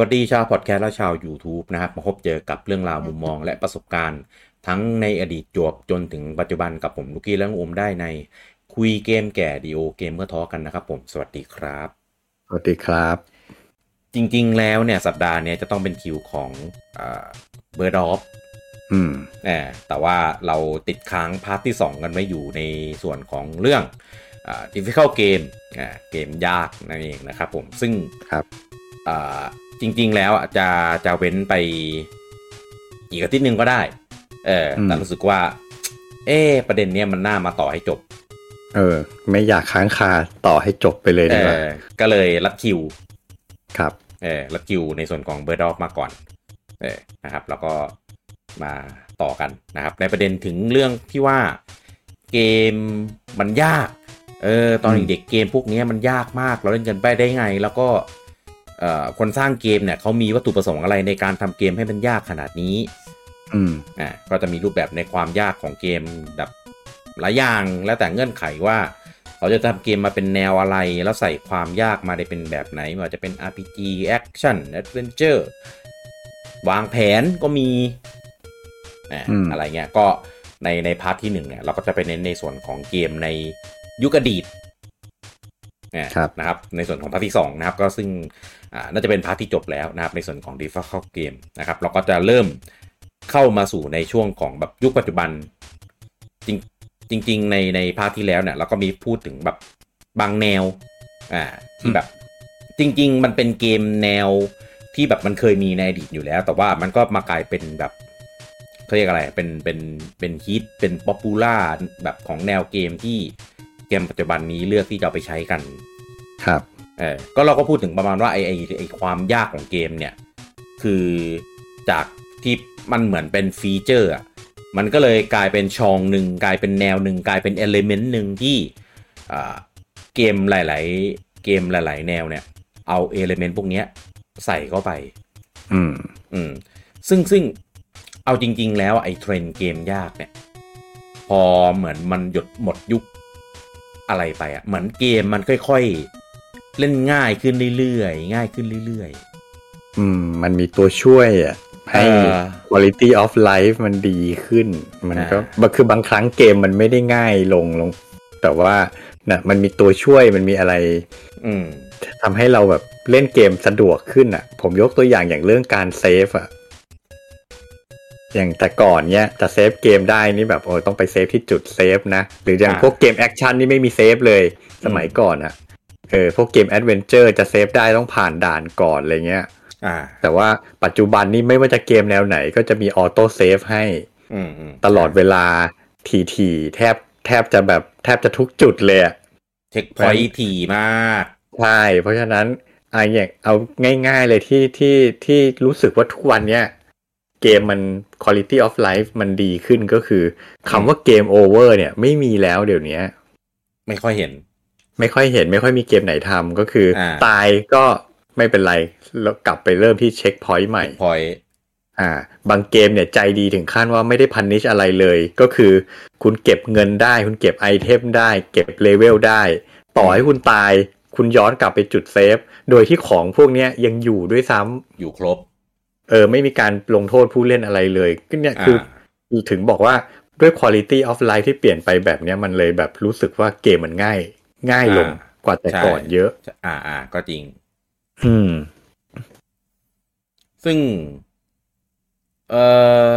วัสดีชาวพอดแคสต์และชาว YouTube นะครับ มาพบเจอกับเรื่องราวมุมมองและประสบการณ์ ทั้งในอดีตจวบจนถึงปัจจุบันกับผมลูกกี้และลุงอมได้ในคุยเกมแก่ดีโอเกมเพื่อท้อกันนะครับผมสวัสดีครับ สวัสดีครับ จริงๆ แล้วเนี่ยสัปดาห์เนี้ยจะต้องเป็นคิวของเบอร์ดอฟ อืม แต่ว่าเราติดค้างพาร์ทที่ 2 กันไว้อยู่ในส่วนของเรื่องดิฟิเคิลเกมเกมยากนั่นเองนะครับผมซึ่ง ครับ อ่าจริง ๆ แล้วอ่ะจะจะเว้นไปอีกอาทิตย์หนึ่งก็ได้ เออแต่ อืม รู้สึกว่า เอ๊ะประเด็นเนี้ยมันน่ามาต่อให้จบ เออ ไม่อยากค้างคาต่อให้จบไปเลย เอ ดีกว่า อก็เลยรัดคิว ครับ เออรัดคิวในส่วนของเบอร์ดอฟมาก่อน เออนะครับ แล้วก็มาต่อกันนะครับ ในประเด็นถึงเรื่องที่ว่าเกมมันยาก เออตอน อืม เด็กๆเกมพวกเนี้ยมันยากมาก เราเล่นกันไปได้ไง แล้วก็เอ่อคนสร้างเกมเนี่ยเขามีวัตถุประสงค์อะไรในการทำเกมให้มันยากขนาดนี้ อืม อ่ะก็จะมีรูปแบบในความยากของเกมแบบหลายอย่างแล้วแต่เงื่อนไขว่าเขาจะทำเกมมาเป็นแนวอะไรแล้วใส่ความยากมาได้เป็นแบบไหนไม่ว่าจะเป็น RPG Action Adventure วางแผนก็มีอ่ะ อืม อะไรเงี้ยก็ในในพาร์ทที่หนึ่งเนี่ยเราก็จะไปเน้นในส่วนของเกมในยุคอดีต เนี่ย ครับ นะครับในส่วนของพาร์ทที่2นะครับก็ซึ่งอ่าน่าจะเป็นพาร์ทที่จบแล้วนะครับในส่วนของ d e f a u l t Game นะครับเราก็จะเริ่มเข้ามาสู่ในช่วงของแบบยุคปัจจุบัน จริงจริง ๆ ในในพาร์ทที่แล้วเนี่ยเราก็มีพูดถึงแบบบางแนวอ่าที่แบบจริง ๆ มันเป็นเกมแนวที่แบบมันเคยมีในอดีตอยู่แล้ว แต่ว่ามันก็มากลายเป็นแบบเขาเรียกอะไรเป็นเป็นเป็นฮิตเป็นป๊อปปูล่าแบบของแนวเกมที่เกมปัจจุบันนี้เลือกที่จะเอาไปใช้กัน ครับ เออก็เราก็พูดถึงประมาณว่าไอไอไอความยากของเกมเนี่ย คือจากที่มันเหมือนเป็นฟีเจอร์อะมันก็เลยกลายเป็นชองหนึ่งกลายเป็นแนวหนึ่งกลายเป็นเอลิเมนต์หนึ่งที่อ่าเกมหลาย ๆ เกมหลาย ๆ แนวเนี่ย เอาเอลิเมนต์พวกเนี้ยใส่เข้าไป อืม อืมซึ่งซึ่งเอาจริง ๆ แล้วไอ้เทรนด์เกมยากเนี่ย พอเหมือนมันหยดหมดยุคอะไรไปอะ่ะ เหมือนเกมมันค่อยๆ เล่นง่ายขึ้นเรื่อยๆ ง่ายขึ้นเรื่อย อืม มันมีตัวช่วยอ่ะ ให้ เออ quality of life มันดีขึ้น มันก็คือบางครั้งเกมมันไม่ได้ง่ายลงลง แต่ว่านะมันมีตัวช่วยมันมีอะไร ๆ อืม ทำให้เราแบบเล่นเกมสะดวกขึ้นอ่ะ ผมยกตัวอย่างอย่างเรื่องการเซฟอ่ะ อย่างแต่ก่อนเนี้ยจะเซฟเกมได้นี่แบบโอ้ยต้องไปเซฟที่จุดเซฟนะ หรืออย่าง อ่า พวกเกมแอคชั่นนี่ไม่มีเซฟเลยสมัย อืม ก่อนอ่ะ เออพวกเกมแอดเวนเจอร์จะเซฟได้ต้องผ่านด่านก่อนอะไรเงี้ย อ่า แต่ว่าปัจจุบันนี่ไม่ว่าจะเกมแนวไหนก็จะมีออโต้เซฟให้ อืมอืม ตลอดเวลาทีทีๆแทบแทบจะแบบแทบจะทุกจุดเลยอะ เช็คพอยต์ถี่มาก ใช่เพราะฉะนั้นไอะอย่างเอาง่าย ๆ เลยที่ที่ที่รู้สึกว่าทุกวันเนี้ยเกมมัน quality of life มันดีขึ้นก็คือคำว่าเกมโอเวอร์เนี่ย ไม่มีแล้วเดี๋ยวนี้ ไม่ค่อยเห็น ไม่ค่อยเห็นไม่ค่อยมีเกมไหนทำก็คืออา ตายก็ไม่เป็นไรแล้วกลับไปเริ่มที่เช็คพอยต์ใหม่ พอยต์ อ่า บางเกมเนี่ยใจดีถึงขั้นว่าไม่ได้พันนิชอะไรเลย ก็คือคุณเก็บเงินได้ คุณเก็บไอเทมได้ เก็บเลเวลได้ ต่อให้คุณตาย คุณย้อนกลับไปจุดเซฟ โดยที่ของพวกเนี้ยยังอยู่ด้วยซ้ำ อยู่ครบ เออไม่มีการลงโทษผู้เล่นอะไรเลยก็เนี่ย อ่า คือถึงบอกว่าด้วย quality of life ที่เปลี่ยนไปแบบเนี้ยมันเลยแบบรู้สึกว่าเกมมันง่าย ง่ายลง อ่าก ว่าแต่ ใช่ ก่อนเยอะ อ่าอ่าก็จริง อืม ซึ่ง เออ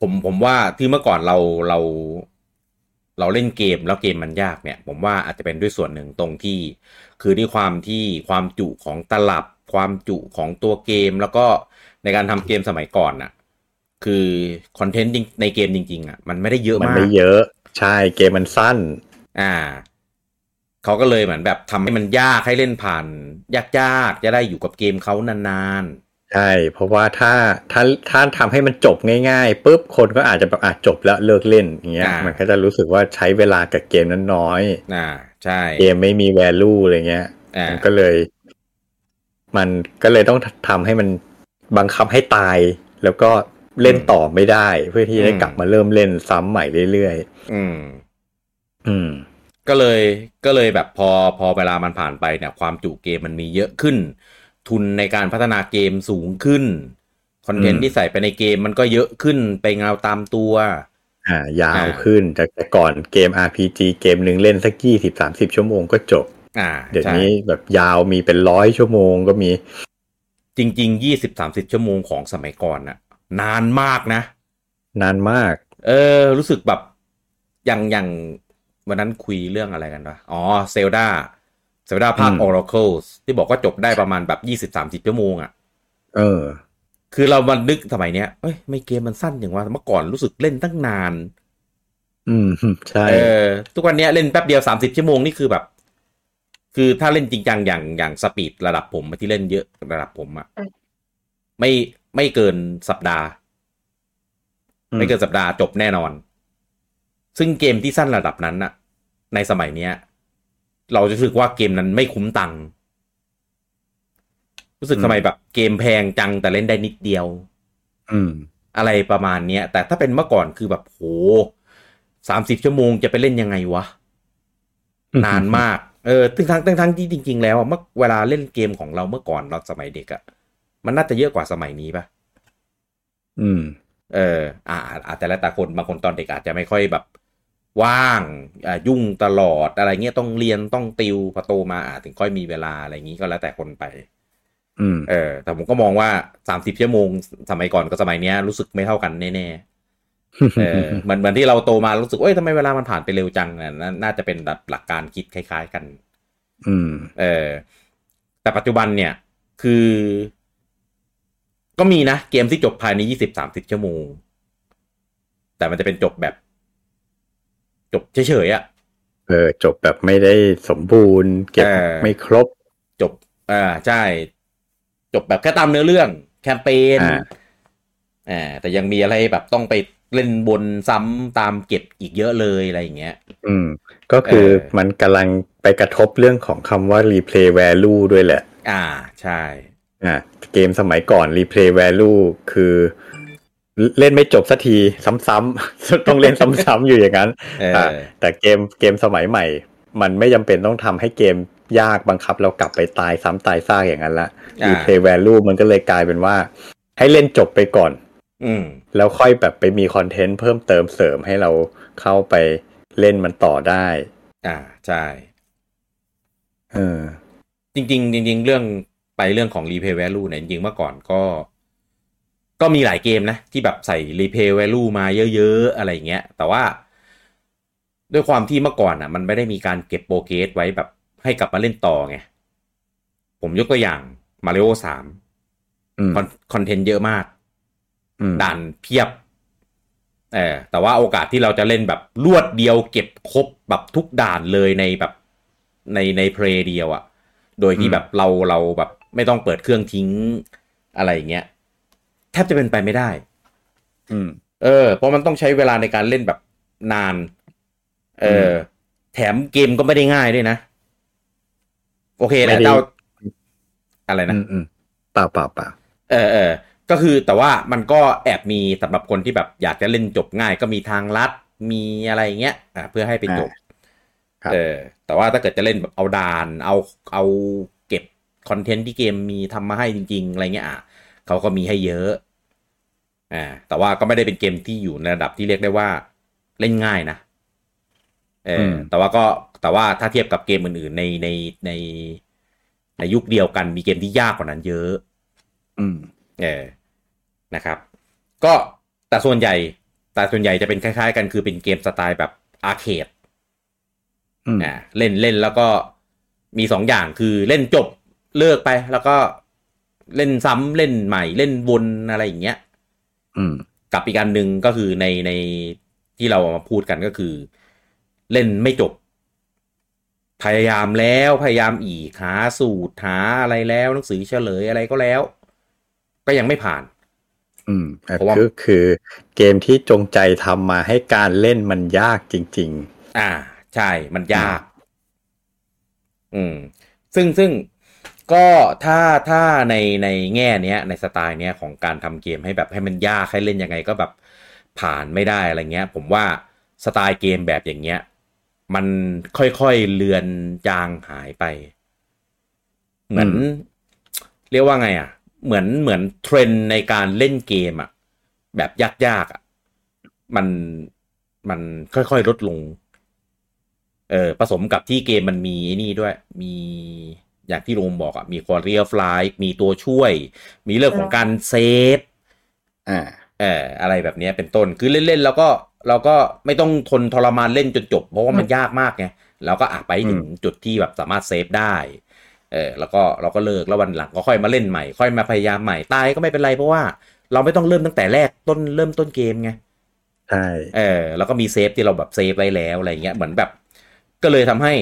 ผมผมว่าที่เมื่อก่อนเราเรา เราเล่นเกมแล้วเกมมันยากเนี่ย ผมว่าอาจจะเป็นด้วยส่วนหนึ่งตรงที่ คือด้วยความที่ความจุของตลับ ความจุของตัวเกม แล้วก็ในการทำเกมสมัยก่อนน่ะ คือคอนเทนต์จริงในเกมจริง ๆ อ่ะ มันไม่ได้เยอะ มัน มาก ไม่เยอะใช่เกมมันสั้น อ่าเขาก็เลยเหมือนแบบทำให้มันยากให้เล่นผ่านยากๆจะได้อยู่กับเกมเขานานๆ ใช่ เพราะว่าถ้าถ้าถ้าทำให้มันจบง่ายๆปุ๊บคนก็อาจจะแบบอ่ะจบแล้วเลิกเล่นอย่างเงี้ย อ่ามั มันก็จะรู้สึกว่าใช้เวลากับเกมนั้นน้อย อ่าใช่ เกมไม่มี value อะไรเงี้ย อ่า มันก็เลย มันก็เลยต้องทำให้มันบังคับให้ตาย แล้วก็เล่นต่อไม่ได้ เพื่อที่จะได้กลับมาเริ่มเล่นซ้ำใหม่เรื่อย อืม ๆอืม ก็เลยก็เลยแบบพอพอเวลามันผ่านไปเนี่ยความจุเกมมันมีเยอะขึ้น ทุนในการพัฒนาเกมสูงขึ้นคอนเทน อื ต์ ม ที่ใส่ไปในเกมมันก็เยอะขึ้นไปเงาตามตัว อ่ายาว อ่า ขึ้นจากแต่ก่อนเกม RPG เกมหนึ่งเล่นสักยี่สิบสามสิบชั่วโมงก็จบ อ่า เดี๋ยว ใช่ นี้แบบยาวมีเป็นร้อยชั่วโมงก็มี จริง ๆ ยี่สิบสามสิบชั่วโมงของสมัยก่อนน่ะ นานมากนะ นานมาก เออ รู้สึกแบบอย่างอย่างวันนั้นคุยเรื่องอะไรกันวะอ๋อเซลดาเซลดาภาค อืม Oracles ที่บอกว่าจบได้ประมาณแบบยี่สิบสามสิบชั่วโมงอะ เออ คือเรามานึกสมัยเนี้ยเอ้ยไม่เกมมันสั้นอย่างว่าเมื่อก่อนรู้สึกเล่นตั้งนาน อืม ใช่ เออ ทุกวันเนี้ยเล่นแป๊บเดียวสามสิบชั่วโมงนี่คือแบบ คือถ้าเล่นจริงจังอย่างอย่างสปีดระดับผมที่เล่นเยอะระดับผมอะ อืม ไม่ไม่เกินสัปดาห์ อืม ไม่เกินสัปดาห์จบแน่นอน ซึ่งเกมที่สั้นระดับนั้นอะในสมัยเนี้ย เราจะรู้สึกว่าเกมนั้นไม่คุ้มตังค์รู้สึกทำไมแบบเกมแพงจังแต่เล่นได้นิดเดียว อืม อะไรประมาณเนี้ย แต่ถ้าเป็นเมื่อก่อนคือแบบโหสามสิบชั่วโมงจะไปเล่นยังไงวะ นานมากเออทั้งทั้งทั้งทั้งที่จริง ๆ แล้วอะเมื่อเวลาเล่นเกมของเราเมื่อก่อนเราสมัยเด็กอะมันน่าจะเยอะกว่าสมัยนี้ปะ อืม เอออ่าอาอาจจะแล้วแต่คนบางคนตอนเด็กอาจจะไม่ค่อยแบบว่างอ่ายุ่งตลอดอะไรเงี้ยต้องเรียนต้องติวพอโตมาอาจถึงค่อยมีเวลาอะไรอย่างงี้ก็แล้วแต่คนไป อืม เออแต่ผมก็มองว่าสามสิบชั่วโมงสมัยก่อนกับสมัยเนี้ยรู้สึกไม่เท่ากันแน่ๆ เออเหมือนเหมือนที่เราโตมารู้สึกเอ้ยทำไมเวลามันผ่านไปเร็วจังน่ะนาน่าจะเป็นแบบหลักการคิดคล้ายๆ กัน อืม เออแต่ปัจจุบันเนี่ยคือ ก็มีนะ เกมที่จบภายในยี่สิบสามสิบชั่วโมง แต่มันจะเป็นจบแบบ จบเฉยๆอะ่ะ เออ จบแบบไม่ได้สมบูรณ์ เก็บ เออ ไม่ครบ จบอ่าใช่ จบแบบแค่ตามเนื้อเรื่อง แคมเปญ อ่า อ่าแต่ยังมีอะไรแบบต้องไปเล่นบนซ้ำตามเก็บอีกเยอะเลยอะไรอย่างเงี้ย อืม ก็คือ เออ มันกำลังไปกระทบเรื่องของคำว่า replay value ด้วยแหละ อ่าใช่ อ่ะเกมสมัยก่อน replay value คือเล่นไม่จบสักทีซ้ำๆ ต้องเล่นซ้ำๆอยู่อย่างนั้น เออ อ่ะแต่เกมเกมสมัยใหม่ มันไม่จำเป็นต้องทำให้เกมยากบังคับ เรากลับไปตายซ้ำตายซากอย่างนั้นละ อ่า replay value มันก็เลยกลายเป็นว่า ให้เล่นจบไปก่อน อืม แล้วค่อยแบบไปมีคอนเทนต์เพิ่มเติมเสริมให้เราเข้าไปเล่นมันต่อได้ อ่าใช่ เออ จริง ๆ จริง ๆ เรื่องไปเรื่องของ replay value เนี่ยจริงๆเมื่อก่อนก็ ก็มีหลายเกมนะ ที่แบบใส่ replay value มาเยอะๆ อะไรอย่างเงี้ย แต่ว่า ด้วยความที่เมื่อก่อนอ่ะ มันไม่ได้มีการเก็บโปรเกรสไว้แบบให้กลับมาเล่นต่อไง ผมยกตัวอย่าง Mario 3 อืม คอนคอนเทนต์เยอะมาก อืม ด่านเพียบ เออแต่ว่าโอกาสที่เราจะเล่นแบบรวดเดียวเก็บครบแบบทุกด่านเลยในแบบในในเพลย์เดียวอะ่ะ โดยที่แบบเราเราแบบไม่ต้องเปิดเครื่องทิ้งอะไรอย่างเงี้ยแทบจะเป็นไปไม่ได้ อืม เออ เพราะมันต้องใช้เวลาในการเล่นแบบนาน เออ แถมเกมก็ไม่ได้ง่ายด้วยนะ โอเคแหละ ไม่ได้ เจ้าอะไรนะ อืมอืมเปล่าเปล่าเปล่า เออเออ ก็คือแต่ว่ามันก็แอบมีสำหรับคนที่แบบอยากจะเล่นจบง่ายก็มีทางลัดมีอะไรอย่างเงี้ยอ่ะเพื่อให้ไปจบ ครับ เออ แต่ว่าถ้าเกิดจะเล่นแบบเอาดาน เอาเอาเก็บคอนเทนต์ที่เกมมีทำมาให้จริง ๆ อะไรเงี้ยอ่ะเขาก็มีให้เยอะอ่าแต่ว่าก็ไม่ได้เป็นเกมที่อยู่ในระดับที่เรียกได้ว่าเล่นง่ายนะเออ ม อแต่ว่าก็แต่ว่าถ้าเทียบกับเกมอื่นๆในในในในยุคเดียวกันมีเกมที่ยากกว่านั้นเยอะ อืม เออ นะครับ ก็แต่ส่วนใหญ่ แต่ส่วนใหญ่จะเป็นคล้ายๆ กันคือเป็นเกมสไตล์แบบอาร์เคด อืม อ่าเล่นเล่นแล้วก็มีสองอย่างคือเล่นจบเลิกไป แล้วก็เล่นซ้ำเล่นใหม่เล่นวนอะไรอย่างเงี้ย อืม กับอีกอันหนึ่งก็คือในในที่เราเอามาพูดกันก็คือ เล่นไม่จบ พยายามแล้วพยายามอีกหาสูตรหาอะไรแล้วหนังสือเฉลยอะไรก็แล้ว ก็ยังไม่ผ่าน อืมอ่ะ เพราะว่า คือคือเกมที่จงใจทำมาให้การเล่นมันยากจริง อ่าใช่มันยาก อืม ซึ่งซึ่งก็ถ้าถ้าในในแง่เนี้ย ในสไตล์เนี้ยของการทำเกมให้แบบให้มันยากให้เล่นยังไงก็แบบผ่านไม่ได้อะไรเงี้ย ผมว่าสไตล์เกมแบบอย่างเงี้ย มันค่อยๆเลือนจางหายไป เหมือน อืม เรียกว่าไงอ่ะ เหมือนเหมือนเทรนด์ในการเล่นเกมอ่ะ แบบยากๆอ่ะ มันมันค่อยๆลดลง เออผสมกับที่เกมมันมีไอ้นี่ด้วย มีอย่างที่ลุงบอกอ่ะ มีควอเรียฟลายมีตัวช่วย มีเรื่องของการเซฟ อ่า เอออะไรแบบเนี้ยเป็นต้นคือเล่นๆแล้วก็เราก็ไม่ต้องทนทรมานเล่นจนจบ เพราะว่ามันยากมากไงเราก็อ่ะไปถึงจุดที่แบบสามารถเซฟได้เออแล้วก็เราก็เลิกแล้ววันหลังก็ค่อยมาเล่นใหม่ ค่อยมาพยายามใหม่ตายก็ไม่เป็นไรเพราะว่าเราไม่ต้องเริ่มตั้งแต่แรกต้นเริ่มต้นเกมไง ใช่ เออแล้วก็มีเซฟที่เราแบบเซฟไว้แล้วอะไรเงี้ยเหมือนแบบ ก็เลยทำให้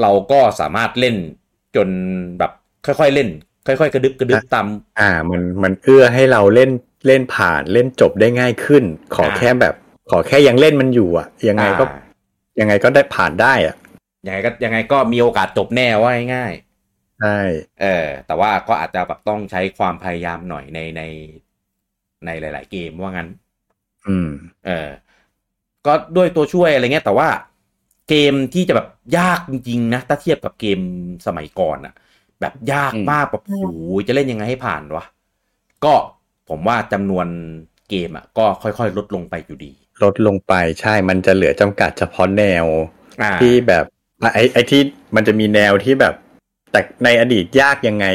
เราก็สามารถเล่นจนแบบค่อยๆเล่น ค่อยๆ กระดึบกระดึบตาม อ่า มันมันเอื้อให้เราเล่นเล่นผ่านเล่นจบได้ง่ายขึ้น ขอ อ่า แค่แบบ ขอแค่ยังเล่นมันอยู่อ่ะ ยังไงก็ อ่า ยังไงก็ได้ผ่านได้อ่ะ ยังไงก็ยังไงก็มีโอกาสจบแน่ว่าง่ายๆ ใช่ เออแต่ว่าก็อาจจะแบบต้องใช้ความพยายามหน่อยในในในหลาย ๆ เกมว่างั้น อืม เออก็ด้วยตัวช่วยอะไรเงี้ยแต่ว่าเกมที่จะแบบยากจริง ๆ นะ ถ้าเทียบกับเกมสมัยก่อนอะแบบยากมากแบบ อืม โอ้โหจะเล่นยังไงให้ผ่านวะก็ผมว่าจำนวนเกมอะก็ค่อย ๆ ลดลงไปอยู่ดี ลดลงไปใช่มันจะเหลือจำกัดเฉพาะแนว อ่า ที่แบบไอ้ไอ้ที่มันจะมีแนวที่แบบ แต่ในอดีตยากยังไง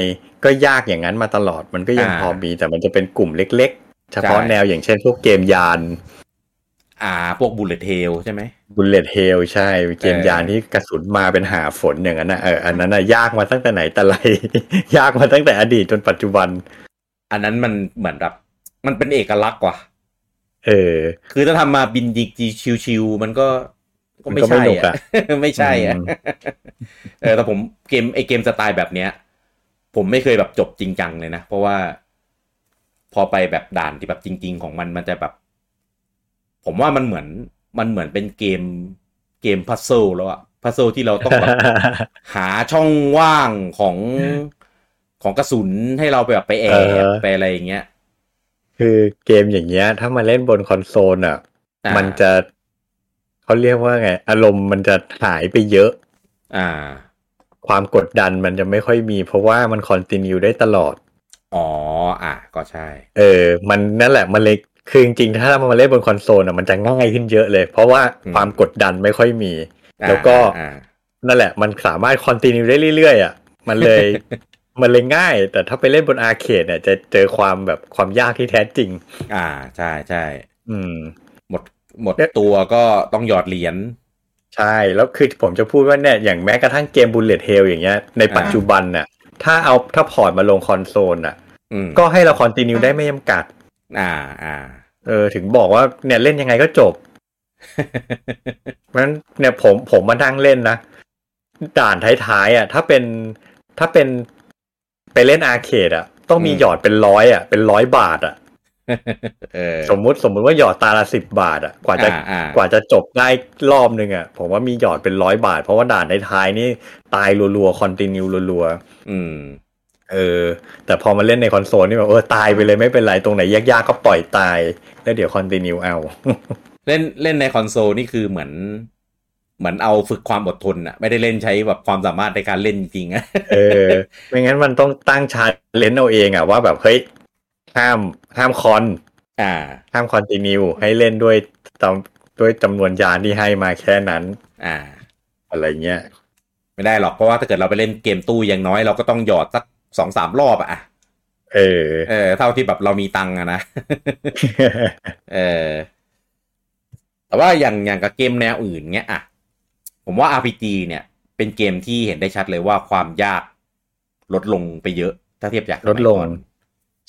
ก็ยากอย่างนั้นมาตลอดมันก็ยังพอมีแต่มันจะเป็นกลุ่มเล็ก ๆ เฉพาะแนวอย่างเช่นพวกเกมยาน อ่า พวกบุลเลตเทลใช่ไหม บุลเลตเฮลใช่เกม เออ ยานที่กระสุนมาเป็นหาฝนอย่างนั้นนะเอออันนั้นนะยากมาตั้งแต่ไหนแต่ไร ยากมาตั้งแต่อดีตจนปัจจุบัน อันนั้นมันเหมือนแบบมันเป็นเอกลักษณ์ว่ะ เออ คือถ้าทำมาบินยิงจีชิวๆมันก็ก็ไม่ มันก็ไม่ ใช่ หนุก อ่ะ อะ ไม่ใช่อ่ะ อืม เออแต่ผมเกมไอเกมสไตล์แบบเนี้ย ผมไม่เคยแบบจบจริงจังเลยนะ เพราะว่าพอไปแบบด่านที่แบบจริง ๆ ของมันมันจะแบบ ผมว่ามันเหมือนมันเหมือนเป็นเกมเกมพัซเซิลแล้วอะพัซเซิลที่เราต้องแบบ หาช่องว่างของของกระสุนให้เราไปแบบไปแอ เอบ อ ไปอะไรอย่างเงี้ย คือเกมอย่างเงี้ย ถ้ามาเล่นบนคอนโซลอ่ะ อ่า มันจะเขาเรียกว่าไง อารมณ์มันจะหายไปเยอะ อ่า ความกดดันมันจะไม่ค่อยมี เพราะว่ามันคอนติเนียได้ตลอด อ๋ออ่ะก็ใช่ เออ มันนั่นแหละมันเลยคือจริงๆถ้ามันมาเล่นบนคอนโซลอ่ะมันจะง่ายขึ้นเยอะเลย เพราะว่า อืม ความกดดันไม่ค่อยมี อ่า แล้วก็ อ่า นั่นแหละ มันสามารถคอนติเนียได้เรื่อยๆอ่ะมันเลย มันเลยง่าย แต่ถ้าไปเล่นบนอาร์เคดเนี่ยจะเจอความแบบความยากที่แท้จริง อ่าใช่ใช่ อืม หมดหมด เนี่ย ตัวก็ต้องหยอดเหรียญ ใช่ แล้วคือผมจะพูดว่าเนี่ยอย่างแม้กระทั่งเกมบุลเลตเฮลอย่างเงี้ยในปัจจุบันน่ะถ้าเอาถ้าพอร์ตมาลงคอนโซลน่ะ อืม ก็ให้เราคอนติเนียได้ไม่จำกัด อ่าอ่า เออถึงบอกว่าเนี่ยเล่นยังไงก็จบ เพราะฉะนั้นเนี่ยผมผมมานั่งเล่นนะ ด่านท้ายๆอ่ะ ถ้าเป็นถ้าเป็นไปเล่นอาร์เคดอ่ะ ต้องมี อืม หยอดเป็นร้อยอ่ะเป็นร้อยบาทอ่ะ เออ สมมุติสมมุติว่าหยอดตาละสิบบาทอ่ะกว่าจะ อ่อ่ กว่าจะจบได้รอบนึงอ่ะ ผมว่ามีหยอดเป็นร้อยบาท เพราะว่าด่านท้ายๆนี่ตายรัวๆคอนติเนียรัว อืม ๆเออ แต่พอมาเล่นในคอนโซลนี่แบบเออตายไปเลยไม่เป็นไรตรงไหนยากๆก็ปล่อยตาย แล้วเดี๋ยวคอนติเนียเอา เล่นเล่นในคอนโซลนี่คือเหมือน เหมือนเอาฝึกความอดทนอะไม่ได้เล่นใช้แบบความสามารถในการเล่นจริงๆอะ เออไม่งั้นมันต้องตั้งชาเลนจ์เอาเองอ่ะว่าแบบเฮ้ยห้ามห้ามคอน อ่า ห้ามคอนติเนียให้เล่นด้วยตามด้วยจำนวนยานที่ให้มาแค่นั้น อ่า อะไรเงี้ย ไม่ได้หรอกเพราะว่าถ้าเกิดเราไปเล่นเกมตู้อยังน้อยเราก็ต้องหยอดสักสองสามรอบอะ เออ เออเท่าที่แบบเรามีตังค์อะนะ เออแต่ว่าอย่างอย่างกับเกมแนวอื่นเงี้ยอ่ะผมว่า RPG เนี่ย เป็นเกมที่เห็นได้ชัดเลยว่าความยากลดลงไปเยอะ ถ้าเทียบจากสมัย ลดลง ก่อน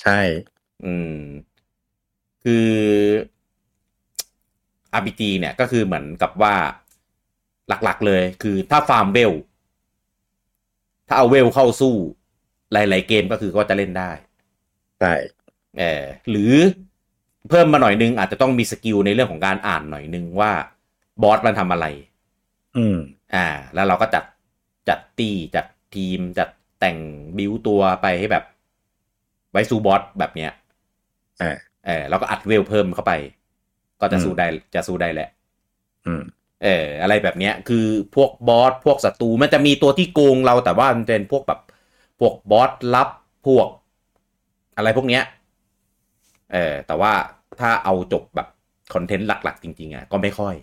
ใช่ อืม คือ RPG เนี่ยก็คือเหมือนกับว่าหลักๆเลยคือถ้าฟาร์มเวล ถ้าเอาเวลเข้าสู้ หลายๆเกมก็คือก็จะเล่นได้ ใช่ เออหรือเพิ่มมาหน่อยนึง อาจจะต้องมีสกิลในเรื่องของการอ่านหน่อยนึงว่าบอสมันทำอะไร อืม อ่าแล้วเราก็จัดจัดตีจัดทีมจัดแต่งบิวตัวไปให้แบบ ไว้สู้บอสแบบเนี้ย อ่า เออเราก็อัดเวลเพิ่มเข้าไป ก็จะ อืม สู้ได้จะสู้ได้แหละ อืม เอออะไรแบบเนี้ยคือพวกบอสพวกศัตรูมันจะมีตัวที่โกงเราแต่ว่ามันเป็นพวกแบบพวกบอสลับพวก อะไรพวกเนี้ยเออแต่ว่าถ้าเอาจบแบบคอนเทนต์หลัก ๆ จริง ๆอ่ะก็ไม่ค่อย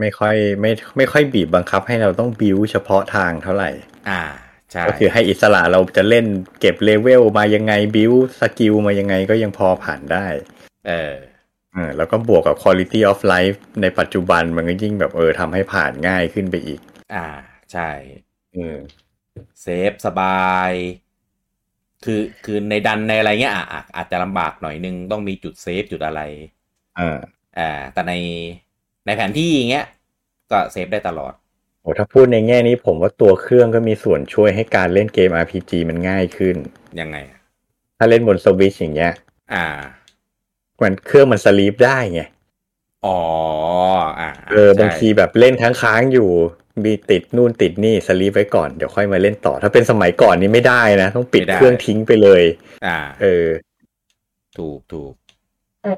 ไม่ค่อยไม่ไม่ค่อยบีบบังคับให้เราต้องบิวเฉพาะทางเท่าไหร่ อ่าใช่ ก็คือให้อิสระเราจะเล่นเก็บเลเวลมายังไงบิวสกิลมายังไงก็ยังพอผ่านได้ เออ เออแล้วก็บวกกับ quality of life ในปัจจุบันมันก็ยิ่งแบบเออทำให้ผ่านง่ายขึ้นไปอีก อ่าใช่ เออ เซฟสบาย คือคือในดันในอะไรเงี้ยอ่ะอ่ะอาจจะลำบากหน่อยนึงต้องมีจุดเซฟจุดอะไร อ่า อ่า แต่ในในแผนที่อย่างเงี้ย ก็เซฟได้ตลอด โอ้ถ้าพูดในแง่นี้ผมว่าตัวเครื่องก็มีส่วนช่วยให้การเล่นเกม RPG มันง่ายขึ้น ยังไงอ่ะ ถ้าเล่นบนสวิชอย่างเงี้ย อ่า มันเครื่องมันสลีปได้ไง อ๋อ อ่า เออบาง ใช่ ทีแบบเล่นทั้งค้างอยู่ มีติดนู่นติดนี่สลีปไว้ก่อนเดี๋ยวค่อยมาเล่นต่อ ถ้าเป็นสมัยก่อนนี่ไม่ได้นะ ต้องปิดเครื่องทิ้งไปเลย อ่า เออ ถูกถูก เออ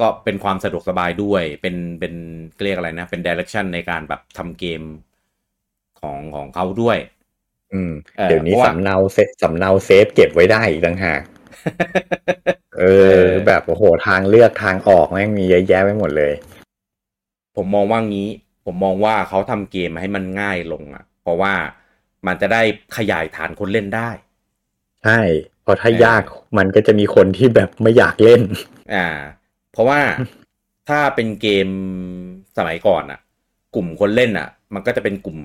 ก็เป็นความสะดวกสบายด้วย เป็นเป็นเรียกอะไรนะ เป็นดิเรกชันในการแบบทำเกมของของเขาด้วย อืม เออ เดี๋ยวนี้ เพราะว่า สำเนาเซฟสำเนาเซฟเก็บไว้ได้อีกต่างหาก เอเอ อ อ แบบโอ้โหทางเลือกทางออกแม่งมีเยอะแยะไปหมดเลย ผมมองว่างี้ ผมมองว่าเขาทำเกมให้มันง่ายลงอ่ะ เพราะว่ามันจะได้ขยายฐานคนเล่นได้ ใช่เพราะถ้า เออ ยากมันก็จะมีคนที่แบบไม่อยากเล่น อ่า เพราะว่าถ้าเป็นเกมสมัยก่อนอ่ะ กลุ่มคนเล่นอ่ะ มันก็จะเป็นกลุ่ม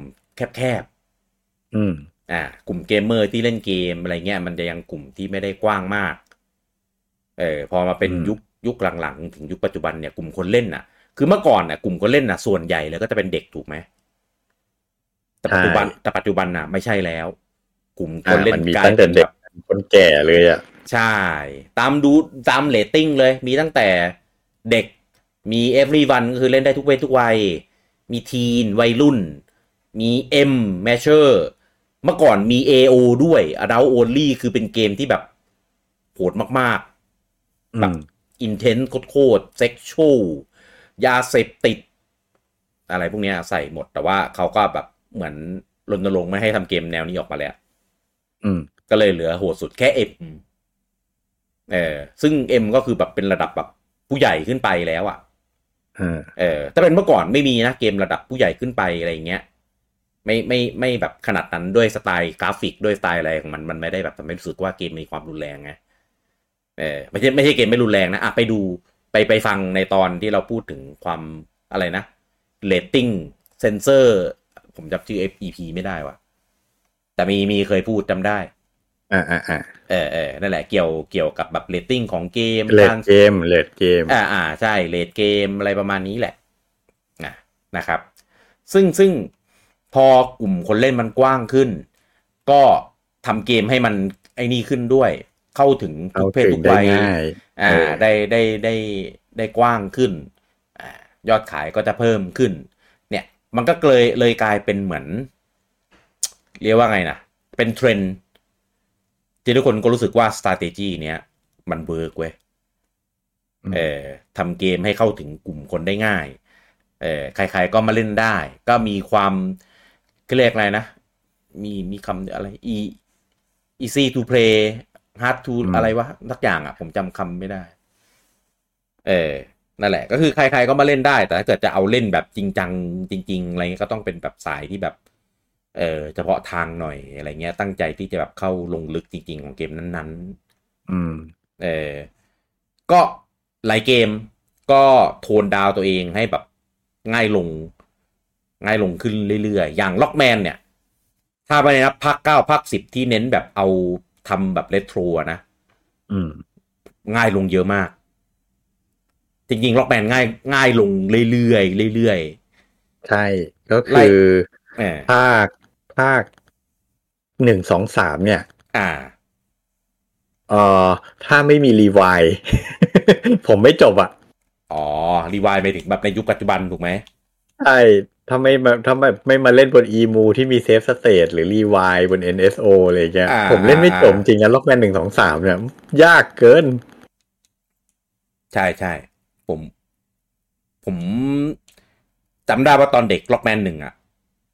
แคบ อืม ๆอ่ากลุ่มเกมเมอร์ที่เล่นเกมอะไรเงี้ยมันจะยังกลุ่มที่ไม่ได้กว้างมาก เออพอมาเป็น อืม ยุคยุคหลังๆ ถึงยุคปัจจุบันเนี่ยกลุ่มคนเล่นน่ะ คือเมื่อก่อนน่ะกลุ่มคนเล่นน่ะส่วนใหญ่เลยก็จะเป็นเด็กถูกไหมแต่ปัจจุบันแต่ปัจจุบันน่ะไม่ใช่แล้ว กลุ่มคน อ่า เล่น มันมี กลาย ตั้งแต่ เป็น เด็ แบ ก บ คนแก่เลยอ่ะ ใช่ ตามดูตามเรตติ้งเลย มีตั้งแต่เด็กมี everyone ก็คือเล่นได้ทุกเพศทุกวัย มีทีนวัยรุ่น มี M measure เมื่อก่อนมี AO ด้วย Adult Only คือเป็นเกมที่แบบโหดมากๆ อืม อินเทนต์โคตรเซ็กชวลยาเสพติด อะไรพวกเนี้ยใส่หมด แต่ว่าเขาก็แบบเหมือนรณรงค์ไม่ให้ทำเกมแนวนี้ออกมาแล้ว อืม ก็เลยเหลือโหดสุดแค่เอ็มเออซึ่งเอ็มก็คือแบบเป็นระดับแบบผู้ใหญ่ขึ้นไปแล้วอะ่ะ อ่า เออถ้าเป็นเมื่อก่อนไม่มีนะเกมระดับผู้ใหญ่ขึ้นไปอะไรอย่างเงี้ย ไม่ไม่ไม่แบบขนาดนั้นด้วยสไตล์กราฟิกด้วยสไตล์อะไรของมันมันไม่ได้แบบทำให้รู้สึกว่าเกมมีความรุนแรงไงเออไม่ใช่ไม่ใช่เกมไม่รุนแรงนะอ่ะไปดูไปไปฟังในตอนที่เราพูดถึงความอะไรนะเรตติ้งเซนเซอร์ผมจำชื่อ EP ไม่ได้ว่ะ แต่มีมีเคยพูดจำได้ อ่าอ่าอ่า เออเออนั่นแหละเกี่ยวเกี่ยวกับแบบเรตติ้งของเกม เลด ทาง เกมเลดเกม อ่าอ่าใช่เลดเกมอะไรประมาณนี้แหละนะนะครับ ซึ่งซึ่งพอกลุ่มคนเล่นมันกว้างขึ้น ก็ทำเกมให้มันไอ้นี่ขึ้นด้วย เข้าถึง เอา ทุกเพศ ถึ ทุ ง ก ได้ วัย ง่าย อ่า เออ ได้ได้ได้ได้กว้างขึ้นอ่ายอดขายก็จะเพิ่มขึ้น เนี่ยมันก็เลยเลยกลายเป็นเหมือน เรียกว่าไงนะเป็นเทรนด์ที่ทุกคนก็รู้สึกว่า strategy เนี้ยมันเวิร์กเว้ย เออทำเกมให้เข้าถึงกลุ่มคนได้ง่าย เออใครๆก็มาเล่นได้ ก็มีความเขาเรียกอะไรนะ มีมีคำอะไร e easy to play hard to อะไรวะสักอย่างอ่ะ ผมจำคำไม่ได้ เออนั่นแหละ ก็คือใครๆก็มาเล่นได้ แต่ถ้าเกิดจะเอาเล่นแบบจริงจังจริง ๆ อะไรเงี้ยก็ต้องเป็นแบบสายที่แบบ เออเฉพาะทางหน่อยอะไรเงี้ยตั้งใจที่จะแบบเข้าลงลึกจริง ๆ ของเกมนั้น ๆ อืม เออก็หลายเกมก็โทนดาวตัวเองให้แบบง่ายลง ง่ายลงขึ้นเรื่อยๆ อย่างล็อกแมนเนี่ย ถ้าไปในนับภาคเก้าภาคสิบที่เน้นแบบเอาทำแบบเรโทรอะนะ อืม ง่ายลงเยอะมาก จริงๆล็อกแมนง่ายง่ายลงเรื่อยๆเรื่อย ใช่ ก็ ไล่ คือ ๆเออ ภาคภาคหนึ่งสองสามเนี่ย อ่า เอ่อ ถ้าไม่มีรีไวล์ ผมไม่จบอ่ะ อ๋อ รีวายไปถึงแบบในยุคปัจจุบันถูกไหม ใช่ถ้าไม่มาถ้าไม่ไม่มาเล่นบน e m u ที่มีเซฟสเตทหรือรีไวล์บน NSO อะไรเงี้ย อ่า ผมเล่นไม่จบ อ่า จริงนะล็อกแมนหนึ่งสองสามเนี่ย ยากเกิน ใช่ใช่ผม ผม จำได้ว่าตอนเด็กล็อกแมนหนึ่งอ่ะ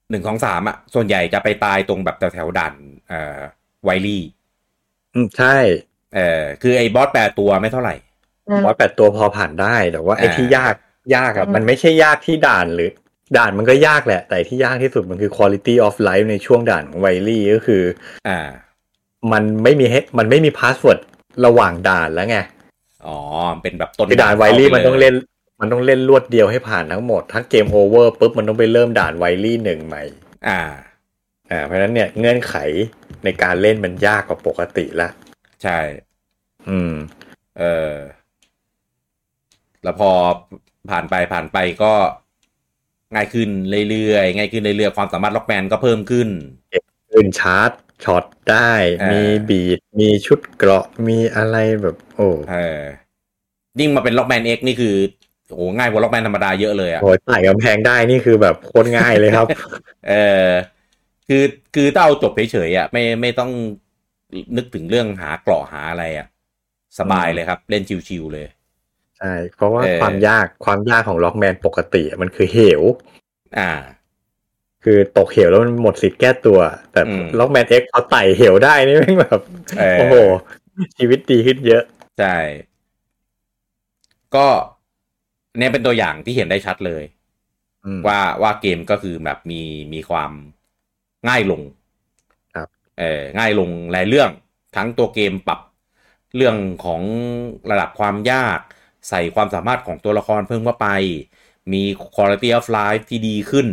หนึ่งของสามอ่ะ ส่วนใหญ่จะไปตายตรงแบบแถวๆด่านเอ่อไวลี่ อืมใช่ เอ่อคือไอ้บอสแปดตัวไม่เท่าไหร่ อืม ร้อยแปดตัวพอผ่านได้แต่ว่าไอ้ อ่า ที่ยากยากอะ อืม มันไม่ใช่ยากที่ด่านหรือ ด่านมันก็ยากแหละ แต่ที่ยากที่สุดมันคือ quality of life ในช่วงด่านของไวลี่ก็คือ อ่า มันไม่มี ให้มันไม่มีพาสเวิร์ดระหว่างด่านแล้วไง อ๋อ เป็นแบบต้น คือด่านไวลี่มันต้องเล่น มันต้องเล่นลวดเดียวให้ผ่านทั้งหมด ถ้าเกมโอเวอร์ปุ๊บมันต้องไปเริ่มด่านไวลี่หนึ่งใหม่ อ่า อ่าเพราะฉะนั้นเนี่ยเงื่อนไขในการเล่นมันยากกว่าปกติละ ใช่ อืม เออ แล้วพอผ่านไปผ่านไปก็ง่ายขึ้นเรื่อยๆ ง่ายขึ้นเรื่อยๆ ความสามารถล็อกแมนก็เพิ่มขึ้น ขึ้นชาร์จช็อตได้ อ่ามี มีบีดมีชุดเกราะมีอะไรแบบ โอ้ เออยิ่งมาเป็นล็อกแมนเอ็กนี่คือโอ้โหง่ายกว่าล็อกแมนธรรมดาเยอะเลยอะ โหไต่กำแพงได้นี่คือแบบโคตรง่ายเลยครับ เออคือคือถ้าเอาจบเฉยๆอ่ะไม่ไม่ต้องนึกถึงเรื่องหาเกราะหาอะไรอ่ะ สบายเลยครับ เล่นชิวๆเลย ใช่เพราะว่า เออ ความยากความยากของล็อกแมนปกติอะมันคือเหว อ่า คือตกเหวแล้วมันหมดสิทธิ์แก้ตัว แต่ อืม ล็อกแมนเอ็กเขาไต่เหวได้นี่แม่งแบบ เ โอ้โห ชีวิตดีขึ้นเยอะ ใช่ก็เนี่ยเป็นตัวอย่างที่เห็นได้ชัดเลย อืม ว่าว่าเกมก็คือแบบมีมีความง่ายลง ครับ เออง่ายลงหลายเรื่อง ทั้งตัวเกมปรับเรื่องของระดับความยาก ใส่ความสามารถของตัวละครเพิ่มเข้าไป มี quality of life ที่ดีขึ้น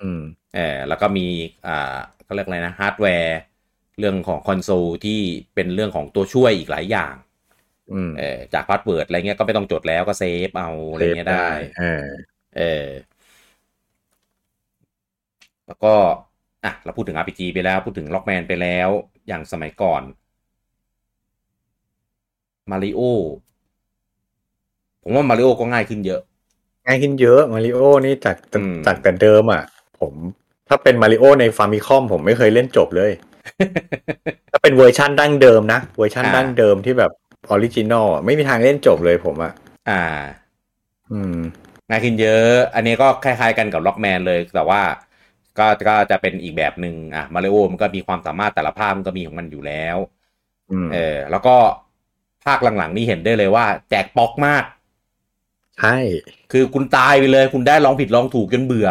อืม เออแล้วก็มีอ่าก็เรียกอะไรนะฮาร์ดแวร์ เรื่องของคอนโซลที่เป็นเรื่องของตัวช่วยอีกหลายอย่าง อืม เออจากพาสเวิร์ดอะไรเงี้ยก็ไม่ต้องจดแล้วก็เซฟเอาอะไรเงี้ยได้ เออ เออ แล้วก็ อ่ะ เราพูดถึง RPG ไปแล้ว พูดถึงล็อกแมนไปแล้ว อย่างสมัยก่อน มาริโอ ผมว่ามาริโอก็ง่ายขึ้นเยอะ ง่ายขึ้นเยอะมาริโอนี่จาก อืม จากแต่เดิมอ่ะ ผมถ้าเป็นมาริโอในฟาร์มิคอมผมไม่เคยเล่นจบเลย ถ้าเป็นเวอร์ชันดั้งเดิมนะ เวอร์ชัน อ่า ดั้งเดิมที่แบบออริจินอลไม่มีทางเล่นจบเลยผมอ่ะ อ่า อืม ง่ายขึ้นเยอะ อันนี้ก็คล้ายๆกันกับล็อกแมนเลย แต่ว่าก็ก็จะเป็นอีกแบบหนึ่งอ่ะ มาริโอมันก็มีความสามารถแต่ละภาพมันก็มีของมันอยู่แล้ว อืม เออ แล้วก็ภาคหลังๆนี่เห็นได้เลยว่า แจกป๊อกมาก ใช่ คือคุณตายไปเลย คุณได้ลองผิดลองถูกจนเบื่อ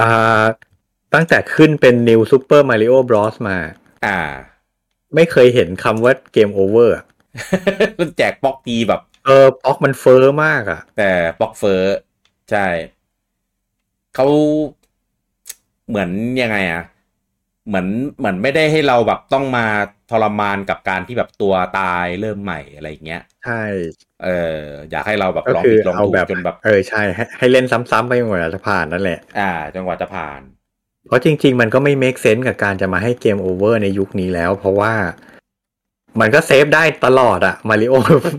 อ่าตั้งแต่ขึ้นเป็น New Super Mario Bros มา อ่า ไม่เคยเห็นคำว่าเกมโอเวอร์ มันแจกป๊อกตีแบบ เออป๊อกมันเฟ้อมากอ่ะ แต่ป๊อกเฟอร์ใช่ เขาเหมือนยังไงอ่ะ เหมือนเหมือนไม่ได้ให้เราแบบต้องมาทรมานกับการที่แบบตัวตายเริ่มใหม่อะไรอย่างเงี้ย ใช่ เออ อยากให้เราแบบ ก็ ลอง คือ ผิดลอง เอา ถูก แบบ จนแบบ เออใช่ ให้ให้เล่นซ้ำๆไปจนกว่าจะผ่านนั่นแหละ อ่าจนกว่าจะผ่าน เพราะจริง ๆ มันก็ไม่ make sense กับการจะมาให้เกมโอเวอร์ในยุคนี้แล้ว เพราะว่ามันก็เซฟได้ตลอดอะมาริ โอ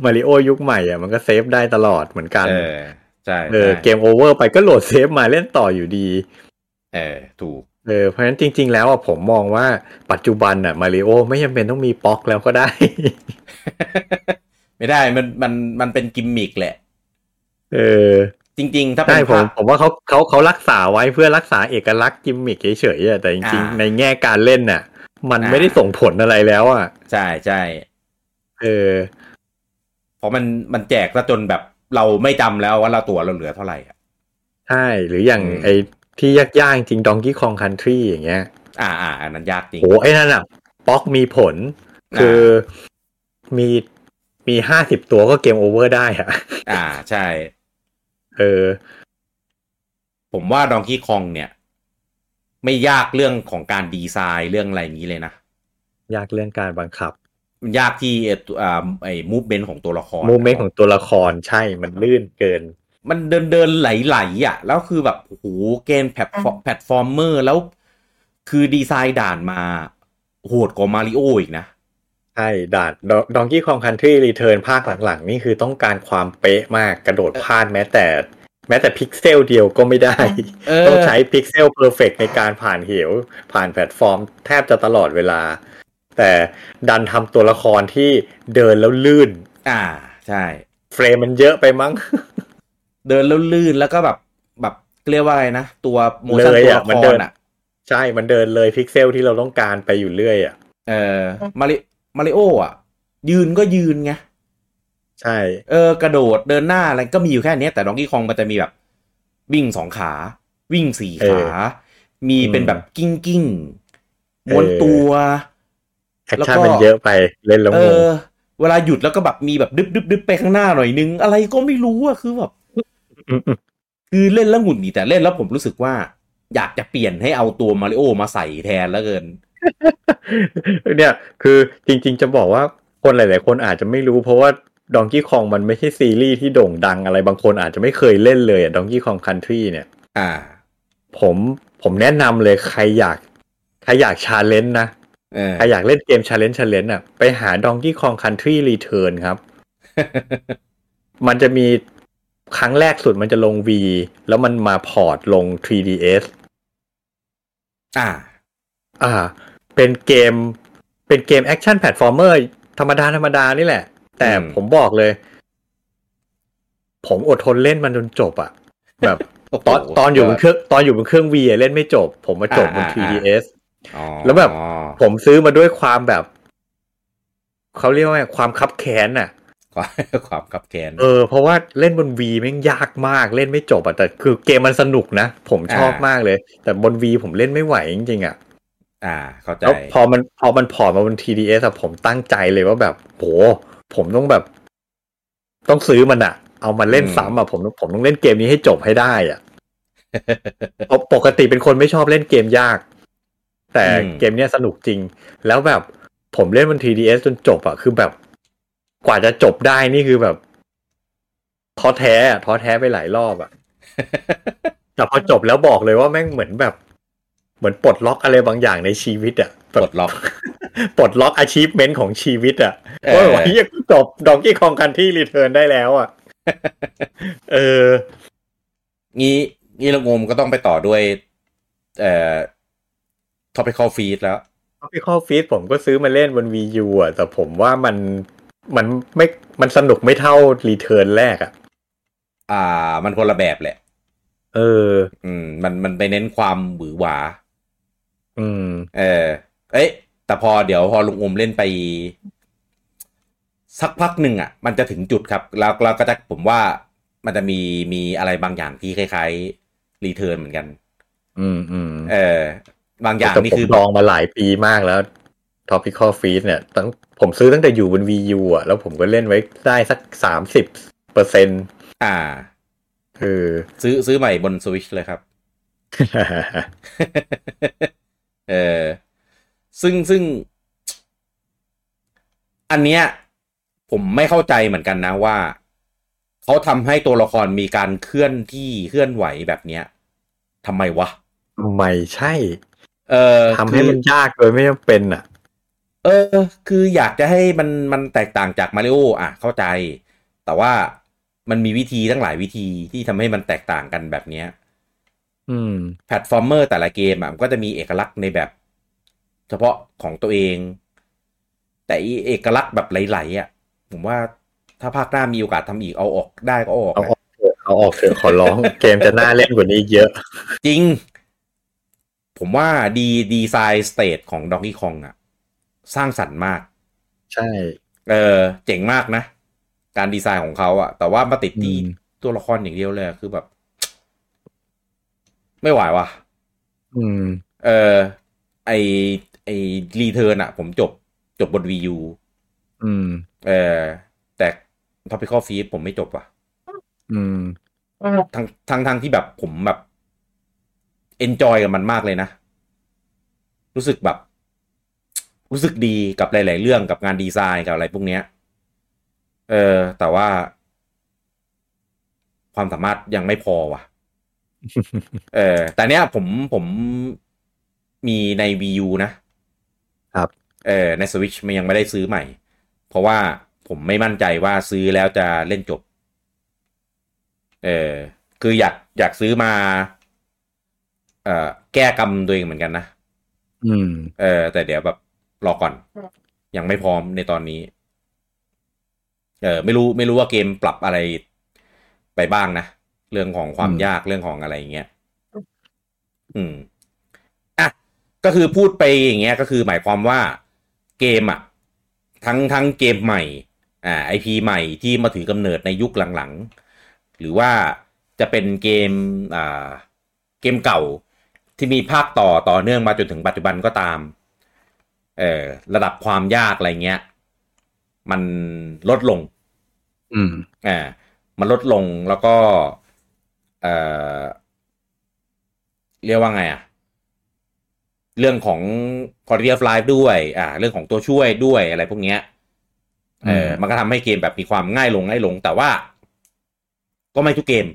มาริโอยุคใหม่อะมันก็เซฟได้ตลอดเหมือนกัน เออ ใช่ เออ ใช่ เกมโอเวอร์ไปก็โหลดเซฟมาเล่นต่ออยู่ดี เออ ถูก เออเพราะฉะนั้นจริง ๆ แล้วอะผมมองว่าปัจจุบันอะมาริโอไม่จำเป็นต้องมีป๊อกแล้วก็ได้ ไม่ได้มันมันมันเป็นกิมมิกแหละ เออ จริง ๆ ถ้าเป็ ใช่ น ผม ภาพ ผมว่าเขาเขาเขารักษาไว้เพื่อรักษาเอกลักษณ์กิมมิคเฉยๆอะแต่จริง อ่า ๆในแง่การเล่นน่ะ มัน อ่า ไม่ได้ส่งผลอะไรแล้วอะ ใช่ใช่ เออ เพราะมันมันแจกซะจนแบบเราไม่จำแล้วว่าเราตัวเราเหลือเท่าไหร่อะ ใช่ หรืออย่าง อืม ไอ้ที่ยากๆจริงดองกี้คองคันทรีอย่างเงี้ย อ่าอ่าอันนั้นยากจริง โหไอ้นั่นอ่ะป๊อกมีผล คือา มีมีห้าสิบตัวก็เกมโอเวอร์ได้อะ อ่าใช่ เออ ผมว่าดองกี้คองเนี่ย ไม่ยากเรื่องของการดีไซน์เรื่องอะไรอย่างนี้เลยนะ ยากเรื่องการบังคับ มันยากที่เอ่อตัวอ่าไอ้มูฟเมนต์ของตัวละคร โมเมนต์ของตัวละครใช่มันลื่นเกิน มันเดินเดินๆไหลๆอ่ะ แล้วคือแบบโอ้โหเกมแพลตฟอร์มแพลตฟอร์มเมอร์แล้ว คือดีไซน์ด่านมาโหดกว่ามาริโออีกนะ ใช่ด่านดองกี้คองคันทรีรีเทิร์นภาคหลังๆ นี่คือต้องการความเป๊ะมากกระโดดพลาดแม้แต่ แม้แต่พิกเซลเดียวก็ไม่ได้ เอ ต้องใช้พิกเซลเพอร์เฟกในการผ่านเหว ผ่านแพลตฟอร์มแทบจะตลอดเวลา แต่ดันทำตัวละครที่เดินแล้วลื่น อ่าใช่ เฟรมมันเยอะไปมั้ง เดินแล้วลื่นแล้วก็แบบแบบ เรียกว่าอะไรนะ ตัวโม เล ชั่น ย ตัว อ่ะ ละ มัน ค เดิ ร น อ่ะ ใช่มันเดินเลยพิกเซลที่เราต้องการไปอยู่เรื่อยอ่ะ เออมาริมาริโออ่ะ ยืนก็ยืนไง ใช่ เออกระโดดเดินหน้าอะไรก็มีอยู่แค่เนี้ยแต่ดองกี้คองมันจะมีแบบ วิ่งสองขา วิ่งสี่ขา มีเป็นแบบกิ้งกิ้งๆม้วนตัว แอคชั่น แล้วก็ มันเยอะไปเล่นแล้ว เอง ง อ เวลาหยุดแล้วก็แบบมีแบบดึบดึบดึบไปข้างหน้าหน่อยนึง อะไรก็ไม่รู้อะคือแบบ ม คือเล่นแล้วหงุดหงิดแต่เล่นแล้วผมรู้สึกว่า อยากจะเปลี่ยนให้เอาตัวมาริโอมาใส่แทนแล้วเกิน ๆ เนี่ยคือจริง ๆ จะบอกว่าคนหลาย ๆ คนอาจจะไม่รู้ เพราะว่าดองกี้คองมันไม่ใช่ซีรีส์ที่โด่งดังอะไรบางคนอาจจะไม่เคยเล่นเลยอ่ะดองกี้คองคันทรีเนี่ย อ่า ผมผมแนะนำเลยใครอยากใครอยากชาเลนจ์นะ เออ ใครอยากเล่นเกม Challenge Challenge อ่ะ ไปหา Donkey Kong Country Return ครับ มันจะมีครั้งแรกสุดมันจะลง V แล้วมันมาพอร์ตลง 3DS อ่า อ่า เป็นเกม เป็นเกมแอคชั่นแพลตฟอร์มเมอร์ธรรมดาธรรมดานี่แหละ แต่ อืม ผมบอกเลย ผมอดทนเล่นมันจนจบอ่ะ แบบ โโห ตอนตอนอยู่บนเครื่องตอนอยู่บนเครื่อง V อะเล่นไม่จบ ผมมาจบบน 3DS อ๋อ แล้วแบบ ผมซื้อมาด้วยความแบบ เขาเรียกว่าไงความคับแค้นน่ะ ความความขับแค้น เออ เพราะว่าเล่นบนวีแม่งยากมากเล่นไม่จบอ่ะแต่คือเกมมันสนุกนะ ผมชอบมากเลย แต่บนวีผมเล่นไม่ไหวจริงๆอ่ะ อ่า เข้าใจ แล้วพอมันพอมันพอร์ตมาบน TDS อะผมตั้งใจเลยว่าแบบโหผมต้องแบบ ต้องซื้อมันอ่ะ เอามาเล่น อืม ซ้ำอ่ะผมผมต้องเล่นเกมนี้ให้จบให้ได้ อ่ะ เพราะปกติเป็นคนไม่ชอบเล่นเกมยาก แต่ อืม เกมเนี้ยสนุกจริง แล้วแบบผมเล่นบน 3DS จนจบอะคือแบบ กว่าจะจบได้นี่คือแบบท้อแท้อะท้อแท้ไปหลายร อบอะแต่พอจบแล้วบอกเลยว่าแม่งเหมือนแบบ เหมือนปลดล็อกอะไรบางอย่างในชีวิตอะแบ ปล บ ดล็อก ปลดล็อกอาชีพเมนต์ของชีวิตอะ เออ ว่าแบบเฮียกูจบดองกี้คองกันที่รีเทิร์นได้แล้วอะเออ งี้งี้ละงมก็ต้องไปต่อด้วย เอ่อ topical feed แล้ว ท็อปิคอลฟีดผมก็ซื้อมาเล่นบน Wii U อ่ะ แต่ผมว่ามันมันไม่มันสนุกไม่เท่ารีเทิร์นแรกอ่ะ อ่า มันคนละแบบแหละ เออ อืม มันมันไปเน้นความหวือหวา อืม เออ เอ๊ะ แต่พอเดี๋ยวพอลุงอมเล่นไป สักพักหนึ่งอ่ะ มันจะถึงจุดครับ แล้วเราก็จะผมว่ามันจะมีมีอะไรบางอย่างที่คล้ายๆรีเทิร์นเหมือนกัน อืมอืม เออ บางอย่าง แต่ นี่ ผม คือ ลองมาหลายปีมากแล้วท็อปิคอลฟีดเนี่ยตั้งผมซื้อตั้งแต่อยู่บน Wii U อ่ะ แล้วผมก็เล่นไว้ได้สักสามสิบเปอร์เซ็น อ่า คือ ซื้อซื้อใหม่บนสวิชเลยครับ เออซึ่งซึ่ง อันเนี้ย ผมไม่เข้าใจเหมือนกันนะว่า เขาทำให้ตัวละครมีการเคลื่อนที่เคลื่อนไหวแบบเนี้ยทำไมวะ ไม่ใช่ เออ ทำให้มัน คือ ยากโดยไม่จำเป็นอ่ะ เออ คืออยากจะให้มันมันแตกต่างจากมาริโออ่ะ เข้าใจ แต่ว่ามันมีวิธีทั้งหลายวิธีที่ทำให้มันแตกต่างกันแบบเนี้ย อืม แพลตฟอร์มเมอร์แต่ละเกมอ่ะมันก็จะมีเอกลักษณ์ในแบบ เฉพาะของตัวเอง แต่อีเอกลักษณ์แบบไหลๆอ่ะ ผมว่าถ้าภาคหน้ามีโอกาสทำอีกเอาออกได้ก็ออก เอา นะ ออกเถอะเอาออกเถอะขอร้อง เกมจะน่าเล่นกว่านี้อีกเยอะ จริง ผมว่าดีดีไซน์สเตทของดองกี้คองอ่ะ สร้างสรรค์มาก ใช่ เออเจ๋งมากนะ การดีไซน์ของเขาอ่ะ แต่ว่ามาติดที่ อืม ตัวละครอย่างเดียวเลยอะคือแบบ ไม่ไหวว่ะ อืม เออไอไอรีเทิร์นอะผมจบจบบน VU อืม เออแต่ Topical f e e d ผมไม่จบว่ะ อืม ทั้งทั้งทั้งที่แบบผมแบบ enjoy กับมันมากเลยนะ รู้สึกแบบ รู้สึกดีกับหลาย ๆ เรื่องกับงานดีไซน์กับอะไรพวกเนี้ย เออ แต่ว่า ความสามารถยังไม่พอว่ะ เออ แต่เนี้ยผมผมมีใน Wii U นะครับ เออใน Switch มันยังไม่ได้ซื้อใหม่ เพราะว่าผมไม่มั่นใจว่าซื้อแล้วจะเล่นจบ เออ คืออยากอยากซื้อมา เอ่อ แก้กรรมตัวเองเหมือนกันนะ อืม เออ แต่เดี๋ยวแบบรอก่อน ยังไม่พร้อมในตอนนี้ เออ ไม่รู้ไม่รู้ว่าเกมปรับอะไรไปบ้างนะ เรื่องของความ อืม ยากเรื่องของอะไรอย่างเงี้ย อืมอ่ะก็คือพูดไปอย่างเงี้ยก็คือหมายความว่าเกมอ่ะ ทั้งทั้งเกมใหม่อ่าไอพีใหม่ที่มาถือกำเนิดในยุคหลังๆ หรือว่าจะเป็นเกมอ่าเกมเก่าที่มีภาคต่อต่อเนื่องมาจนถึงปัจจุบันก็ตามเออระดับความยากอะไรเงี้ย มันลดลง อืม อ่ามันลดลงแล้วก็เอ่อเรียกว่าไงอ่ะ เรื่องของ quality of life ด้วย อ่า เรื่องของตัวช่วยด้วยอะไรพวกเนี้ยเออ อืม มันก็ทำให้เกมแบบมีความง่ายลงง่ายลง แต่ว่า ก็ไม่ทุกเกม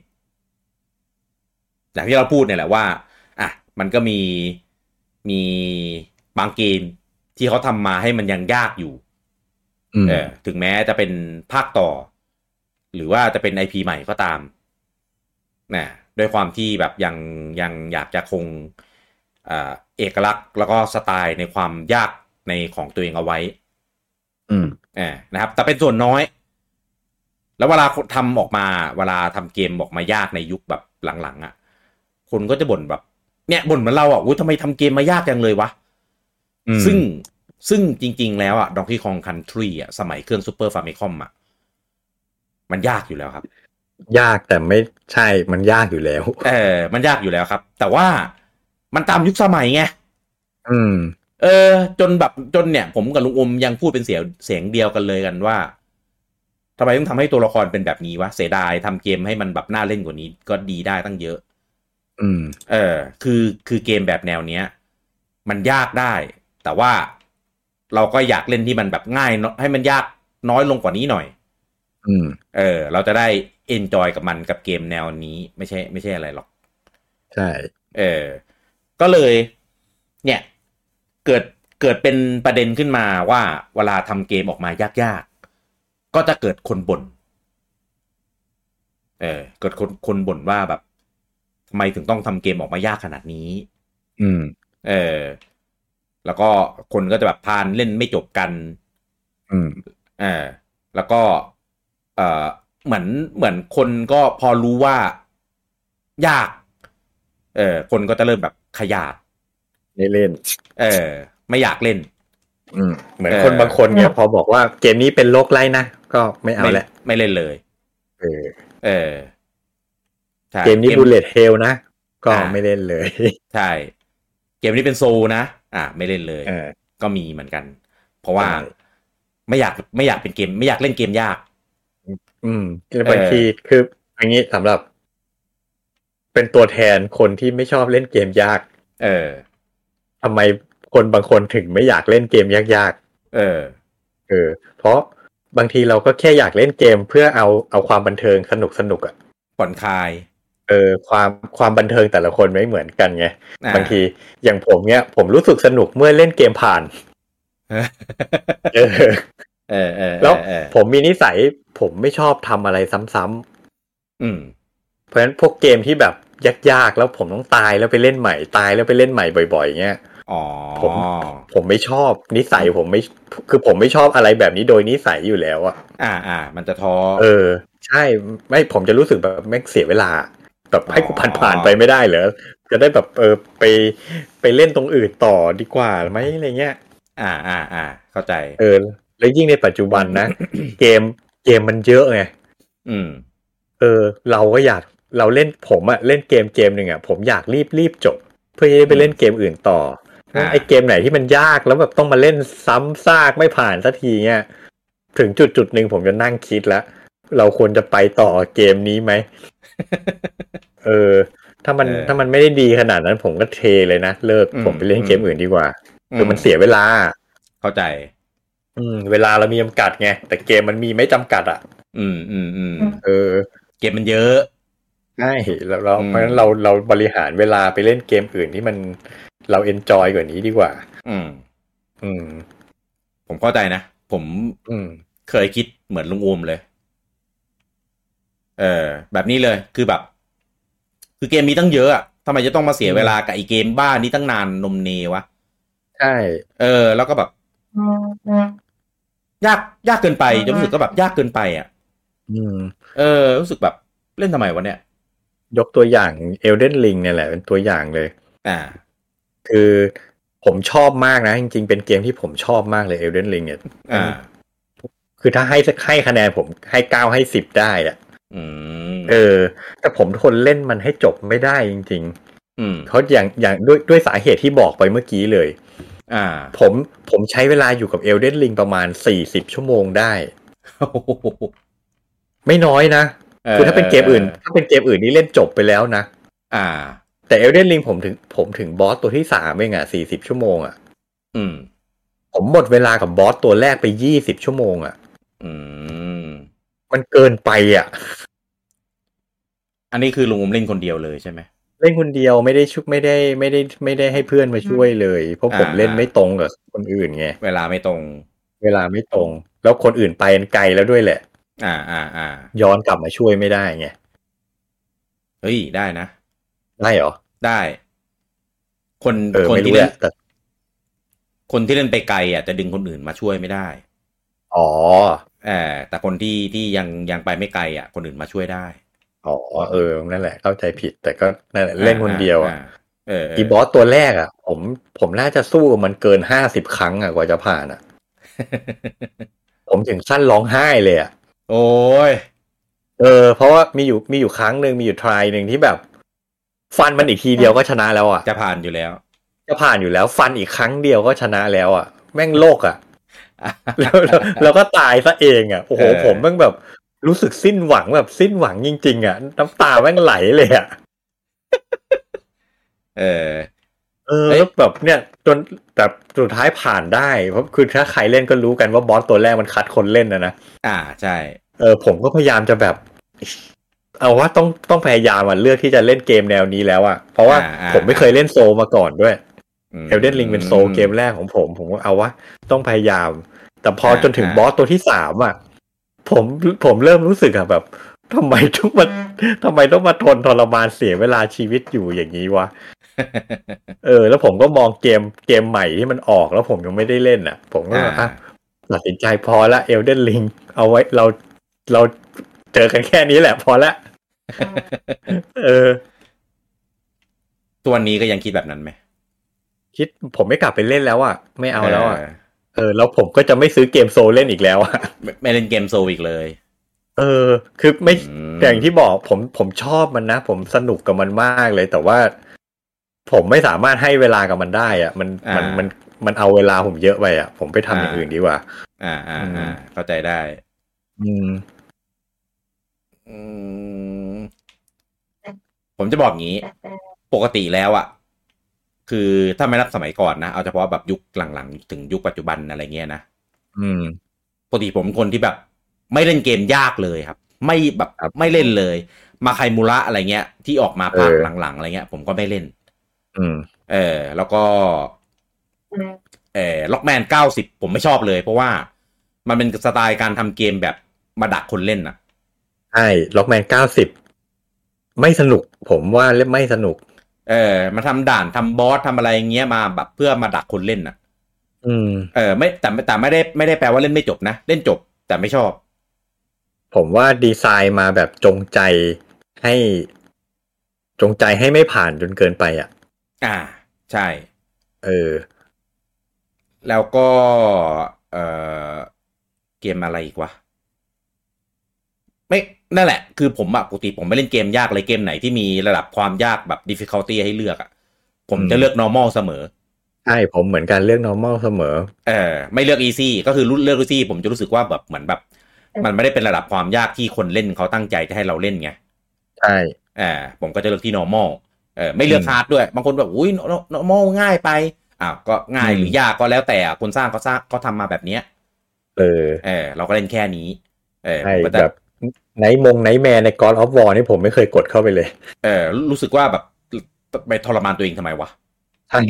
อย่างที่เราพูดเนี่ยแหละว่า อ่ะ มันก็มีมีบางเกมที่เขาทำมาให้มันยังยากอยู่ อืม เออถึงแม้จะเป็นภาคต่อ หรือว่าจะเป็นไอพีใหม่ก็ตามนะด้วยความที่แบบยังยังอยากจะคงอ่าเอกลักษณ์แล้วก็สไตล์ในความยากในของตัวเองเอาไว้ อืม เออนะครับ แต่เป็นส่วนน้อย แล้วเวลาทำออกมา เวลาทำเกมออกมายากในยุคแบบหลังๆอะ่ะ คนก็จะบ่นแบบ เนี่ยบ่นเหมือนเราอะ่ะอุ้ยทำไมทำเกมมายากจังเลยวะ อืม ซึ่งซึ่งจริง ๆ แล้วอ่ะดองกี้คองคันทรีอ่ะสมัยเครื่องซูเปอร์ฟาร์มิคอมอ่ะมันยากอยู่แล้วครับ ยากแต่ไม่ใช่มันยากอยู่แล้ว เออ มันยากอยู่แล้วครับ แต่ว่ามันตามยุคสมัยไง อืม เออ จนแบบจนเนี่ย ผมกับลุงอมยังพูดเป็นเสียงเสียงเดียวกันเลยกันว่าทำไมต้องทำให้ตัวละครเป็นแบบนี้วะเสียดายทำเกมให้มันแบบน่าเล่นกว่านี้ก็ดีได้ตั้งเยอะ อืม เออ คือคือเกมแบบแนวเนี้ย มันยากได้ แต่ว่าเราก็อยากเล่นที่มันแบบง่ายเนอะให้มันยากน้อยลงกว่านี้หน่อย อืม เออ เราจะได้เอนจอยกับมันกับเกมแนวนี้ ไม่ใช่ ไม่ใช่อะไรหรอก ใช่ เออ ก็เลย เนี่ย เกิดเกิดเป็นประเด็นขึ้นมาว่าเวลาทำเกมออกมายากๆ ก็จะเกิดคนบ่นเออ เกิดคนคนบ่นว่าแบบทำไมถึงต้องทำเกมออกมายากขนาดนี้ อืม เออ แล้วก็คนก็จะแบบพานเล่นไม่จบกัน อืม เออแล้วก็เออเหมือนเหมือนคนก็พอรู้ว่า ยาก เออคนก็จะเริ่มแบบขยาด ไม่เล่น เออ ไม่อยากเล่น อืม เหมือน เออ คนบางคนเนี่ยพอบอกว่าเกมนี้เป็นโรคไล่นะ ก็ไม่เอา ไม่ ละ ไม่เล่นเลย เออ เออใช่ เกมนี้บูลเลตเฮลนะ ก็ อ่า ไม่เล่นเลย ใช่ เกมนี้เป็นโซลนะอ่าไม่เล่นเลย เออ ก็มีเหมือนกัน เพราะว่า ใช่ ไม่อยากไม่อยากเป็นเกม ไม่อยากเล่นเกมยาก อืมบางทีคืออย่างนี้สำหรับ เป็นตัวแทนคนที่ไม่ชอบเล่นเกมยาก เออ ทำไมคนบางคนถึงไม่อยากเล่นเกมยาก เออ ๆเออ เพราะบางทีเราก็แค่อยากเล่นเกมเพื่อเอาเอาความบันเทิงสนุกสนุกอ่ะ ผ่อนคลาย เออความความบันเทิงแต่ละคนไม่เหมือนกันไง อ่ บางทีอย่างผมเนี่ย ผมรู้สึกสนุกเมื่อเล่นเกมผ่าน เอ อ เออเออ แล้ว เออเออ ผมมีนิสัย ผมไม่ชอบทำอะไรซ้ำๆ อืม เพราะฉะนั้นพวกเกมที่แบบยากๆ แล้วผมต้องตายแล้วไปเล่นใหม่ตายแล้วไปเล่นใหม่บ่อยๆเงี้ย อ๋อ ผม ผมไม่ชอบนิสัยผมไม่คือผมไม่ชอบอะไรแบบนี้โดยนิสัยอยู่แล้วอะ อ่าอ่า มันจะท้อ เออ ใช่ไม่ผมจะรู้สึกแบบแม่งเสียเวลา แบบให้กู อ๋อ ผ่านๆไปไม่ได้เหรอจะได้แบบเออไปไปเล่นตรงอื่นต่อดีกว่าไหมอะไรเงี้ย อ่าอ่าอ่า เข้าใจ เออ แล้วยิ่งในปัจจุบันนะ เกมเกมมันเยอะไง อืม เออเราก็อยากเราเล่นผมอะเล่นเกมเกมหนึ่งอะผมอยากรีบรีบจบ เพื่อจะได้ไปเล่นเกมอื่นต่อ อ่า ไอเกมไหนที่มันยากแล้วแบบต้องมาเล่นซ้ำซากไม่ผ่านสักทีเนี่ยถึงจุดจุดหนึ่งผมจะนั่งคิดแล้ว เราควรจะไปต่อเกมนี้ ไหม เออ ถ้ามัน เออ ถ้ามันไม่ได้ดีขนาดนั้นผมก็เทเลยนะ เลิก อืม ผมไปเล่นเกมอื่นดีกว่าคือมัน ม เสียเวลา เข้าใจ อืม เวลาเรามีจำกัดไงแต่เกมมันมีไม่จำกัดอะ อืมอืมอืม เออ เกมมันเยอะ ใช่เราเรา อืม เพราะฉะนั้นเราเราบริหารเวลาไปเล่นเกมอื่นที่มันเราเอนจอยกว่านี้ดีกว่า อืม อืม ผมเข้าใจนะ ผม อืม เคยคิดเหมือนลุงอูมเลย เออ แบบนี้เลย คือแบบ คือเกมมีตั้งเยอะอะทำไมจะต้องมาเสียเวลากับไอเกมบ้านี้ตั้งนานนมเนวะ ใช่ เออ แล้วก็แบบ ยาก ยากเกินไปจะรู้สึกก็แบบยากเกินไปอ่ะ อืม เออ รู้สึกแบบเล่นทำไมวะเนี่ย ยกตัวอย่างเอลเดนลิงเนี่ยแหละเป็นตัวอย่างเลย อ่า คือผมชอบมากนะ จริงๆ เป็นเกมที่ผมชอบมากเลยเอ d เดนลิงเนี่ย อ่า คือถ้าให้ให้คะแนนผมให้เก้าให้สิบได้อะ อืม เออ แต่ผมทนเล่นมันให้จบไม่ได้จริง อืม ๆเพราะอย่างอย่างด้วยด้วยสาเหตุที่บอกไปเมื่อกี้เลย อ่า ผมผมใช้เวลาอยู่กับเอ d เดนลิงประมาณสี่สิบชั่วโมงได้ โอ้โห ไม่น้อยนะ คือถ้าเป็นเกมอื่น ถ้าเป็นเกมอื่นนี่เล่นจบไปแล้วนะ อ่า แต่เอ d เดนลิงผมถึงผมถึงบอสตัวที่สามเองอะสี่สิบชั่วโมงอะ อืม ผมหมดเวลากับบอสตัวแรกไปยี่สิบชั่วโมงอะ อืม มันเกินไปอ่ะ อันนี้คือลุงผมเล่นคนเดียวเลยใช่ไหม เล่นคนเดียวไม่ได้ชุบไม่ได้ไม่ได้ไม่ได้ให้เพื่อนมาช่วยเลย เพราะผม อ่า เล่นไม่ตรงกับคนอื่นไง เวลาไม่ตรง เวลาไม่ตรง แล้วคนอื่นไปกันไกลแล้วด้วยแหละ อ่าอ่าอ่า ย้อนกลับมาช่วยไม่ได้ไง เฮ้ยได้นะ ได้เหรอ ได้ คน เออ คน ไม่ ที่ รู้ เล่ แห น ละแต่ คนที่เล่นไปไกลอ่ะจะดึงคนอื่นมาช่วยไม่ได้ อ๋อ เออแต่คนที่ที่ยังยังไปไม่ไกลอ่ะ คนอื่นมาช่วยได้ อ๋อเออนั่นแหละ เข้าใจผิด แต่ก็นั่นแหละเล่นคนเดียวอ่ะ าาเออเ อีบอสตัวแรกอ่ะ ผมผมน่าจะสู้กับมันเกินห้าสิบครั้งอ่ะกว่าจะผ่านอ่ะ ผมถึงขั้นร้องไห้เลยอ่ะ โอ้ย เออเพราะว่ามีอยู่มีอยู่ครั้งหนึ่งมีอยู่ทรายหนึ่งที่แบบ ฟันมันอีกทีเดียวก็ชนะแล้วอ่ะ จะผ่านอยู่แล้ว จะผ่านอยู่แล้ว ฟันอีกครั้งเดียวก็ชนะแล้วอ่ะ แม่งโลกอ่ะ แล้วแล้วแล้วก็ตายซะเองอ่ะโอ้โหผมแม่งแบบรู้สึกสิ้นหวังแบบสิ้นหวังจริง ๆ อ่ะ น้ำตาแม่งไหลเลยอ่ะ เออ เออ เอ๊ะ แล้วแบบเนี่ยจนแต่สุดท้ายผ่านได้เพราะคือถ้าใครเล่นก็รู้กันว่าบอสตัวแรกมันคัดคนเล่นนะนะ อ่าใช่ เออผมก็พยายามจะแบบ เอาว่าต้องต้องพยายามอ่ะเลือกที่จะเล่นเกมแนวนี้แล้วอ่ะเพราะว่า อ่าอ่า ผมไม่เคยเล่นโซลมาก่อนด้วย ม เอลเดนลิงเป็นโซลเกมแรกของผม ผมก็เอาวะต้องพยายาม แต่พอ อ่า จนถึง อ่า บอสตัวที่สามอ่ะ ผมผมเริ่มรู้สึกอะแบบทำไมต้องมาทำไมต้องมาทนทรมานเสียเวลาชีวิตอยู่อย่างนี้วะเออ แล้วผมก็มองเกมเกมใหม่ที่มันออกแล้วผมยังไม่ได้เล่นอ่ะ ผมก็แบบ อ่า อ่ะตัดสินใจพอละเอลเดนลิงเอาไว้เราเราเจอกันแค่นี้แหละ พอละเออ ตัวนนี้ก็ยังคิดแบบนั้นไหม คิดผมไม่กลับไปเล่นแล้วอ่ะไม่เอาแล้วอ่ะเออ แล้วผมก็จะไม่ซื้อเกมโซลเล่นอีกแล้วอ่ะ ไม่ไม่เล่นเกมโซลอีกเลย เออ คือไม่ ม อย่างที่บอกผมผมชอบมันนะ ผมสนุกกับมันมากเลย แต่ว่า ผมไม่สามารถให้เวลากับมันได้อะมัน ามั มันมันมันเอาเวลาผมเยอะไปอะผมไปทำอย่าง อ่า อื่นดีกว่า อ่าอ่า อื อ่าม เข้าใจได้ อืม อืมผมจะบอกงี้ ปกติแล้วอะคือถ้าไม่นับสมัยก่อนนะเอาเฉพาะแบบยุคหลังๆ ถึงยุคปัจจุบันอะไรเงี้ยนะ อืม ปกติผมคนที่แบบ ไม่เล่นเกมยากเลยครับ ไม่แบบ ครับ ไม่เล่นเลย มาไคมูระอะไรเงี้ย ที่ออกมาภาค เออ หลังๆอะไรเงี้ย ผมก็ไม่เล่น อืม เออ แล้วก็ เออล็อกแมนเก้าสิบผมไม่ชอบเลย เพราะว่ามันเป็นสไตล์การทำเกมแบบมาดักคนเล่นอะ ใช่ล็อกแมนเก้าสิบไม่สนุก ผมว่าเล่นไม่สนุก เออมาทำด่านทำบอสทำอะไรอย่างเงี้ยมาแบบเพื่อมาดักคนเล่นน่ะ อืม เออไม่แต่แต่ไม่ได้ไม่ได้แปลว่าเล่นไม่จบนะ เล่นจบแต่ไม่ชอบ ผมว่าดีไซน์มาแบบจงใจให้ จงใจให้ไม่ผ่านจนเกินไปอ่ะ อ่า ใช่ เออ แล้วก็ เออเกมอะไรอีกวะไม่นั่นแหละ คือผมอะปกติผมไม่เล่นเกมยากเลยเกมไหนที่มีระดับความยากแบบ difficulty ให้เลือกอะผมจะเลือก normal เสมอ ใช่ผมเหมือนกันเรื่อง normal เสมอ เออไม่เลือก easy ก็คือรุ่นเลือก easy ผมจะรู้สึกว่าแบบเหมือนแบบ มันไม่ได้เป็นระดับความยากที่คนเล่นเขาตั้งใจจะให้เราเล่นไง ใช่ อ่าผมก็จะเลือกที่ normal เออไม่เลือก อืม ฮาร์ดด้วย บางคนแบบอุ้ย no- no- normal ง่ายไปอ่าก็ง่าย อืม หรือยากก็แล้วแต่คนสร้างเขาสร้างเขาทำมาแบบเนี้ย เออ เออเราก็เล่นแค่นี้เออ ใช่ ผมก็จะ แบบไนท์มงไนท์แมนใน God of War นี่ผมไม่เคยกดเข้าไปเลย เออรู้สึกว่าแบบไปทรมานตัวเองทำไมวะ ใช่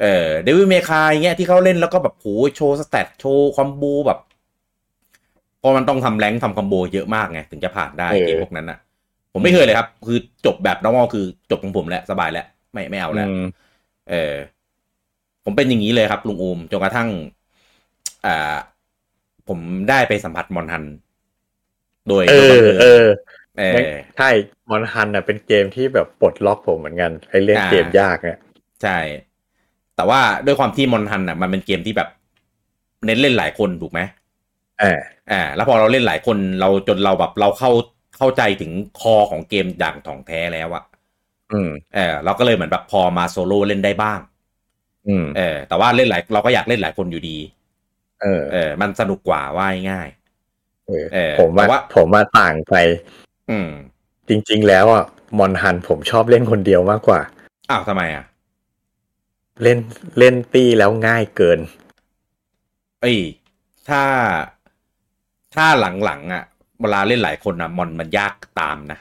เออเดวิลเมคายเงี้ยที่เขาเล่นแล้วก็แบบโหโชว์สแตทโชว์คอมโบแบบเพราะมันต้องทำแรงค์ทำคอมโบเยอะมากไงถึงจะผ่านได้เกมพวกนั้นอ่ะ ผมไม่เคยเลยครับ คือจบแบบ normal คือจบของผมแหละสบายแล้วไม่ไม่เอาแล้ว อืม เออผมเป็นอย่างนี้เลยครับลุงอูมจนกระทั่งอ่าผมได้ไปสัมผัสมอนฮัน โดย เอ โดย อ บัง เอ เอิญ อ เออ ใช่มอนฮันอ่ะเป็นเกมที่แบบปลดล็อกผมเหมือนกันไอเรื่อง อ่า เกมยากเนี่ย ใช่ แต่ว่าด้วยความที่มอนทันอ่ะ มันเป็นเกมที่แบบเน้นเล่นหลายคนถูกไหม เออ อ่า แล้วพอเราเล่นหลายคนเราจนเราแบบเราเข้าเข้าใจถึงคอของเกมอย่างถ่องแท้แล้วอะ อืม เออเราก็เลยเหมือนแบบพอมาโซโล่เล่นได้บ้าง อืม เออ แต่ว่าเล่นหลายเราก็อยากเล่นหลายคนอยู่ดี เออ เออ มันสนุกกว่าว่าง่าย เออ เออ ผม แต่ว่า ว่าผมว่าต่างไป ๆอืม จริง ๆ แล้วอ่ะมอนฮันผมชอบเล่นคนเดียวมากกว่า อ้าวทำไมอ่ะ เล่นเล่นตี้แล้วง่ายเกิน เอ้ยถ้าถ้าหลังๆอ่ะ เวลาเล่นหลายคนอ่ะมอนมันยากตามนะ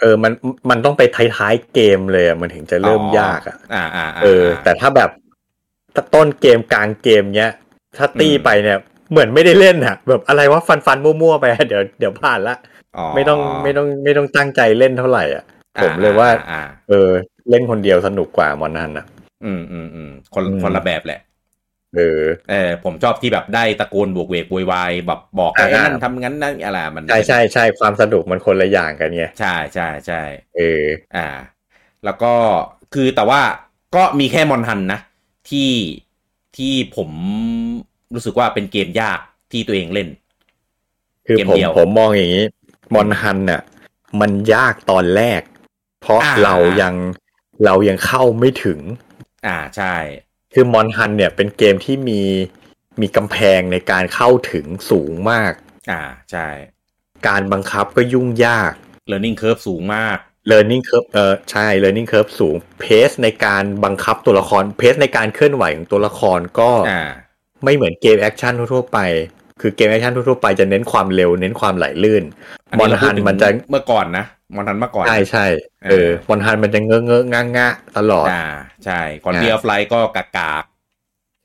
เออมันมันต้องไปท้ายๆเกมเลยอะมันถึงจะเริ่มยากอ่ะ อ่าอ่าา เออ แต่ถ้าแบบถ้าต้นเกมกลางเกมเนี้ย ถ้าตีไปเนี่ย เหมือนไม่ได้เล่นอ่ะ แบบอะไรว่าฟันฟันๆมั่วๆไป เดี๋ยวเดี๋ยวผ่านละ ไม่ต้องไม่ต้องไม่ต้องตั้งใจเล่นเท่าไหร่อ่ะ ผมเลยว่า อ่อ่อ่ เออ เล่นคนเดียวสนุกกว่ามอนนันอ่ะ อืมอืมอืมคน อืม คนละแบบแหละ เออ เออผมชอบที่แบบได้ตะโกนบวกเวกโวยวายแบบบอก อ่า ไอ้ อ่า นั่นทำงั้นนั่นอะไรมัน ใช่ใช่ใช่ความสนุกมันคนละอย่างกันไง ใช่ใช่ใช่ เออ อ่า แล้วก็คือแต่ว่าก็มีแค่มอนฮันนะที่ที่ผมรู้สึกว่าเป็นเกมยากที่ตัวเองเล่น คือ เกม ผม เดียว ผมมองอย่างนี้มอนฮันน่ะ มันยากตอนแรก เพราะ อ่า เรายังเรายังเข้าไม่ถึง อ่าใช่ คือมอนฮันเนี่ยเป็นเกมที่มีมีกำแพงในการเข้าถึงสูงมาก อ่าใช่ การบังคับก็ยุ่งยาก learning curve สูงมาก Learning Curve เออใช่ Learning Curve สูงเพสในการบังคับตัวละครเพสในการเคลื่อนไหวของตัวละครก็ อ่า ไม่เหมือนเกมแอคชั่นทั่วๆไป คือเกมแอคชั่นทั่วๆไปจะเน้นความเร็วเน้นความไหลลื่น อันนี้เราพูดถึง มอนฮันมันจะ เมื่อก่อนนะมอนฮันเมื่อก่อน ใช่ใช่ เอ เอ อ อมอนฮันมันจะเงอะเงอะงะงะตลอด อ่าใช่ก่อนเดียฟไลก็กากาก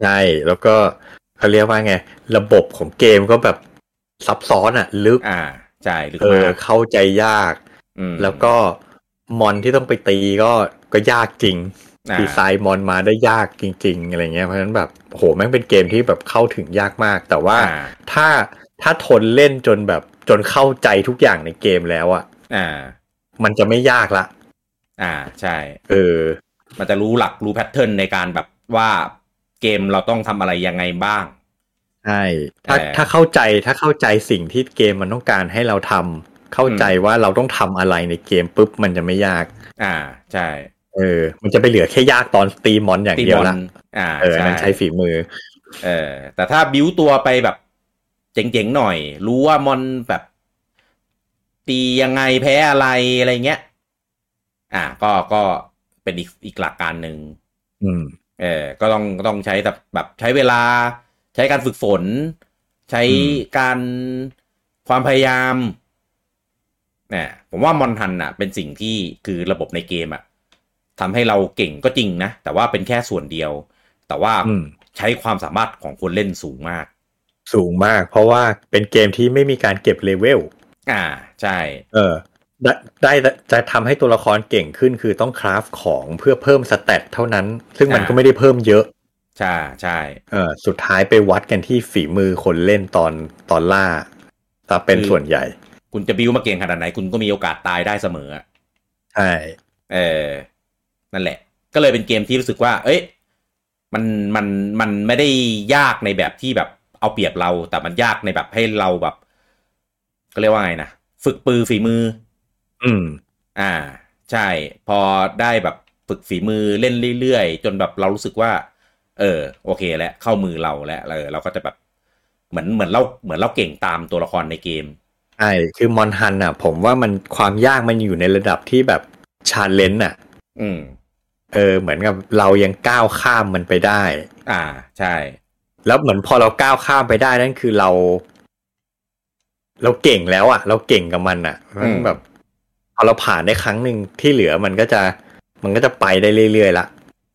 ใช่ แล้วก็เขาเรียกว่าไง ระบบของเกมก็แบบซับซ้อนอะลึก ๆอ่าใช่ลึก เอ มา อก เข้าใจยาก ม แล้วก็มอนที่ต้องไปตีก็ก็ยากจริง อ่า ดีไซน์มอนมาได้ยากจริง ๆ อะไรเงี้ยเพราะฉะนั้นแบบโหแม่งเป็นเกมที่แบบเข้าถึงยากมาก แต่ว่า อ่า ถ้าถ้าทนเล่นจนแบบจนเข้าใจทุกอย่างในเกมแล้วอะ อ่า มันจะไม่ยากละ อ่าใช่ เออ มันจะรู้หลักรู้แพทเทิร์นในการแบบว่าเกมเราต้องทำอะไรยังไงบ้าง ใช่ถ้า แต่ ถ้าเข้าใจถ้าเข้าใจสิ่งที่เกมมันต้องการให้เราทำเข้าใจว่าเราต้องทำอะไรในเกมปุ๊บมันจะไม่ยาก อ่าใช่ เออ มันจะไปเหลือแค่ยากตอนตีมอนอย่าง ตี เดีย บ ว อล ละ อ่า เอออันนั้นใช้ฝีมือ เออแต่ถ้าบิวตัวไปแบบเจ๋งๆหน่อย รู้ว่ามอนแบบ ตียังไงแพ้อะไรอะไรเงี้ย อ่า ก็ก็เป็นอีกอีกหลักการหนึ่ง อืม เออก็ต้องก็ต้องใช้แบบแบบใช้เวลา ใช้การฝึกฝน ใช้ อืม การความพยายามเนี่ยผมว่ามอนทันอ่ะ เป็นสิ่งที่คือระบบในเกมอ่ะทำให้เราเก่งก็จริงนะ แต่ว่าเป็นแค่ส่วนเดียว แต่ว่า อืม ใช้ความสามารถของคนเล่นสูงมาก สูงมาก เพราะว่าเป็นเกมที่ไม่มีการเก็บเลเวล อ่าใช่ เออ ได้ได้จะทำให้ตัวละครเก่งขึ้นคือต้องคราฟของเพื่อเพิ่มสเตตเท่านั้น ซึ่งมัน อ่า ก็ไม่ได้เพิ่มเยอะ ใช่ใช่ เออสุดท้ายไปวัดกันที่ฝีมือคนเล่นตอนตอนล่าจะเป็น คือ ส่วนใหญ่ คุณจะบิวมาเก่งขนาดไหน คุณก็มีโอกาสตายได้เสมออะ ใช่ เออ นั่นแหละ ก็เลยเป็นเกมที่รู้สึกว่า เอ้ย มัน มัน มันไม่ได้ยากในแบบที่แบบเอาเปรียบเรา แต่มันยากในแบบให้เราแบบ ก็เรียกว่าไงนะ ฝึกปือฝีมือ อืม อ่า ใช่ พอได้แบบฝึกฝีมือเล่นเรื่อยๆ จนแบบเรารู้สึกว่า เออ โอเคแล้วเข้ามือเราแล้วเออเราก็จะแบบ เหมือน เหมือนเรา เหมือนเราเก่งตามตัวละครในเกม ใช่ คือมอนฮันอ่ะ ผมว่ามันความยากมันอยู่ในระดับที่แบบชาเลนจ์อ่ะ อืม เออ เหมือนกับเรายังก้าวข้ามมันไปได้ อ่า ใช่ แล้วเหมือนพอเราก้าวข้ามไปได้นั่นคือเรา เราเก่งแล้วอะ่ะ เราเก่งกับมันอะ่ะ อืม แบบพอเราผ่านได้ครั้งหนึ่งที่เหลือมันก็จะ มันก็จะไปได้เรื่อยๆละ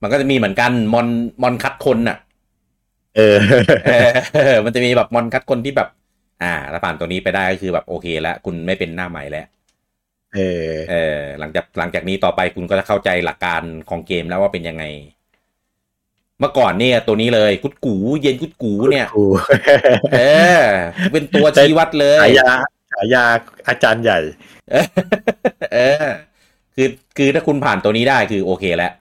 มันก็จะมีเหมือนกัน มอน มอนคัดคนน่ะ เออ เออมันจะมีแบบมอนคัดคนที่แบบ อ่าแล้วผ่านตรงนี้ไปได้ก็คือแบบโอเคแล้วคุณไม่เป็นหน้าใหม่แล้ว เออ เออหลังจากหลังจากนี้ต่อไปคุณก็จะเข้าใจหลักการของเกมแล้วว่าเป็นยังไง เมื่อก่อนเนี่ย ตัวนี้เลยกุดกู เย็นกุดกูเนี่ย ครู เออ เป็นตัวชี้วัดเลย ฉายาฉายาอาจารย์ใหญ่ เออ คือคือถ้าคุณผ่านตัวนี้ได้คือโอเคแล้ว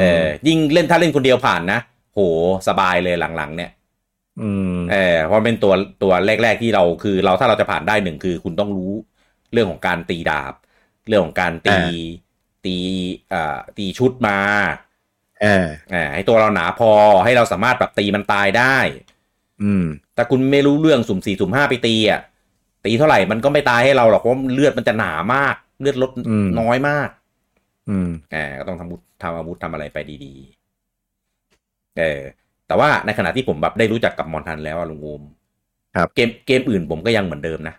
เออยิ่งเล่นถ้าเล่นคนเดียวผ่านนะ โหสบายเลยหลังๆเนี่ย อืม เออเพราะมันเป็นตัวตัวแรก ๆที่เราคือเราถ้าเราจะผ่านได้หนึ่งคือคุณต้องรู้เรื่องของการตีดาบ เรื่องของการตีตีเอ่อตีชุดมา อ่า อ่าให้ตัวเราหนาพอให้เราสามารถแบบตีมันตายได้ อืม แต่คุณไม่รู้เรื่องสุ่มสี่สุ่มห้าไปตีอ่ะตีเท่าไหร่มันก็ไม่ตายให้เราหรอกเพราะเลือดมันจะหนามาก เลือดลด อืม น้อยมาก อืม อ่าก็ต้องทำอาวุธทำอาวุธทำอะไรไปดีๆเออแต่ว่าในขณะที่ผมแบบได้รู้จักกับมอนทันแล้วอะลุงอูม ครับ เกมเกมอื่นผมก็ยังเหมือนเดิมนะ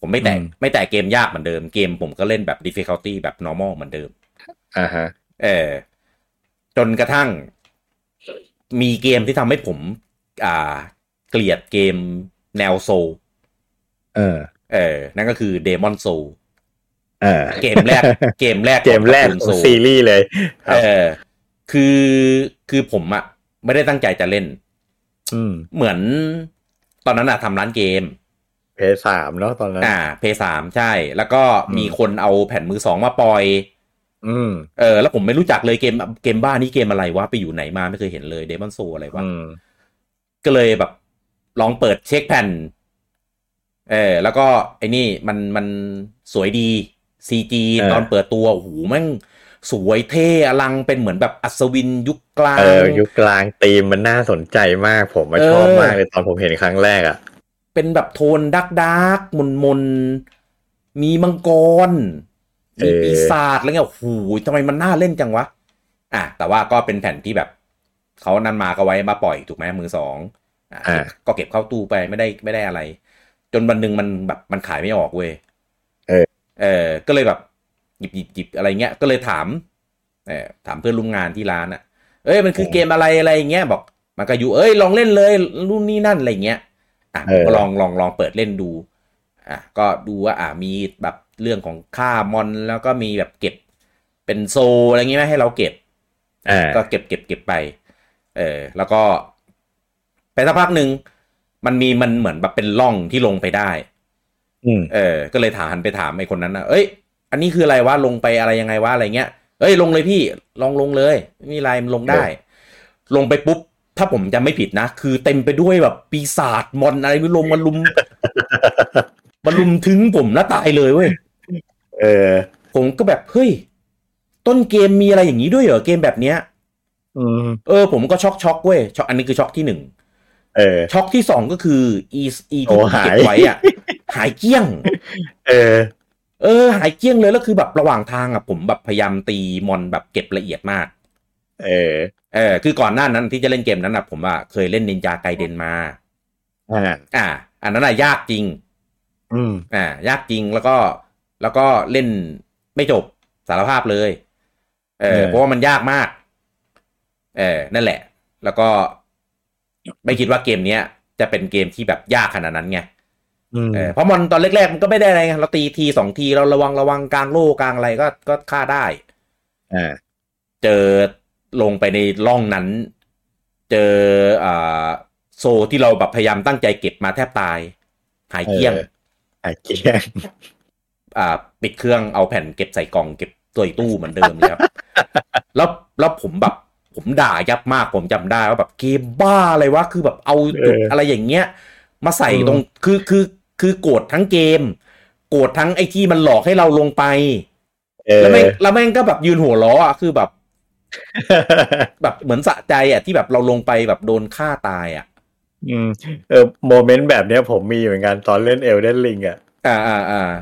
ผมไม่แตะ อืม ไม่แตะเกมยากเหมือนเดิมเกมผมก็เล่นแบบ difficulty แบบ normal เหมือนเดิม อ่าฮะ เออจนกระทั่ง มีเกมที่ทำให้ผม อ่า เกลียดเกมแนวโซล เออ เออ นั่นก็คือเดมอนโซ เออ เกมแร ก เกมแรก เกมแรกของซีรีส์เลย ค เอ รับ อ คือคือผมอะไม่ได้ตั้งใจจะเล่น อืม เหมือนตอนนั้นอะทำร้านเกม เพสามเนาะตอนนั้น อ่า เพสามใช่ แล้วก็มี อืม คนเอาแผ่นมือสองมาปล่อย อืม เออ แล้วผมไม่รู้จักเลยเกมเกมบ้านนี้เกมอะไรวะ ไปอยู่ไหนมาไม่เคยเห็นเลยเดมอนโซอะไรวะ อืม ก็เลยแบบลองเปิดเช็คแผ่น เออ แล้วก็ไอ้นี่มันมันสวยดีซีจี เออ ตอนเปิดตัวโอ้โหแม่งสวยเท่อลังเป็นเหมือนแบบอัศวินยุคกลาง เออ ยุคกลางตีมมันน่าสนใจมาก ผมมา เออ ชอบมากเลยตอนผมเห็นครั้งแรกอ่ะ เป็นแบบโทนดักดักมนมนๆมีมังกร เอ มี อ ปีศาจแล้วเงี้ยโอ้โหทำไมมันน่าเล่นจังวะ อ่ะ แต่ว่าก็เป็นแผ่นที่แบบ เขานั่นมาก็ไว้มาปล่อยถูกไหมมือสองอ่ะ อ่า ก็เก็บเข้าตู้ไปไม่ได้ไม่ได้อะไร จนวันหนึ่งมันแบบมันขายไม่ออกเว้ย เออ เออ ก็เลยแบบหยิบหยิบหยิบอะไรเงี้ย ก็เลยถามเออถามเพื่อนร่วมงานที่ร้านอะเอ้ยมันคือเกมอะไรอะไรเงี้ยบอก มันก็อยู่เอ้ยลองเล่นเลยรุ่นนี้นั่นอะไรเงี้ย อ่ะ เออ ก็ลองลองลองเปิดเล่นดู อ่ะก็ดูว่าอ่ะมีแบบเรื่องของค่ามอนแล้วก็มีแบบเก็บเป็นโซลอะไรเงี้ยไหมให้เราเก็บ อ่า ก็เก็บเก็บเก็บไป เออ แล้วก็ไปสักพักหนึ่งมันมีมันเหมือนแบบเป็นร่องที่ลงไปได้ อืม เออ ก็เลยถามหันไปถามไอ้คนนั้นนะเอ้ย อันนี้คืออะไรวะ ลงไปอะไรยังไงวะ อะไรเงี้ย เอ้ย ลงเลยพี่ ลองลงเลยไม่มีลายมันลงได้ ลงไปปุ๊บ ถ้าผมจำไม่ผิดนะ คือเต็มไปด้วยแบบปีศาจมอนอะไรไม่ลงมาลุม มาลุมถึงผมแล้วตายเลยเว้ย เออ ผมก็แบบ เฮ้ย ต้นเกมมีอะไรอย่างนี้ด้วยเหรอ เกมแบบเนี้ย อืม เออ ผมก็ช็อกช็อกเว้ย ช็อก อันนี้คือช็อกที่หนึ่ง เออ ช็อกที่สองก็คือ อีอีที่ โอ้ ผมเก็บ หาย ไว้อะหายเกลี้ยง เออ เออหายเกลี้ยงเลยแล้วคือแบบระหว่างทางอ่ะผมแบบพยายามตีมอนแบบเก็บละเอียดมาก เออ เออคือก่อนหน้านั้นที่จะเล่นเกมนั้นอ่ะผมอ่ะเคยเล่นนินจาไกเดนมา อ่า อ่า อันนั้นอ่ะยากจริง อืม อ่ายากจริงแล้วก็แล้วก็เล่นไม่จบสารภาพเลย เอ เอ อ อ เพราะว่ามันยากมาก เออนั่นแหละ แล้วก็ไม่คิดว่าเกมเนี้ยจะเป็นเกมที่แบบยากขนาดนั้นไง อืม เออเพราะมอนตอนแรกๆมันก็ไม่ได้อะไรไงเราตีทีสองทีเราระวังระวังกลางโล่กลางอะไรก็ก็ฆ่าได้ อ่า เจอลงไปในร่องนั้น เจออ่าโซที่เราแบบพยายามตั้งใจเก็บมาแทบตาย หายเกลี้ยง เออ หายเกลี้ยง อ่าปิดเครื่องเอาแผ่นเก็บใส่กล่องเก็บตัวตู้เหมือนเดิมเลยครับ แล้วแล้วผมแบบผมด่ายับมากผมจำได้ว่าแบบเกมบ้าอะไรวะคือแบบเอาจุด เอออ อะไรอย่างเงี้ย มาใส่ตรงคือคือคือโกรธทั้งเกม โกรธทั้งไอ้ที่มันหลอกให้เราลงไป เออ แล้วแม่งแล้วแม่งก็แบบยืนหัวล้ออ่ะคือแบบ แบบเหมือนสะใจอ่ะที่แบบเราลงไปแบบโดนฆ่าตายอ่ะ อืม เออ โมเมนต์แบบเนี้ยผมมีเหมือนกันตอนเล่นเอลเดนลิงอ่ะ อ่าอ่าอ่า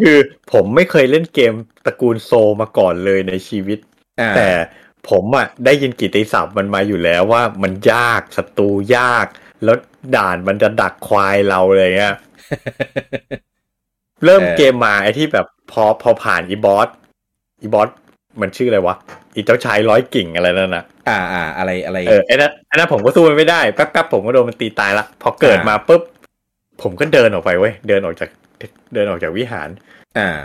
คือผมไม่เคยเล่นเกมตระกูลโซลมาก่อนเลยในชีวิต อ่า แต่ผมอ่ะได้ยินกิตติศัพท์มันมาอยู่แล้วว่ามันยากศัตรูยาก แล้วด่านมันจะดักควายเราอะไรเงี้ย เริ่มเกมมาไอ้ที่แบบพอพอผ่านอีบอสอีบอสมันชื่ออะไรวะอีเจ้าชายร้อยกิ่งอะไรนั่นนะ อ่าอ่าอะไรอะไร เออไอ้นั่นไอ้นั่นผมก็สู้มันไม่ได้แป๊บๆผมก็โดนมันตีตายละพอเกิด อ่าม มาปุ๊บผมก็เดินออกไปเว้ยเดินออกจากเดินออกจากวิหาร อ่า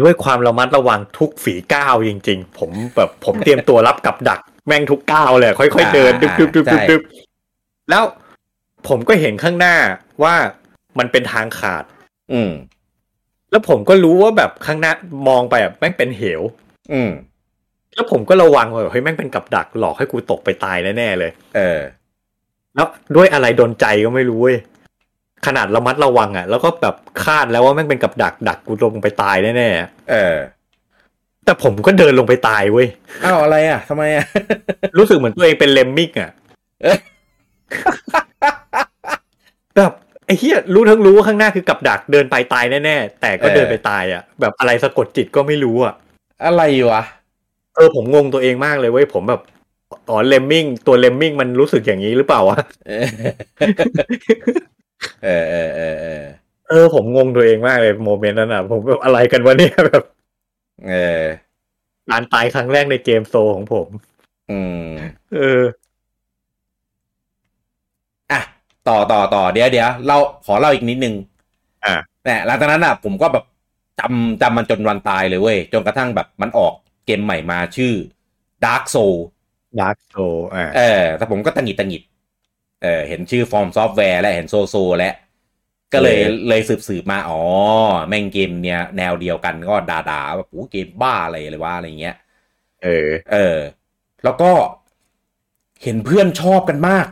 ด้วยความระมัดระวังทุกฝีก้าวจริง ๆ ผมแบบผมเตรียมตัวรับกับดัก แม่งทุกก้าวเลย ค่อย ๆ เดิน อ่า ดึบดึบดึบ ใช่ ดึบดึบแล้วผมก็เห็นข้างหน้าว่ามันเป็นทางขาด อืม แล้วผมก็รู้ว่าแบบข้างหน้ามองไปแบบแม่งเป็นเหว อืม แล้วผมก็ระวังว่าเฮ้ยแม่งเป็นกับดักหลอกให้กูตกไปตายแน่ๆเลย เออ แล้วด้วยอะไรโดนใจก็ไม่รู้เว้ยขนาดระมัดระวังอะ่ะ แล้วก็แบบคาดแล้วว่าแม่งเป็นกับดักดักกูลงไปตายแน่ๆอะ เออ แต่ผมก็เดินลงไปตายเว้ย อ้าวอะไรอ่ะทำไมอ่ะ รู้สึกเหมือนตัวเองเป็นเลมมิกอะ่ะ เอ๊ะ แบบไอ้เหี้ยรู้ทั้งรู้ว่าข้างหน้าคือกับดักเดินไปตายแน่ๆแต่ก็เดินไปตายอะ่ะ แบบอะไรสะกดจิตก็ไม่รู้อ่ะ อะไรวะ เออผมงงตัวเองมากเลยเว้ยผมแบบอ๋อเลมมิงตัวเลมมิงมันรู้สึกอย่างนี้หรือเปล่าวะ เออเออเออเออเออ เออผมงงตัวเองมากเลยโมเมนต์นั้นอ่ะผมแบบอะไรกันวะเนี่ย แบบ เออ การตายครั้งแรกในเกมโซของผม อืม เออ อ่ะต่อต่อต่อเดี๋ยวเดี๋ยวเราขอเล่าอีกนิดนึง อ่ะ แต่หลังจากนั้นอ่ะ ผมก็แบบจำจำมันจนวันตายเลยเว้ย จนกระทั่งแบบมันออกเกมใหม่มาชื่อ Dark Soul ดาร์กโซอ่า เออแต่ผมก็ตังหงิดตังหงิดเออเห็นชื่อฟอร์มซอฟต์แวร์และเห็นโซโซและ ก็เลยเลยสืบสืบมา อ๋อ แม่งเกมเนี่ยแนวเดียวกันก็ด่าด่าๆแบบโอ้เกมบ้าอะไรเลยวะอะไรเงี้ย เออ เออ แล้วก็เห็นเพื่อนชอบกันมาก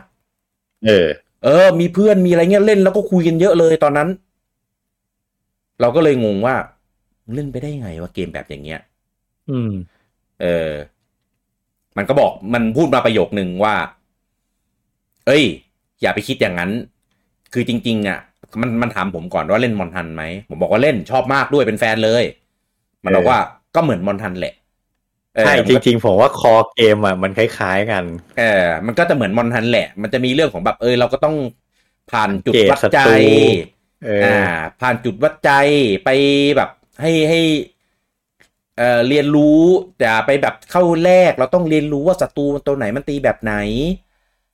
เออ เออ มีเพื่อนมีอะไรเงี้ยเล่นแล้วก็คุยกันเยอะเลยตอนนั้น เราก็เลยงงว่าเล่นไปได้ไงว่าเกมแบบอย่างเงี้ย อืม เออ มันก็บอกมันพูดมาประโยคนึงว่า เอ้ย อย่าไปคิดอย่างนั้น คือจริง ๆ อ่ะ มันมันถามผมก่อนว่าเล่นมอนทันไหม ผมบอกว่าเล่นชอบมากด้วยเป็นแฟนเลย มันบอกว่าก็เหมือนมอนทันแหละเออ ใช่ มัน จ ก็ ริงๆผมว่าคอเกมอ่ะมันคล้ายๆกัน เออมันก็จะเหมือนมอนทันแหละ มันจะมีเรื่องของแบบเออเราก็ต้องผ่านจุด เกต วัดใจ ศัตรู เออ อ่า ผ่านจุดวัดใจไปแบบให้ให้เอ่อเรียนรู้อย่าไปแบบเข้าแรก เราต้องเรียนรู้ว่าศัตรูมันตัวไหนมันตีแบบไหน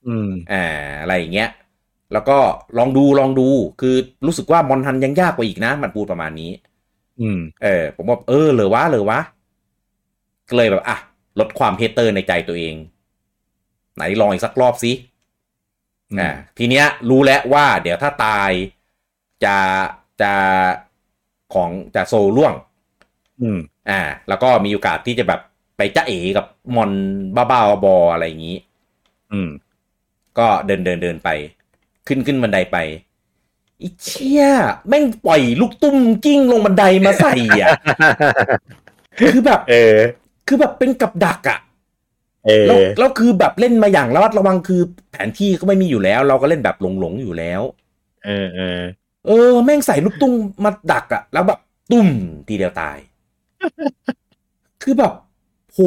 อืม อ่าอะไรอย่างเงี้ย แล้วก็ลองดูลองดู คือรู้สึกว่ามอนทันยังยากกว่าอีกนะ มันพูดประมาณนี้ อืม เออผมว่าเออเหลือวะเหลือวะก็เลยแบบอ่ะลดความเฮเตอร์ในใจตัวเอง ไหนลองอีกสักรอบสิ อืม อ่าทีเนี้ย รู้แล้วว่า เดี๋ยวถ้าตายจะจะของจะโซล่วง อืม อ่า แล้วก็มีโอกาสที่จะแบบไปจ้าเอกับมอนบ้าบ้าๆบอๆอะไรอย่างนี้ อื ม ก็เดินเดินเดินไป ขึ้นขึ้นบันไดไปอีเชี่ยแม่งปล่อยลูกตุ้มกิ้งลงบันไดมาใส่อ่ะ คือแบบ เออ คือแบบเป็นกับดักอะ เออ แล้วแล้วคือแบบเล่นมาอย่างระมัดระวังคือแผนที่ก็ไม่มีอยู่แล้ว เราก็เล่นแบบหลงหลงๆอยู่แล้ว เออเออ เออ แม่งใส่ลูกตุ้งมาดักอะแล้วแบบตุ้มทีเดียวตาย คือแบบโห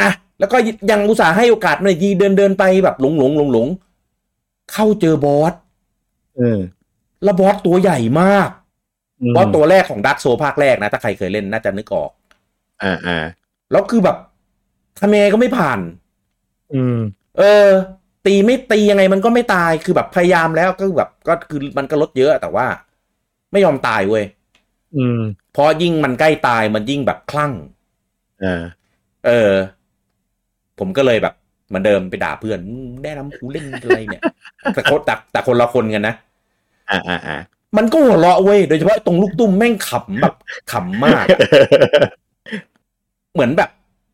อะแล้วก็ยังอุตส่าห์ให้โอกาสมันอีกทีเดินเดินๆไปแบบหลงหลงหลงหลงๆเข้าเจอบอส อืม แล้วบอสตัวใหญ่มากบอส ว ตัวแรกของดักโซภาคแรกนะ ถ้าใครเคยเล่นน่าจะนึกออก อ่าอ่า แล้วคือแบบทำยังไงก็ไม่ผ่าน อืม เออ ตีไม่ตียังไงมันก็ไม่ตายคือแบบพยายามแล้วก็แบบก็คือมันก็ลดเยอะแต่ว่า ไม่ยอมตายเว้ย อืม เพราะยิ่งมันใกล้ตายมันยิ่งแบบคลั่ง อ่า เออ ผมก็เลยแบบเหมือนเดิมไปด่าเพื่อนมึงแนะนำกูเล่นอะไรเนี่ย แต่คนแต่แต่คนละคนกันนะ อ่าอ่าอ่า มันก็หัวเราะเว้ยโดยเฉพาะตรงลูกตุ้มแม่งขำแบบขำมาก เหมือนแบบ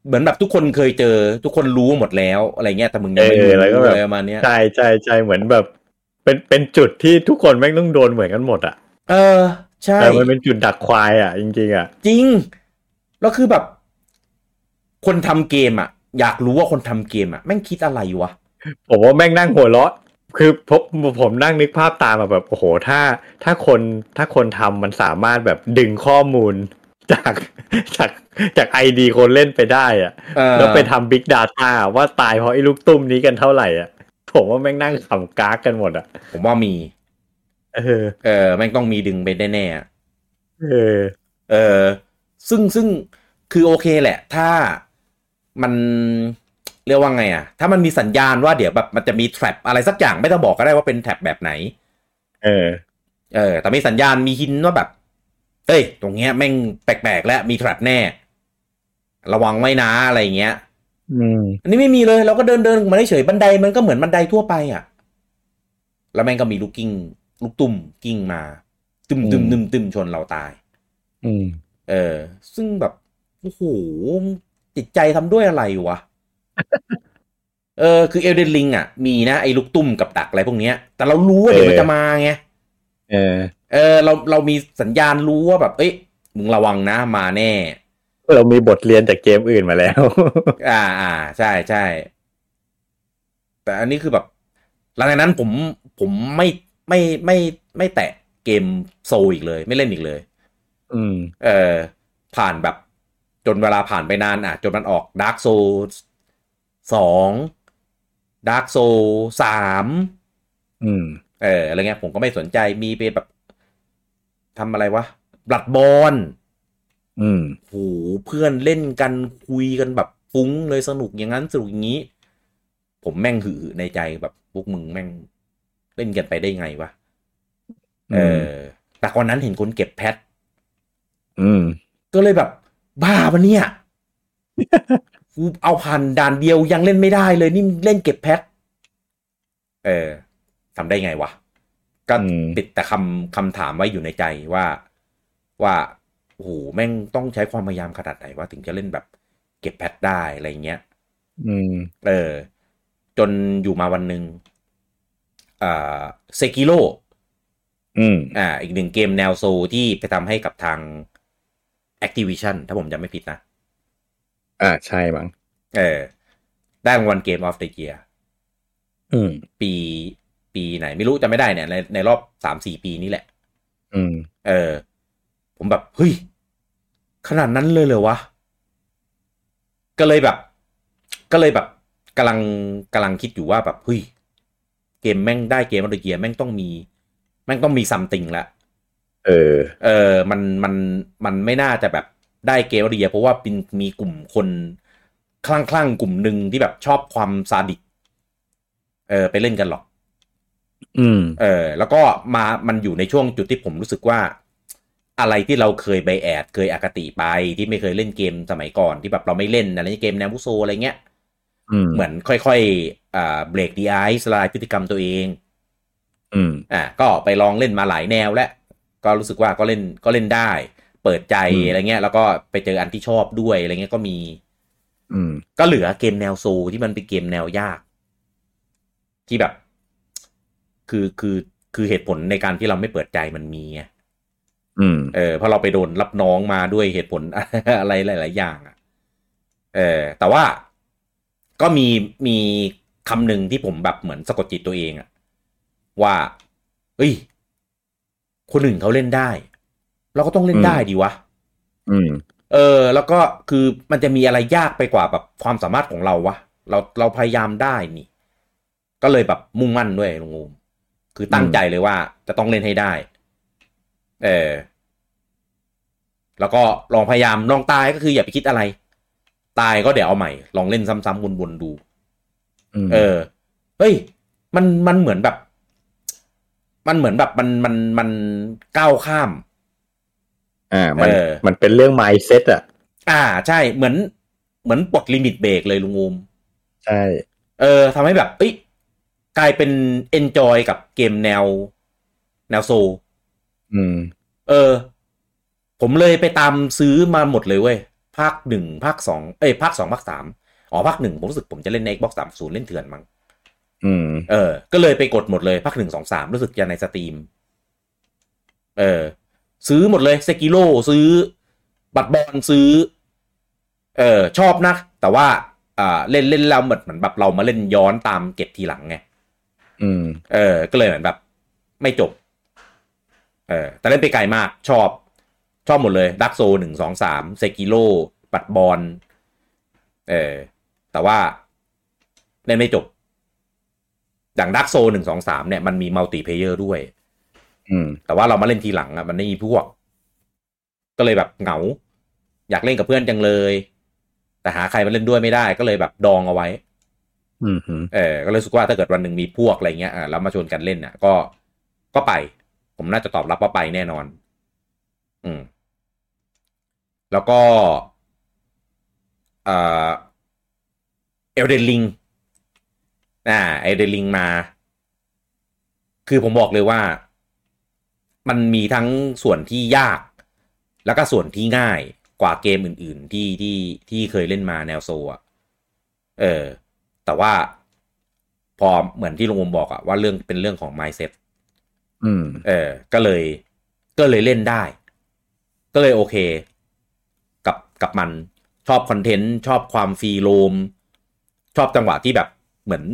เหมือนแบบทุกคนเคยเจอ ทุกคนรู้หมดแล้วอะไรเงี้ยแต่มึงยังไม่รู้ เออแล้วก็แบบ อะไรประมาณเนี้ย ใช่ใช่ใช่เหมือนแบบ เป็นเป็นจุดที่ทุกคนแม่งต้องโดนเหมือนกันหมดอ่ะ เออ ใช่ แต่มันเป็นจุดดักควายอ่ะจริงๆอ่ะ จริง แล้วคือแบบ คนทำเกมอะอยากรู้ว่าคนทำเกมอะแม่งคิดอะไรวะ ผมว่าแม่งนั่งหัวเราะ คือผมผมนั่งนึกภาพตามอะแบบโอ้โหถ้าถ้าคนถ้าคนทำมันสามารถแบบดึงข้อมูลจาก จากจากไอดีคนเล่นไปได้อะ เออ แล้วไปทำ Big Data ว่าตายเพราะไอ้ลูกตุ้มนี้กันเท่าไหร่อ่ะ ผมว่าแม่งนั่งขำกากกันหมดอ่ะ ผมว่ามี เออ เออ แม่งต้องมีดึงไปแน่ๆอะ เออ เออ ซึ่งซึ่งคือโอเคแหละ ถ้ามันเรียกว่าไงอะถ้ามันมีสัญญาณว่าเดี๋ยวแบบมันจะมีแทร็บอะไรสักอย่างไม่ต้องบอกก็ได้ว่าเป็นแทร็บแบบไหน เออ เออ แต่มีสัญญาณมีหินว่าแบบ เอ้ย ตรงเนี้ยแม่งแปลกๆแล้วมีแทร็บแน่ ระวังไว้นะอะไรอย่างเงี้ย อืม อันนี้ไม่มีเลยเราก็เดินเดินมาเฉยๆบันไดมันก็เหมือนบันไดทั่วไปอ่ะ แล้วแม่งก็มีลูกกิ้ง ลูกตุ่มกิ้งมา ตึมตึมตึมตึมชนเราตาย อืม เออ ซึ่งแบบ โอ้โหจิตใจทำด้วยอะไรวะ เออ คือเอลเดนลิงอ่ะ มีนะ ไอ้ลูกตุ้มกับดักอะไรพวกเนี้ย แต่เรารู้ว่าเดี๋ยวมันจะมาไง เออ เออ เราเรามีสัญญาณรู้ว่าแบบ เอ้ย มึงระวังนะ มาแน่ เรามีบทเรียนจากเกมอื่นมาแล้ว อ่าอ่าใช่ใช่ แต่อันนี้คือแบบ หลังจากนั้นผมผมไม่ไม่ไม่ไม่แตะเกมโซลอีกเลย ไม่เล่นอีกเลย อืม เออผ่านแบบจนเวลาผ่านไปนานอ่ะ จนมันออก Dark s o u l สอง Dark s o u l สาม อืม เอออะไรเงี้ยผมก็ไม่สนใจมีไปแบบทำอะไรวะบลัดบอล อืม โหเพื่อนเล่นกันคุยกันแบบฟุ้งเลยสนุกอย่างนั้นสนุกอย่างนี้ ผมแม่งหือในใจแบบพวกมึงแม่งเล่นกันไปได้ไงวะเออแต่ก่อนนั้นเห็นคนเก็บแพท อืม ก็เลยแบบ บ้าปะเนี่ย กูเอาผ่านด่านเดียวยังเล่นไม่ได้เลย นี่เล่นเก็บแพท เออทำได้ไงวะ ก็ อืม ติดแต่คำคำถามไว้อยู่ในใจว่าว่าโอ้โหแม่งต้องใช้ความพยายามขนาดไหนวะถึงจะเล่นแบบ เก็บแพทได้อะไรเงี้ย อืม เออ จนอยู่มาวันหนึ่งอ่าเซกิโล อืม อ่าอีกหนึ่งเกมแนวโซลที่ไปทำให้กับทาง Activision ถ้าผมจำไม่ผิดนะ อ่าใช่มั้ง เออได้รางวัลเกมออฟเด e เ e ีย อืม ปีปีไหนไม่รู้จำไม่ได้เนี่ย ในในรอบสามสี่ปีนี้แหละ อืม เออ ผมแบบ เฮ้ย ขนาดนั้นเลยเหรอวะ ก็เลยแบบ ก็เลยแบบกำลังกำลังคิดอยู่ว่าแบบ เฮ้ย เกมแม่งได้เกมออฟเด e เ e ียแม่งต้องมี แม่งต้องมีซัมติงละ เออ เออ มัน มัน มันไม่น่าจะแบบได้เกมเรียเพราะว่าเป็นมีกลุ่มคนคลั่งคลั่งๆกลุ่มหนึ่งที่แบบชอบความซาดิสเออ ไปเล่นกันหรอก อืม เออ แล้วก็มา มันอยู่ในช่วงจุดที่ผมรู้สึกว่า อะไรที่เราเคยไบแอด เคยอคติไปที่ไม่เคยเล่นเกมสมัยก่อนที่แบบเราไม่เล่นอะไรเงี้ยเกมแนวมุโซอะไรเงี้ย อืม เหมือนค่อยๆอ่าเบรกดีไอซ์ละลายพฤติกรรมตัวเอง อืม อ่ะก็ไปลองเล่นมาหลายแนวแล้ว ก็รู้สึกว่าก็เล่นก็เล่นได้ เปิดใจ อืม อะไรเงี้ย แล้วก็ไปเจออันที่ชอบด้วยอะไรเงี้ยก็มี อืม ก็เหลือเกมแนวโซลที่มันเป็นเกมแนวยาก ที่แบบ คือคือคือเหตุผลในการที่เราไม่เปิดใจมันมีไง อืม เออเพราะเราไปโดนรับน้องมาด้วยเหตุผล อะไรหลาย ๆ อย่างอ่ะเออแต่ว่าก็มีมีคำหนึ่งที่ผมแบบเหมือนสะกดจิตตัวเองอะว่า เอ้ย คนอื่นเขาเล่นได้ เราก็ต้องเล่นได้ดีวะ อืม เออ แล้วก็คือมันจะมีอะไรยากไปกว่าแบบความสามารถของเราวะเราเราพยายามได้นี่ ก็เลยแบบมุ่งมั่นด้วยลุงงูมคือตั้งใจเลยว่าจะต้องเล่นให้ได้ เออ แล้วก็ลองพยายามลองตายก็คืออย่าไปคิดอะไร ตายก็เดี๋ยวเอาใหม่ ลองเล่นซ้ำๆวนๆดู อืม เออ เฮ้ย มัน มันเหมือนแบบ มันเหมือนแบบมัน มัน มันก้าวข้าม อ่า มัน เออ มันเป็นเรื่อง mindset อ่ะ อ่า ใช่ เหมือน เหมือนปลดลิมิตเบรกเลยลุงอูม ใช่ เออทำให้แบบเอ้ย กลายเป็น enjoy กับเกมแนว แนวโซล อืม เออ ผมเลยไปตามซื้อมาหมดเลยเว้ย ภาคหนึ่งภาคสองเอ้ย ภาคสองภาคสามอ๋อ ภาคหนึ่งผมรู้สึกผมจะเล่นใน Xbox 360เล่นเถื่อนมั้ง อืม เออ ก็เลยไปกดหมดเลย ภาคหนึ่งสองสามรู้สึกจะในสตรีม เออ ซื้อหมดเลยเซกิโลซื้อ บัตรบอลซื้อ เออ ชอบนะ แต่ว่า อ่า เล่นเล่นแล้วเหมือนเหมือนแบบเรามาเล่นย้อนตามเก็บทีหลังไง อืม เออ ก็เลยเหมือนแบบ ไม่จบ เออ แต่เล่นไปไกลมาก ชอบ ชอบหมดเลยดักโซหนึ่งสองสามเซกิโลปัดบอล เออ แต่ว่าเล่นไม่จบ อย่างดักโซหนึ่งสองสามเนี่ย มันมีมัลติเพเยอร์ด้วย อืม แต่ว่าเรามาเล่นทีหลังอ่ะ มันไม่มีพวก ก็เลยแบบเหงา อยากเล่นกับเพื่อนจังเลย แต่หาใครมาเล่นด้วยไม่ได้ ก็เลยแบบดองเอาไว้ อืม เออก็เลยรู้สึกว่าถ้าเกิดวันหนึ่งมีพวกอะไรเงี้ยอ่าแล้วมาชวนกันเล่นน่ะ ก็ ก็ไป ผมน่าจะตอบรับว่าไปแน่นอน อืม แล้วก็เอ่อเอลเดนลิงอ่าเอลเดนลิงมา คือผมบอกเลยว่า มันมีทั้งส่วนที่ยาก แล้วก็ส่วนที่ง่าย กว่าเกมอื่น ๆ ที่ที่ที่เคยเล่นมาแนวโซอ่ะเออ แต่ว่าพอเหมือนที่ลุงวมบอกอะว่าเรื่องเป็นเรื่องของ mindset อืม เออ ก็เลยก็เลยเล่นได้ ก็เลยโอเค กับกับมันชอบคอนเทนต์ ชอบความฟรีโรม ชอบจังหวะที่แบบเหมือน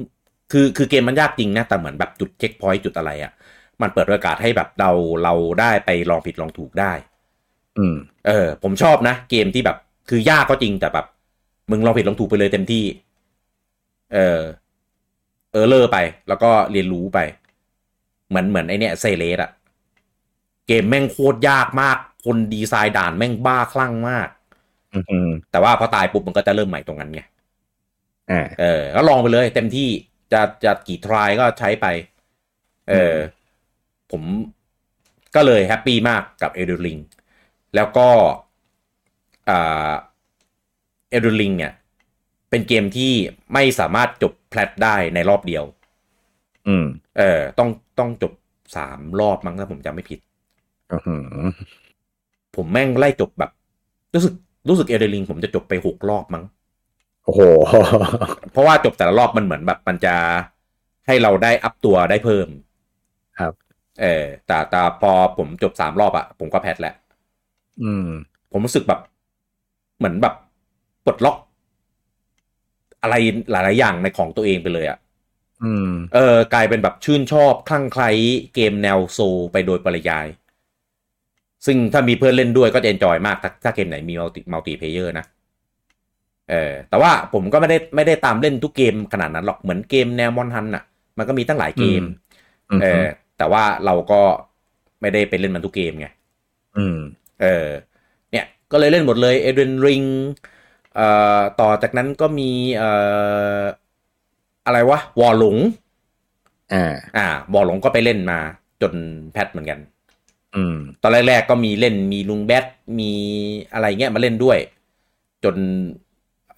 คือคือเกมมันยากจริงนะ แต่เหมือนแบบจุดเช็คพอยต์จุดอะไรอะ่ะ มันเปิดโอกาสให้แบบเราเราได้ไปลองผิดลองถูกได้ อืม เออ ผมชอบนะ เกมที่แบบ คือยากก็จริงแต่แบบ มึงลองผิดลองถูกไปเลยเต็มที่ เออ เออเลอร์ไป แล้วก็เรียนรู้ไป เหมือนเหมือนไอเนี้ยเซเลสอะเกมแม่งโคตรยากมาก คนดีไซน์ด่านแม่งบ้าคลั่งมาก อืม แต่ว่าพอตายปุ๊บมันก็จะเริ่มใหม่ตรงนั้นไง อ่า เออ ก็ลองไปเลย เต็มที่จะจะกี่ทรายก็ใช้ไป เออ ผมก็เลยแฮปปี้มากกับเอเดริงแล้วก็อ่าเอเดริงเนี่ย เป็นเกมที่ไม่สามารถจบแพลตได้ในรอบเดียว อืม เออ ต้องต้องจบสามรอบมั้งถ้าผมจำไม่ผิด อื้อหือ ผมแม่งไล่จบแบบ รู้สึกรู้สึกเอเดริงผมจะจบไปหกรอบมั้ง โอ้โห เพราะว่าจบแต่ละรอบมันเหมือนแบบมันจะให้เราได้อัพตัวได้เพิ่ม ครับ เออแต่แต่พอผมจบสามรอบอะผมก็แพทแล้ว อืม ผมรู้สึกแบบเหมือนแบบปลดล็อก อะไรหลาย ๆ อย่างในของตัวเองไปเลยอะ อืม เออกลายเป็นแบบชื่นชอบคลั่งไคล้เกมแนวโซลไปโดยปริยาย ซึ่งถ้ามีเพื่อนเล่นด้วยก็จะเอนจอยมากถ้าถ้าเกมไหนมีมัลติมัลติเพเยอร์นะ เออแต่ว่าผมก็ไม่ได้ไม่ได้ตามเล่นทุกเกมขนาดนั้นหรอกเหมือนเกมแนวมอนทันน่ะ มันก็มีตั้งหลายเกม อืม เออ แต่ว่าเราก็ไม่ได้ไปเล่นมันทุกเกมไง อืม เออ เนี่ย ก็เลยเล่นหมดเลย เอเดนริงเอ่อ ต่อจากนั้นก็มี เอ่อ อะไรวะ วอลหลง อ่า อ่า วอลหลงก็ไปเล่นมาจนแพทเหมือนกัน อืม ตอนแรกๆก็มีเล่นมีลุงแบทมีอะไรเงี้ยมาเล่นด้วย จน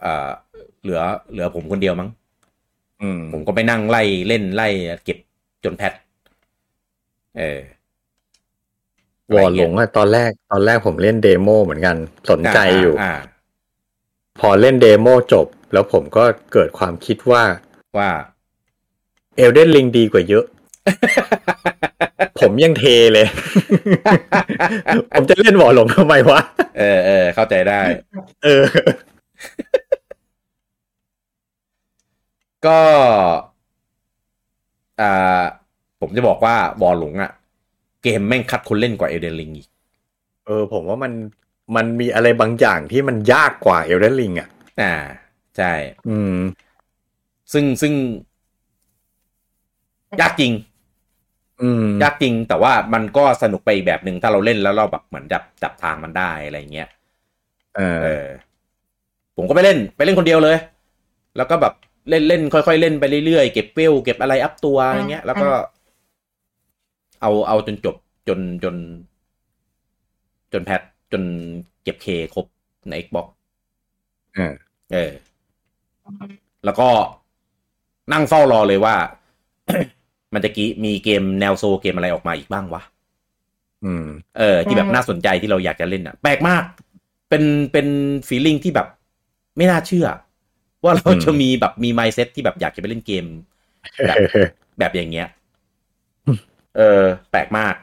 เอ่อ เหลือ เหลือผมคนเดียวมั้ง อืม ผมก็ไปนั่งไล่เล่นไล่เก็บจนแพท เออ วอร์หลงอะตอนแรกตอนแรกผมเล่นเดโมเหมือนกัน สนใจอยู่ อ่าา พอเล่นเดโมจบ แล้วผมก็เกิดความคิดว่า ว่า เอลเดนลิงดีกว่า เยอะ ผมยังเทเลย ผมจะเล่นวอร์หลงทำไมวะ เออเออเข้าใจได้ เออ ก็ อ่า ผมจะบอกว่าวอลหลงอะเกมแม่งคัดคนเล่นกว่าเอเดนลิงอีก เออ ผมว่ามันมันมีอะไรบางอย่างที่มันยากกว่าเอลเดนลิงอ่ะ อ่า ใช่ อืม ซึ่งซึ่ง ยากจริง อืม ยากจริง แต่ว่ามันก็สนุกไปอีกแบบหนึ่งถ้าเราเล่นแล้วเราแบบเหมือนจับจับทางมันได้อะไรเงี้ย เออ เออ ผมก็ไปเล่นไปเล่นคนเดียวเลย แล้วก็แบบเล่นเล่นค่อยๆเล่นไปเรื่อยๆเก็บเวลเก็บอะไรอัพตัวอะไรเงี้ย แล้วก็ เอาเอาจนจบจนจน จนแพทจนเก็บเคครบใน Xbox เออ เออ แล้วก็นั่งเฝ้ารอเลยว่า มันจะกี้มีเกมแนวโซเกมอะไรออกมาอีกบ้างวะ อืม เออที่แบบ อืม น่าสนใจที่เราอยากจะเล่นอ่ะ แปลกมาก เป็นเป็นฟีลลิ่งที่แบบ ไม่น่าเชื่อ ว่าเรา อืม จะมีแบบมีไมเซ็ตที่แบบอยากจะไปเล่นเกม แบบ แบบอย่างเงี้ย เออ แปลกมาก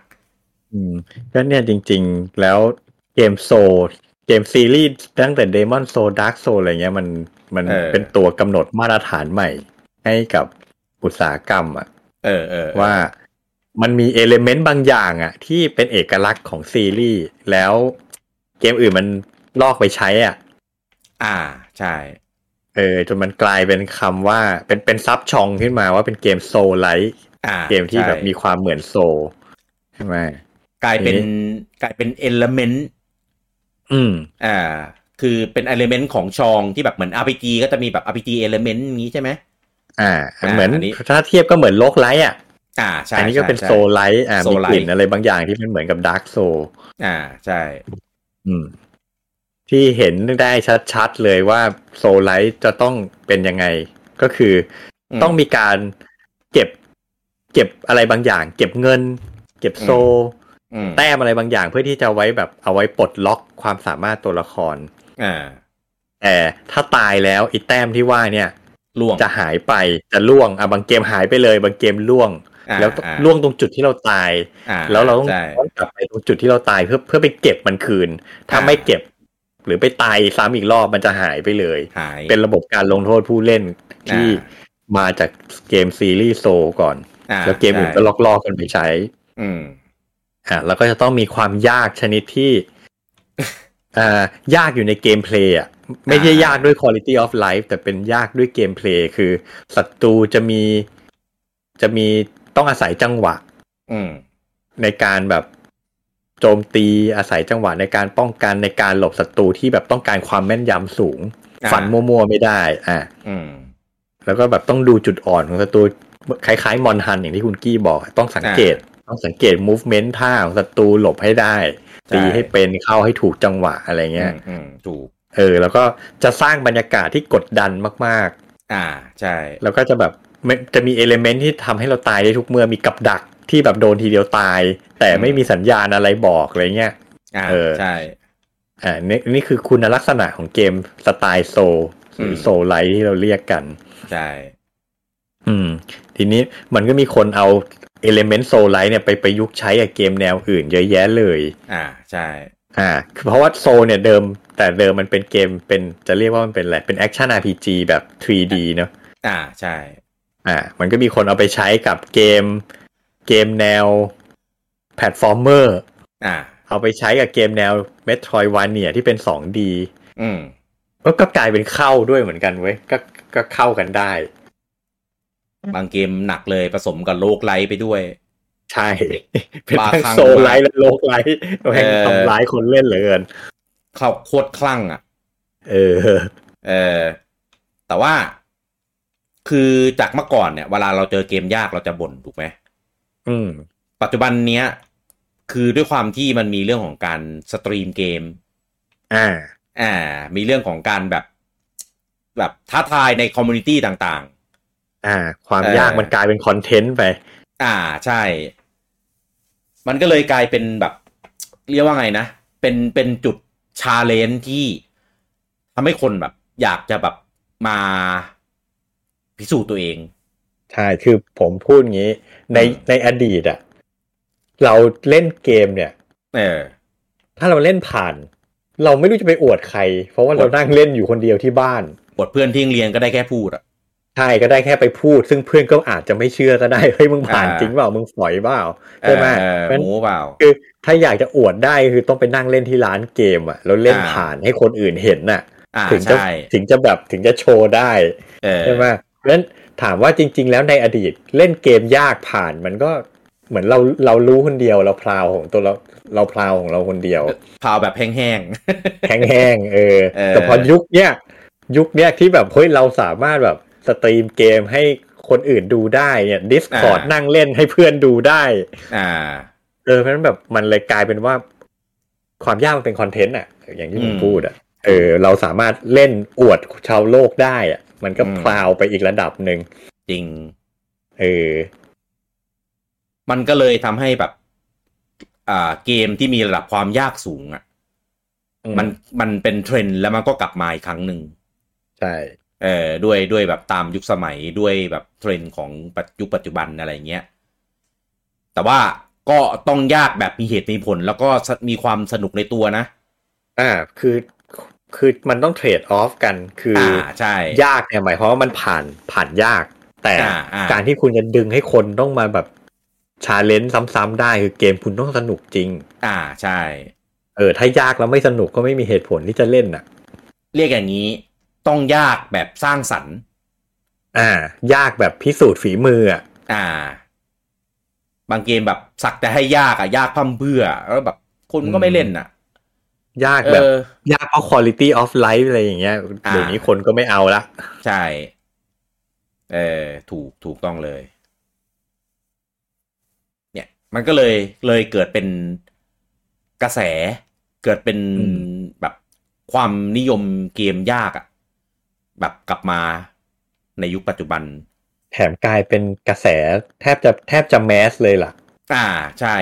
อืม ก็เนี่ยจริงๆแล้วเกมโซลเกมซีรีส์ตั้งแต่ Demon Soul Dark Soul อะไรเงี้ยมันมัน เออ เป็นตัวกำหนดมาตรฐานใหม่ ให้กับอุตสาหกรรมอะ เออเออเออ ว่ามันมีเอลเมนต์บางอย่างอะที่เป็นเอกลักษณ์ของซีรีส์แล้วเกมอื่นมันลอกไปใช้อ่ะ อ่า ใช่ เออจนมันกลายเป็นคำว่าเป็นเป็นซับชองขึ้นมาว่าเป็นเกมโซลไลท์ อ่า เกมที่แบบ ใช่ มีความเหมือนโซลใช่ไหม กลายเป็น นี้ กลายเป็นเอลเมนต์ อืม อ่า คือเป็นเอลเมนต์ของชองที่แบบเหมือน RPG ก็จะมีแบบ RPG เอลเมนต์งี้ใช่ไหม อ่า เหมือน อันนี้ ถ้าเทียบก็เหมือนโลกไลท์อ่ะ อ่า ใช่ อันนี้ก็ ใช่ เป็น ใช่ โซลไลท์อ่า โซ มี ลไลท์ กลิ่นอะไรบางอย่างที่มันเหมือนกับดาร์กโซล อ่า ใช่ อืม ที่เห็นได้ชัดๆเลยว่าโซลไลท์จะต้องเป็นยังไง ก็คืออ ม ต้องมีการเก็บ เก็บอะไรบางอย่าง เก็บเงิน เก็บโซล อืม แต้มอะไรบางอย่างเพื่อที่จะไว้แบบเอาไว้ปลดล็อกความสามารถตัวละคร อ่า แต่ถ้าตายแล้วไอ้แต้มที่ว่าเนี่ย ล่วง จะหายไปจะล่วงอ่ะบางเกมหายไปเลย บางเกมล่วง อ่า แล้วก็ อ่า ล่วงตรงจุดที่เราตาย อ่ แล้วเราต้อง ใช่ ย้อนกลับไปตรงจุดที่เราตายเพื่อเพื่อไปเก็บมันคืน ถ้า อ่า ไม่เก็บ หรือไปตายซ้ำอีกรอบมันจะหายไปเลย หาย เป็นระบบการลงโทษผู้เล่นที่มาจากเกมซีรีส์โซลก่อน อ่า แล้วเกมอื่นก็ลอกๆกันไปใช้ อืม อ่ะแล้วก็จะต้องมีความยากชนิด ที่ อ่ายากอยู่ในเกมเพลย์อ่ะไม่ใช่ อ่าย ยากด้วย quality of life แต่เป็นยากด้วยเกมเพลย์คือศัตรูจะมีจะมีต้องอาศัยจังหวะ อืม ในการแบบโจมตีอาศัยจังหวะในการป้องกันในการหลบศัตรูที่แบบต้องการความแม่นยำสูง อ่า ฝันมั่วๆไม่ได้ อ่ะ อืม แล้วก็แบบต้องดูจุดอ่อนของศัตรูคล้ายๆมอนฮันอย่างที่คุณกี้บอก ต้องสังเกต ต้องสังเกต movement ท่าของศัตรูหลบให้ได้ ใช่ ตีให้เป็นเข้าให้ถูกจังหวะอะไรเงี้ย อืมอืมถูก เออ แล้วก็จะสร้างบรรยากาศที่กดดันมาก อ่าใช่ ๆ แล้วก็จะแบบไม่จะมีเอลเมนที่ทำให้เราตายได้ทุกเมื่อมีกับดักที่แบบโดนทีเดียวตาย แต่ไม่มีสัญญาณอะไรบอกอะไรเงี้ย อ่า เออ ใช่ อ่านี่นี่คือคุณลักษณะของเกมสไตล์โซลหรือ ม โซลไลท์ที่เราเรียกกัน ใช่ อืม ทีนี้มันก็มีคนเอาเอลเมนต์โซลไลท์เนี่ยไปประยุกต์ใช้กับเกมแนวอื่นเยอะแยะเลย อ่าใช่ อ่าคือเพราะว่าโซลเนี่ยเดิม แต่เดิมมันเป็นเกมเป็นจะเรียกว่ามันเป็นอะไร เป็นแอคชั่น RPG แบบ 3D เนอะ อ่าใช่ อ่า มันก็มีคนเอาไปใช้กับเกมเกมแนวแพลตฟอร์มเมอร์ อ่า เอาไปใช้กับเกมแนว Metroidvania ที่เป็น 2D อืม ก็ก็กลายเป็นเข้าด้วยเหมือนกันเว้ยก็ก็เข้ากันได้ บางเกมหนักเลยผสมกับโลกไลท์ไปด้วย ใช่ เป็น บา ทั้ง ครั้ง โซลไลท์และโลกไลท์แม่ง เออ ทำร้ายคนเล่นเหลือเกิน เข้าโคตรคลั่งอ่ะ เออ เออแต่ว่า คือจากเมื่อก่อนเนี่ย เวลาเราเจอเกมยากเราจะบ่นถูกไหม อืม ปัจจุบันเนี้ย คือด้วยความที่มันมีเรื่องของการสตรีมเกม อ่า อ่า มีเรื่องของการแบบ แบบท้าทายในคอมมูนิตี้ต่าง อ่า ความ เออ ยากมันกลายเป็นคอนเทนต์ไป ๆ อ่าใช่ มันก็เลยกลายเป็นแบบ เรียกว่าไงนะ เป็นเป็นจุดชาเลนจ์ที่ทำให้คนแบบ อยากจะแบบมาพิสูจน์ตัวเอง ใช่ คือผมพูดงี้ ใน อืม ในอดีตอะเราเล่นเกมเนี่ย เออ ถ้าเราเล่นผ่าน เราไม่รู้จะไปอวดใคร เพราะว่าเรานั่งเล่นอยู่คนเดียวที่บ้าน บทเพื่อนที่โรงเรียนก็ได้แค่พูดอ่ะ ใช่ก็ได้แค่ไปพูด ซึ่งเพื่อนก็อาจจะไม่เชื่อก็ได้ เฮ้ยมึงผ่าน อ่า จริงเปล่า มึงฝอยเปล่าใช่ไหม เออ เพราะฉะนั้น หมูเปล่า คือถ้าอยากจะอวดได้คือต้องไปนั่งเล่นที่ร้านเกมอ่ะแล้วเล่น อ่า ผ่านให้คนอื่นเห็นน่ะ อ่า ถึงจะ ใช่ ถึงจะแบบถึงจะโชว์ได้ เออ ใช่ไหมเพราะฉะนั้นถามว่าจริง ๆ แล้วในอดีตเล่นเกมยากผ่านมันก็เหมือนเราเรารู้คนเดียวเราพราวของตัวเราเราพราวของเราคน เดียว เผาแบบแห้ง แห้งๆเออ เออ แต่พอยุคเนี้ยยุคเนี้ยที่แบบเฮ้ยเราสามารถแบบสตรีมเกมให้คนอื่นดูได้เนี่ย Discord นั่งเล่นให้เพื่อนดูได้ ๆ อ่า เออเพราะฉะนั้นแบบมันเลยกลายเป็นว่า ความยากมันเป็นคอนเทนต์อ่ะ อย่างที่ผม อืม พูดอ่ะเออ เราสามารถเล่นอวดชาวโลกได้อ่ะ มันก็ อืม พลาวไปอีกระดับหนึ่ง จริง เออ มันก็เลยทำให้แบบ อ่า เกมที่มีระดับความยากสูงอ่ะ อืม มันมันเป็นเทรนด์แล้วมันก็กลับมาอีกครั้งหนึ่ง ใช่ เออด้วยด้วยแบบตามยุคสมัยด้วยแบบเทรนด์ของปัจยุคปัจจุบันอะไรเงี้ย แต่ว่าก็ต้องยากแบบมีเหตุมีผล แล้วก็มีความสนุกในตัวนะ อ่าคือคือมันต้องเทรดออฟกันคือ อ่า อ ใช่ ยากเนี่ยหมายความว่ามันผ่านผ่านยาก แต่ อ่าอ่า การที่คุณจะดึงให้คนต้องมาแบบชาเลนจ์ซ้ำๆได้คือเกมคุณต้องสนุกจริง อ่าใช่ เออ ถ้ายากแล้วไม่สนุกก็ไม่มีเหตุผลที่จะเล่นอ่ะ เรียกอย่างนี้ต้องยากแบบสร้างสรรค์ อ่า ยากแบบพิสูจน์ฝีมืออ่ะ อ่า บางเกมแบบสักแต่ให้ยากอะยากพร่ำเพรื่อแล้วแบบคนก็ไม่เล่นอะ ยาก เอ แบบ อ ยากเพราะ quality of life อะไรอย่างเงี้ย อ่า เดี๋ยวนี้คนก็ไม่เอาละ ใช่ เออถูกถูกต้องเลย เนี่ย มันก็เลยเลยเกิดเป็นกระแส เกิดเป็น อืม แบบความนิยมเกมยากอะแบบกลับมาในยุคปัจจุบัน แถมกลายเป็นกระแสแทบจะแทบจะแมสเลยล่ะ อ่าใช่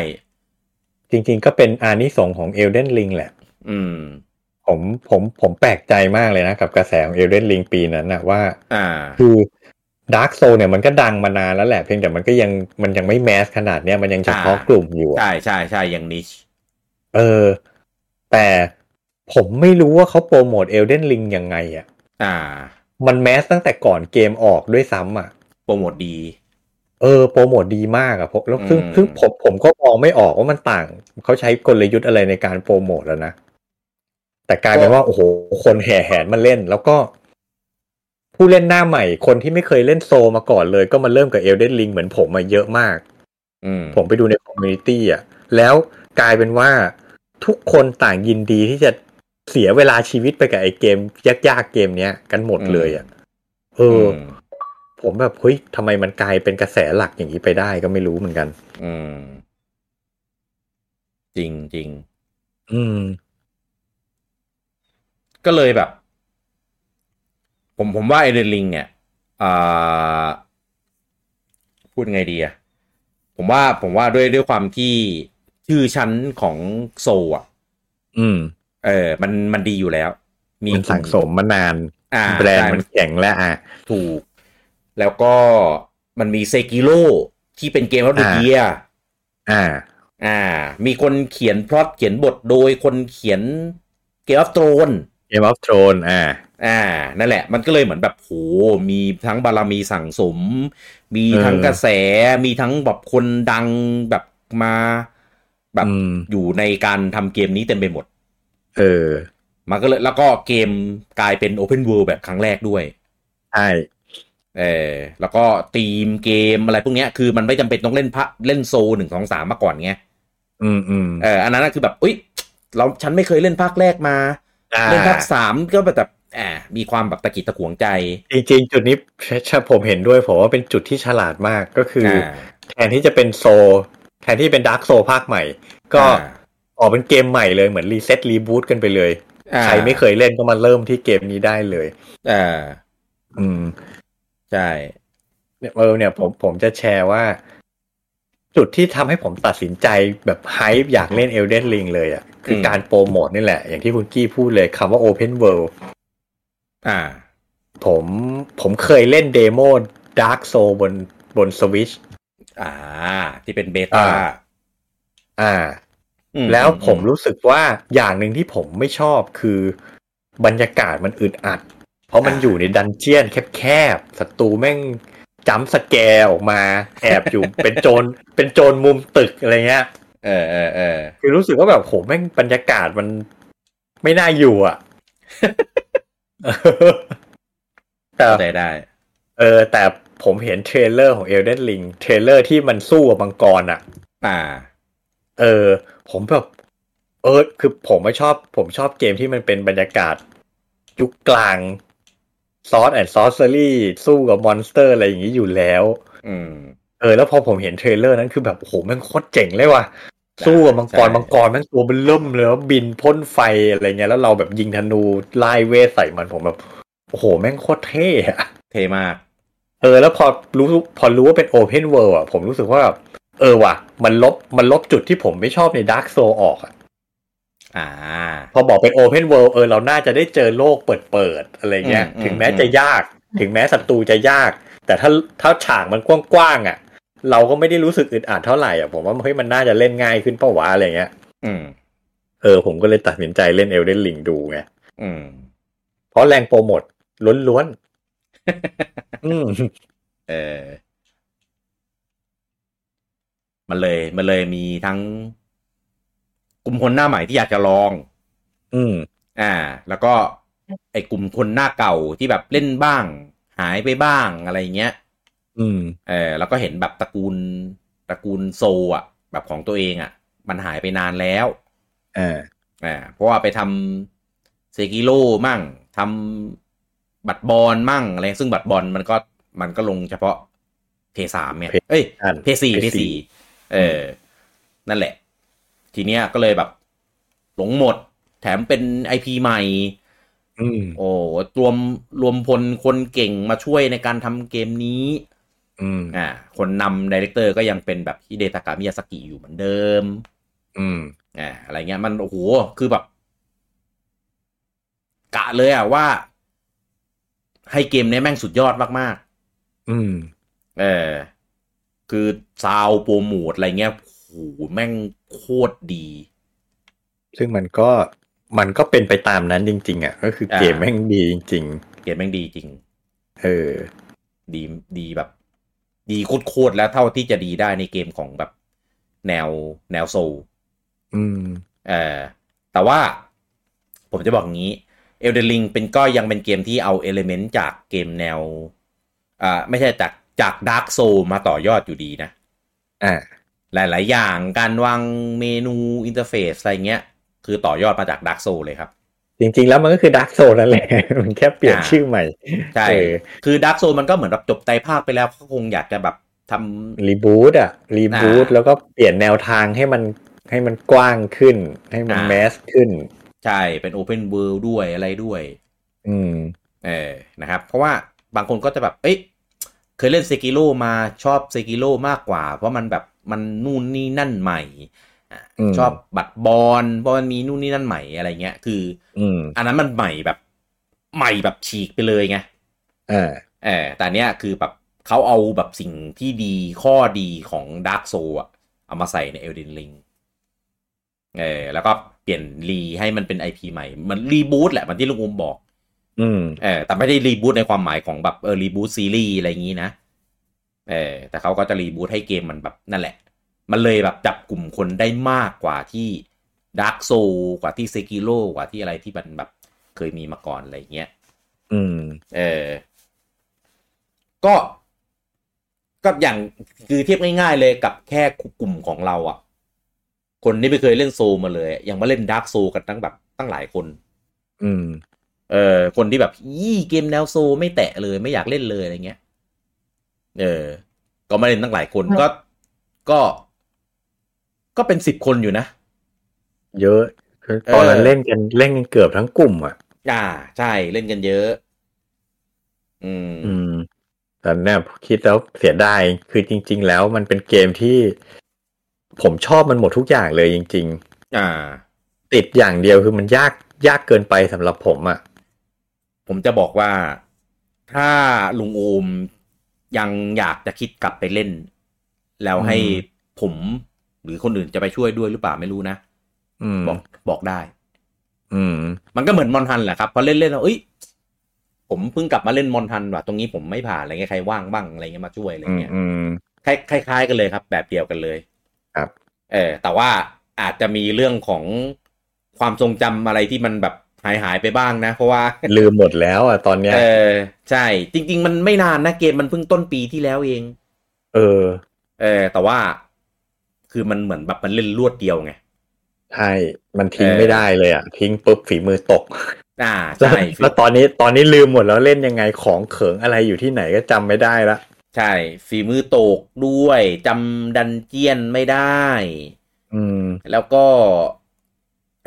จ จริงๆก็เป็นอานิสงส์ของ Elden Ring แหละ อืม ผมผมผมแปลกใจมากเลยนะกับกระแสของ Elden Ring ปีนั้นนะว่า อ่า คือ Dark Soul เนี่ยมันก็ดังมานานแล้วแหละ เพียงแต่มันก็ยังมันยังไม่แมสขนาดเนี้ยมันยังเฉพาะ อ่าก ก ลุ่มอยู่อะ ใช่ใช่ใช่อย่างนิช เออ แต่ผมไม่รู้ว่าเขาโปรโมท Elden Ring ยังไงอะ อ่า มันแมสตั้งแต่ก่อนเกมออกด้วยซ้ำอะ โปรโมทดี เออโปรโมทดีมากอะผมแล้วซึ่ง อืม ซึ่งผมผมก็มองไม่ออกว่ามันต่าง เขาใช้กลยุทธ์อะไรในการโปรโมทแล้วนะ แต่กลายเป็นว่า โอ้โห คนแห่แหนมาเล่น แล้วก็ ผู้เล่นหน้าใหม่ คนที่ไม่เคยเล่นโซลมาก่อนเลย ก็มาเริ่มกับเอลเดนลิงเหมือนผมมาเยอะมาก อืม ผมไปดูในคอมมูนิตี้อ่ะ แล้วกลายเป็นว่าทุกคนต่างยินดีที่จะเสียเวลาชีวิตไปกับไอ้เกมยากๆเกมเนี้ยกันหมดเลยอ่ะเอออ ม ผมแบบเฮ้ยทำไมมันกลายเป็นกระแสหลักอย่างนี้ไปได้ก็ไม่รู้เหมือนกัน อืม จริงจริง อืม ก็เลยแบบ ผมผมว่าเอเดนลิงเนี่ยอ่าพูดไงดีอะผมว่าผมว่าด้วยด้วยความที่ชื่อชั้นของโซลอ่ะ อืม เออ มันมันดีอยู่แล้ว มี มันสั่งสมมานาน อ่า แบรนด์ ใช่ มันแข็งแล้วอ่ะ ถูก แล้วก็มันมีเซกิโ o ที่เป็นเกมรับเด อ่า เยีย อ่า อ่า มีคนเขียนพล็อตเขียนบทโดยคนเขียนเกมอัฟโตรน Game of Thrones อ่า อ่า นั่นแหละ มันก็เลยเหมือนแบบโห มีทั้งบารมีสั่งสม มี เออ ทั้งกระแส มีทั้งแบบคนดังแบบมา แบบ อืม อยู่ในการทำเกมนี้เต็มไปหมด เออ มันก็เลย แล้วก็เกมกลายเป็น Open World แบบครั้งแรกด้วย ใช่ เออ แล้วก็ธีมเกมอะไรพวกเนี้ย คือมันไม่จำเป็นต้องเล่นพระเล่นโซหนึ่งสองสามมาก่อนไง อืมอืม เออ อันนั้นนะคือแบบเอ้ย เราฉันไม่เคยเล่นภาคแรกมา อ่า เล่นภาคสามก็แบบแบบอ่า มีความแบบตะกิดตะขวงใจ จริงๆ จุดนี้ชผมเห็นด้วยผมว่าเป็นจุดที่ฉลาดมากก็คือ า แทนที่จะเป็นโซ แทนที่เป็นดาร์กโซภาคใหม่ ก็ อ่า ออกเป็นเกมใหม่เลยเหมือนรีเซ็ตรีบูตกันไปเลย อ่า ใครไม่เคยเล่นก็มาเริ่มที่เกมนี้ได้เลย อ่า อืม ใช่ เนี่ยเออเนี่ยผมผมจะแชร์ว่า จุดที่ทำให้ผมตัดสินใจแบบไฮป์อยากเล่น Elden Ring เลยอะ่ะ คืออ ม การโปรโมทนี่แหละ อย่างที่คุณกี้พูดเลยคำว่า Open World อ่า ผมผมเคยเล่นเดโม Dark Soul บนบน Switch อ่า ที่เป็นเบต้า อ่า อ่า อื แล้วผมรู้สึกว่าอย่างหนึ่งที่ผมไม่ชอบคือบรรยากาศมันอึดอัด เพราะมันอยู่ในดันเจียนแคบๆศัตรูแม่งจัมป์สแกร์ออกมาแอบอยู่ เป็นโจรเป็นโจรมุมตึกอะไรเงี้ย เออเออเออ คือรู้สึกว่าแบบโหแม่งบรรยากาศมันไม่น่าอยู่อ่ะ แต่ เข้าใจได้ เออ แต่ผมเห็นเทรลเลอร์ของ Elden Ring เทรลเลอร์ที่มันสู้กับมังกรอ่ะ อ่า เออ ผมแบบเออ คือผมไม่ชอบ ผมชอบเกมที่มันเป็นบรรยากาศ ยุคกลางซอสแอนด์ซอสเซอรี่สู้กับมอนสเตอร์อะไรอย่างนี้อยู่แล้ว อืม เออแล้วพอผมเห็นเทรลเลอร์นั้นคือแบบโอ้โหแม่งโคตรเจ๋งเลยว่ะสู้กับมังกร ใช่ มังกรแม่งตัวมันเริ่มเลยแล้วบินพ่นไฟอะไรเงี้ยแล้วเราแบบยิงธนูไล่เวทใส่มันผมแบบโอ้โหแม่งโคตรเท่อะ เทมาก เออ แล้วพอรู้พอรู้ว่าเป็นโอเพนเวิลด์อะผมรู้สึกว่าแบบเออว่ะ มันลบมันลบจุดที่ผมไม่ชอบในดาร์กโซออกอะ อ่า พอบอกเป็นโอเพนเวิลด์เออเราน่าจะได้เจอโลกเปิดเปิดๆอะไรเงี้ย อืมอืม ถึงแม้จะยาก ถึงแม้ศัตรูจะยาก แต่ถ้าถ้าฉากมันกว้างๆอะเราก็ไม่ได้รู้สึกอึดอัดเท่าไหร่อะผมว่าเฮ้ยมันน่าจะเล่นง่ายขึ้นเป้าวะอะไรเงี้ย อืม เออผมก็เลยตัดสินใจเล่นเอลเดนลิงดูไง อืม เพราะแรงโปรโมทล้วน ๆ อืม เออ มันเลย มันเลยมีทั้ง กลุ่มคนหน้าใหม่ที่อยากจะลอง อืม อ่า แล้วก็ ไอ้กลุ่มคนหน้าเก่าที่แบบเล่นบ้าง หายไปบ้างอะไรอย่างเงี้ย อืม เออแล้วก็เห็นแบบตระกูลตระกูลโซอ่ะ แบบของตัวเองอ่ะ มันหายไปนานแล้ว อ่า อ่าเพราะว่าไปทำเซกิโลมั่งทำบัตรบอลมั่งอะไรซึ่งบัตรบอลมันก็มันก็ลงเฉพาะเพสามเนี่ยเอ้ย อัน เพสี่เพ PS4 สี่เออ นั่นแหละ ทีเนี้ยก็เลยแบบหลงหมด แถมเป็นไอพีใหม่ อืม โอ้รวมรวมพลคนเก่งมาช่วยในการทำเกมนี้ อืม อ่าคนนำดีเลกเตอร์ก็ยังเป็นแบบฮิเดตากะมิยาสกิอยู่เหมือนเดิม อืมอ่าอะไรเงี้ยมันโอ้โหคือแบบ กะเลยอ่ะว่า ให้เกมเนี้ยแม่งสุดยอดมาก อืม ๆ เออ คือซาวด์โปรโมทอะไรเงี้ยโอ้โหแม่งโคตรดี ซึ่งมันก็มันก็เป็นไปตามนั้นจริง ๆ อ่ะ ก็คือเกม อ่า แม่งดีจริง เกมแม่งดีจริง ๆ เออ ดีดีแบบ ดีโคตรๆแล้วเท่าที่จะดีได้ในเกมของแบบแนวแนวโซล อืม เออแต่ว่าผมจะบอกอย่างนี้ Elden Ring เป็นก็ยังเป็นเกมที่เอาเอลเมนต์จากเกมแนวอ่าไม่ใช่จากจาก Dark Soul มาต่อยอดอยู่ดีนะ อ่า หลาย ๆ อย่างการวางเมนูอินเทอร์เฟซอะไรเงี้ย คือต่อยอดมาจาก Dark Soul เลยครับ จริง ๆ แล้วมันก็คือด a r k กโซนนั่นแหละ มันแค่เปลี่ยน อ่า ชื่อใหม่ ใช่ เออ คือ Dark Soul มันก็เหมือนแบบจบไตรภาคไปแล้วเขาคงอยากจะแบบท รีบูตอ่ะ รีบูต อ่า แล้วก็เปลี่ยนแนวทางให้มันให้มันกว้างขึ้น ให้มัน อ่า แมสขึ้น ำใช่ เป็น Open World ด้วยอะไรด้วย อืม เออ นะครับ เพราะว่าบางคนก็จะแบบ เอ้ย เคยเล่นเซกิโ o มาชอบเซกิโ o มากกว่า เพราะมันแบบมันนู่นนี่นั่นใหม่อ่ะ อืม ชอบบัตรบอลเพราะมันมีนู่นนี่นั่นใหม่อะไรเงี้ย คือ อืม อันนั้นมันใหม่แบบใหม่แบบฉีกไปเลยไง อ่า เออ แต่เนี้ยคือแบบเขาเอาแบบสิ่งที่ดีข้อดีของ Dark Soul อะเอามาใส่ใน Elden Ring เออ แล้วก็เปลี่ยนรีให้มันเป็น IP ใหม่ มันรีบูตแหละเหมันที่ลุงอุ้มบอก อืม เออแต่ไม่ได้รีบูตในความหมายของแบบเออรีบูตซีรีส์อะไรอย่างนี้นะเออแต่เขาก็จะรีบูตให้เกมมันแบบนั่นแหละ มันเลยแบบจับกลุ่มคนได้มากกว่าที่ด a r k กโซกว่าที่เซกิโ o กว่าที่อะไรที่มันแบบเคยมีมาก่อนอะไรอย่างเงี้ย อืม เออก็ ก็อย่างคือเทียบง่ายๆเลยกับแค่กลุ่มของเราอะ่ะ คนที่ไม่เคยเล่นโซมาเลยอะยังมาเล่นด a r k กโซกันตั้งแบบตั้งหลายคน อืม เออคนที่แบบยี่เกมแนวโซลไม่แตะเลยไม่อยากเล่นเลยอะไรเงี้ย เออ ก็มาเล่นตั้งหลายคน ครับ ก็ก็ ก็เป็นสิบคนอยู่นะ เยอะคือตอนนั้นเล่นกันเล่นกันเกือบทั้งกลุ่มอ่ะ อ่า ใช่เล่นกันเยอะ อืม อืมแต่เนี่ยคิดแล้วเสียดายคือจริง ๆ แล้วมันเป็นเกมที่ ผมชอบมันหมดทุกอย่างเลยจริง อ่า ๆ ติดอย่างเดียวคือมันยากยากเกินไปสำหรับผมอะ่ะ ผมจะบอกว่าถ้าลุงโอมยังอยากจะคิดกลับไปเล่น แล้วให้ อืม ผมหรือคนอื่นจะไปช่วยด้วยหรือเปล่าไม่รู้นะ อืม บอกบอกได้ อืม มันก็เหมือนมอนทันแหละครับพอเล่นเล่นแล้วเอ้ยผมเพิ่งกลับมาเล่นมอนทันว่ะตรงนี้ผมไม่ผ่านอะไรเงี้ยใครว่างบ้างอะไรเงี้ยมาช่วยอะไร อืม เงี้ย อืม คล้ายคล้ายๆกันเลยครับ แบบเดียวกันเลย ครับ เออแต่ว่าอาจจะมีเรื่องของความทรงจำอะไรที่มันแบบหายหายๆไปบ้างนะ เพราะว่า ลืมหมดแล้วอ่ะตอนเนี้ย เออใช่ จริง ๆ มันไม่นานนะเกมมันเพิ่งต้นปีที่แล้วเอง เออ เออ แต่ว่าคือมันเหมือนแบบมันเล่นรวดเดียวไง ใช่มันทิ้ง เออ ไม่ได้เลยอ่ะ ทิ้งปุ๊บฝีมือตก อ่า แล้ว ใช่ แล้วตอนนี้ตอนนี้ลืมหมดแล้วเล่นยังไงของเขิงอะไรอยู่ที่ไหนก็จำไม่ได้ละ ใช่ฝีมือโตกด้วยจำดันเจียนไม่ได้ อืม แล้วก็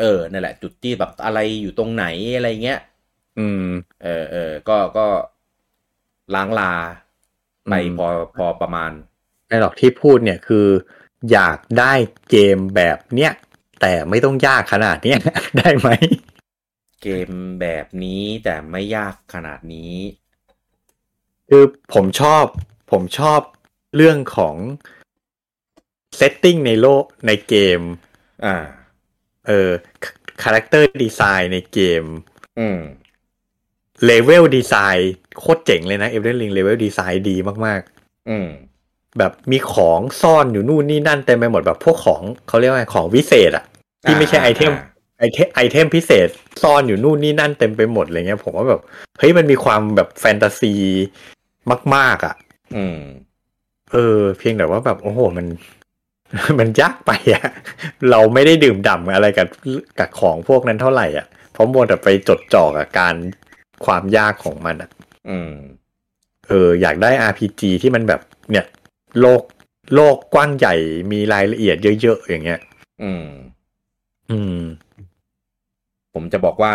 เออนั่นแหละ จุดที่แบบอะไรอยู่ตรงไหนอะไรเงี้ย อืม เออเออก็ก็ล้างลาไป อืม พอพอประมาณ ไม่หรอกที่พูดเนี่ยคือ อยากได้เกมแบบเนี้ยแต่ไม่ต้องยากขนาดเนี้ย ได้ไหม เกมแบบนี้แต่ไม่ยากขนาดนี้ คือผมชอบ ผมชอบเรื่องของเซตติ้งในโลกในเกม อ่า เออคาแรคเตอร์ดีไซน์ในเกม อืม เลเวลดีไซน์โคตรเจ๋งเลยนะเอเดนลิงเลเวลดีไซน์ดีมาก อืม ๆ แบบมีของซ่อนอยู่นู่นนี่นั่นเต็มไปหมดแบบพวกของเขาเรียกว่าไงของวิเศษอะที่ไม่ใช่ไอเทม ไอเทมไอเทมพิเศษซ่อนอยู่นู่นนี่นั่นเต็มไปหมดอะไรเงี้ยผมว่าแบบเฮ้ยมันมีความแบบแฟนตาซีมาก ๆอะ่ะ อืม เออ เพียงแต่ว่าแบบโอ้โหมัน มันยากไปอะ่ะ เราไม่ได้ดื่มด่ำอะไรกับกับของพวกนั้นเท่าไหร่อะ่ะเพราะมัวแต่ไปจดจ่อกับการความยากของมันอะ่ะ อืม เอออยากได้ RPG ที่มันแบบเนี่ย โลกโลกกว้างใหญ่มีรายละเอียดเยอะๆอย่างเงี้ย อืม อืม ผมจะบอกว่า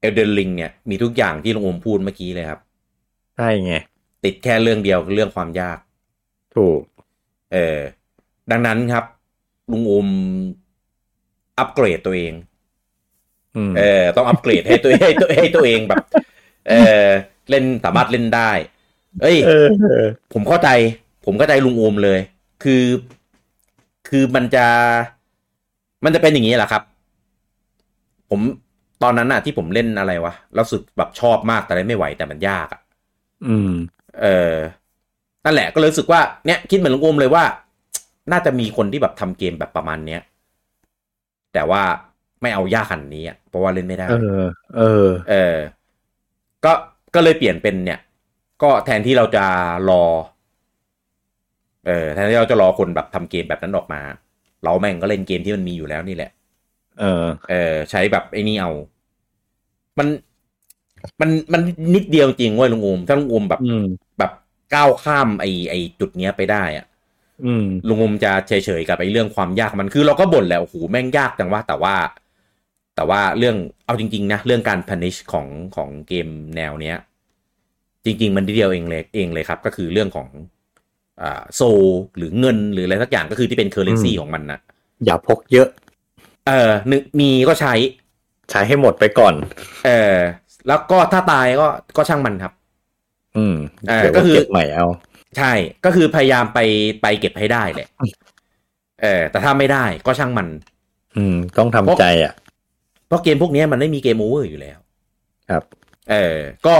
เอลเดนลิงเนี่ยมีทุกอย่างที่ลุงโอมพูดเมื่อกี้เลยครับ ใช่ไง ติดแค่เรื่องเดียวคือเรื่องความยาก ถูก เออดังนั้นครับ ลุงอมอัปเกรดตัวเอง อืม เออต้อง อัปเกรดให้ตัวให้ตัวให้ตัวเองแบบ เออเล่นสามารถเล่นได้ เอ้ย เออเออ ผมเข้าใจ ผมเข้าใจลุงโอมเลย คือ คือมันจะ มันจะเป็นอย่างนี้แหละครับ ผมตอนนั้นน่ะ ที่ผมเล่นอะไรวะแล้วรู้สึกแบบชอบมากแต่เล่นไม่ไหวแต่มันยากอะ อืม เออ นั่นแหละก็เลยรู้สึกว่าเนี่ยคิดเหมือนลุงโอมเลยว่า น่าจะมีคนที่แบบทำเกมแบบประมาณเนี้ยแต่ว่าไม่เอายากขนาดนี้อะเพราะว่าเล่นไม่ได้ เออ เออ เออ ก็ ก็เลยเปลี่ยนเป็นเนี่ย ก็แทนที่เราจะรอ เออ แทนที่เราจะรอคนแบบทำเกมแบบนั้นออกมา เราแม่งก็เล่นเกมที่มันมีอยู่แล้วนี่แหละ เออ เออ ใช้แบบไอ้นี่เอา มัน มัน มันนิดเดียวจริงเว้ยลุงอูมถ้าลุงอูมแบบ อืม แบบก้าวข้ามไอ้ไอ้จุดเนี้ยไปได้อะ อืม ลุงงมจะเฉยๆกับไอ้เรื่องความยากมันคือเราก็บ่นแหละโอ้โหแม่งยากจังว่าแต่ว่า แต่ว่าเรื่องเอาจริง ๆ นะ เรื่องการ punish ของของเกมแนวเนี้ย จริง ๆ มันนิดเดียวเองเลยเองเลยครับ ก็คือเรื่องของอ่าโซหรือเงินหรืออะไรสักอย่างก็คือที่เป็นเคอร์เรนซี อืม ของมันนะ อย่าพกเยอะ เออหนึ่งมีก็ใช้ ใช้ให้หมดไปก่อน เออแล้วก็ถ้าตายก็ก็ช่างมันครับ อืม เออ เดี๋ยว ก็คือ เก็บใหม่เอา ใช่ก็คือพยายามไปไปเก็บให้ได้แหละเออแต่ถ้าไม่ได้ก็ช่างมัน อืม ต้องทำใจอ่ะ เพราะเกมพวกเนี้ยมันไม่มีเกมโอเวอร์อยู่แล้ว ครับ เออ ก็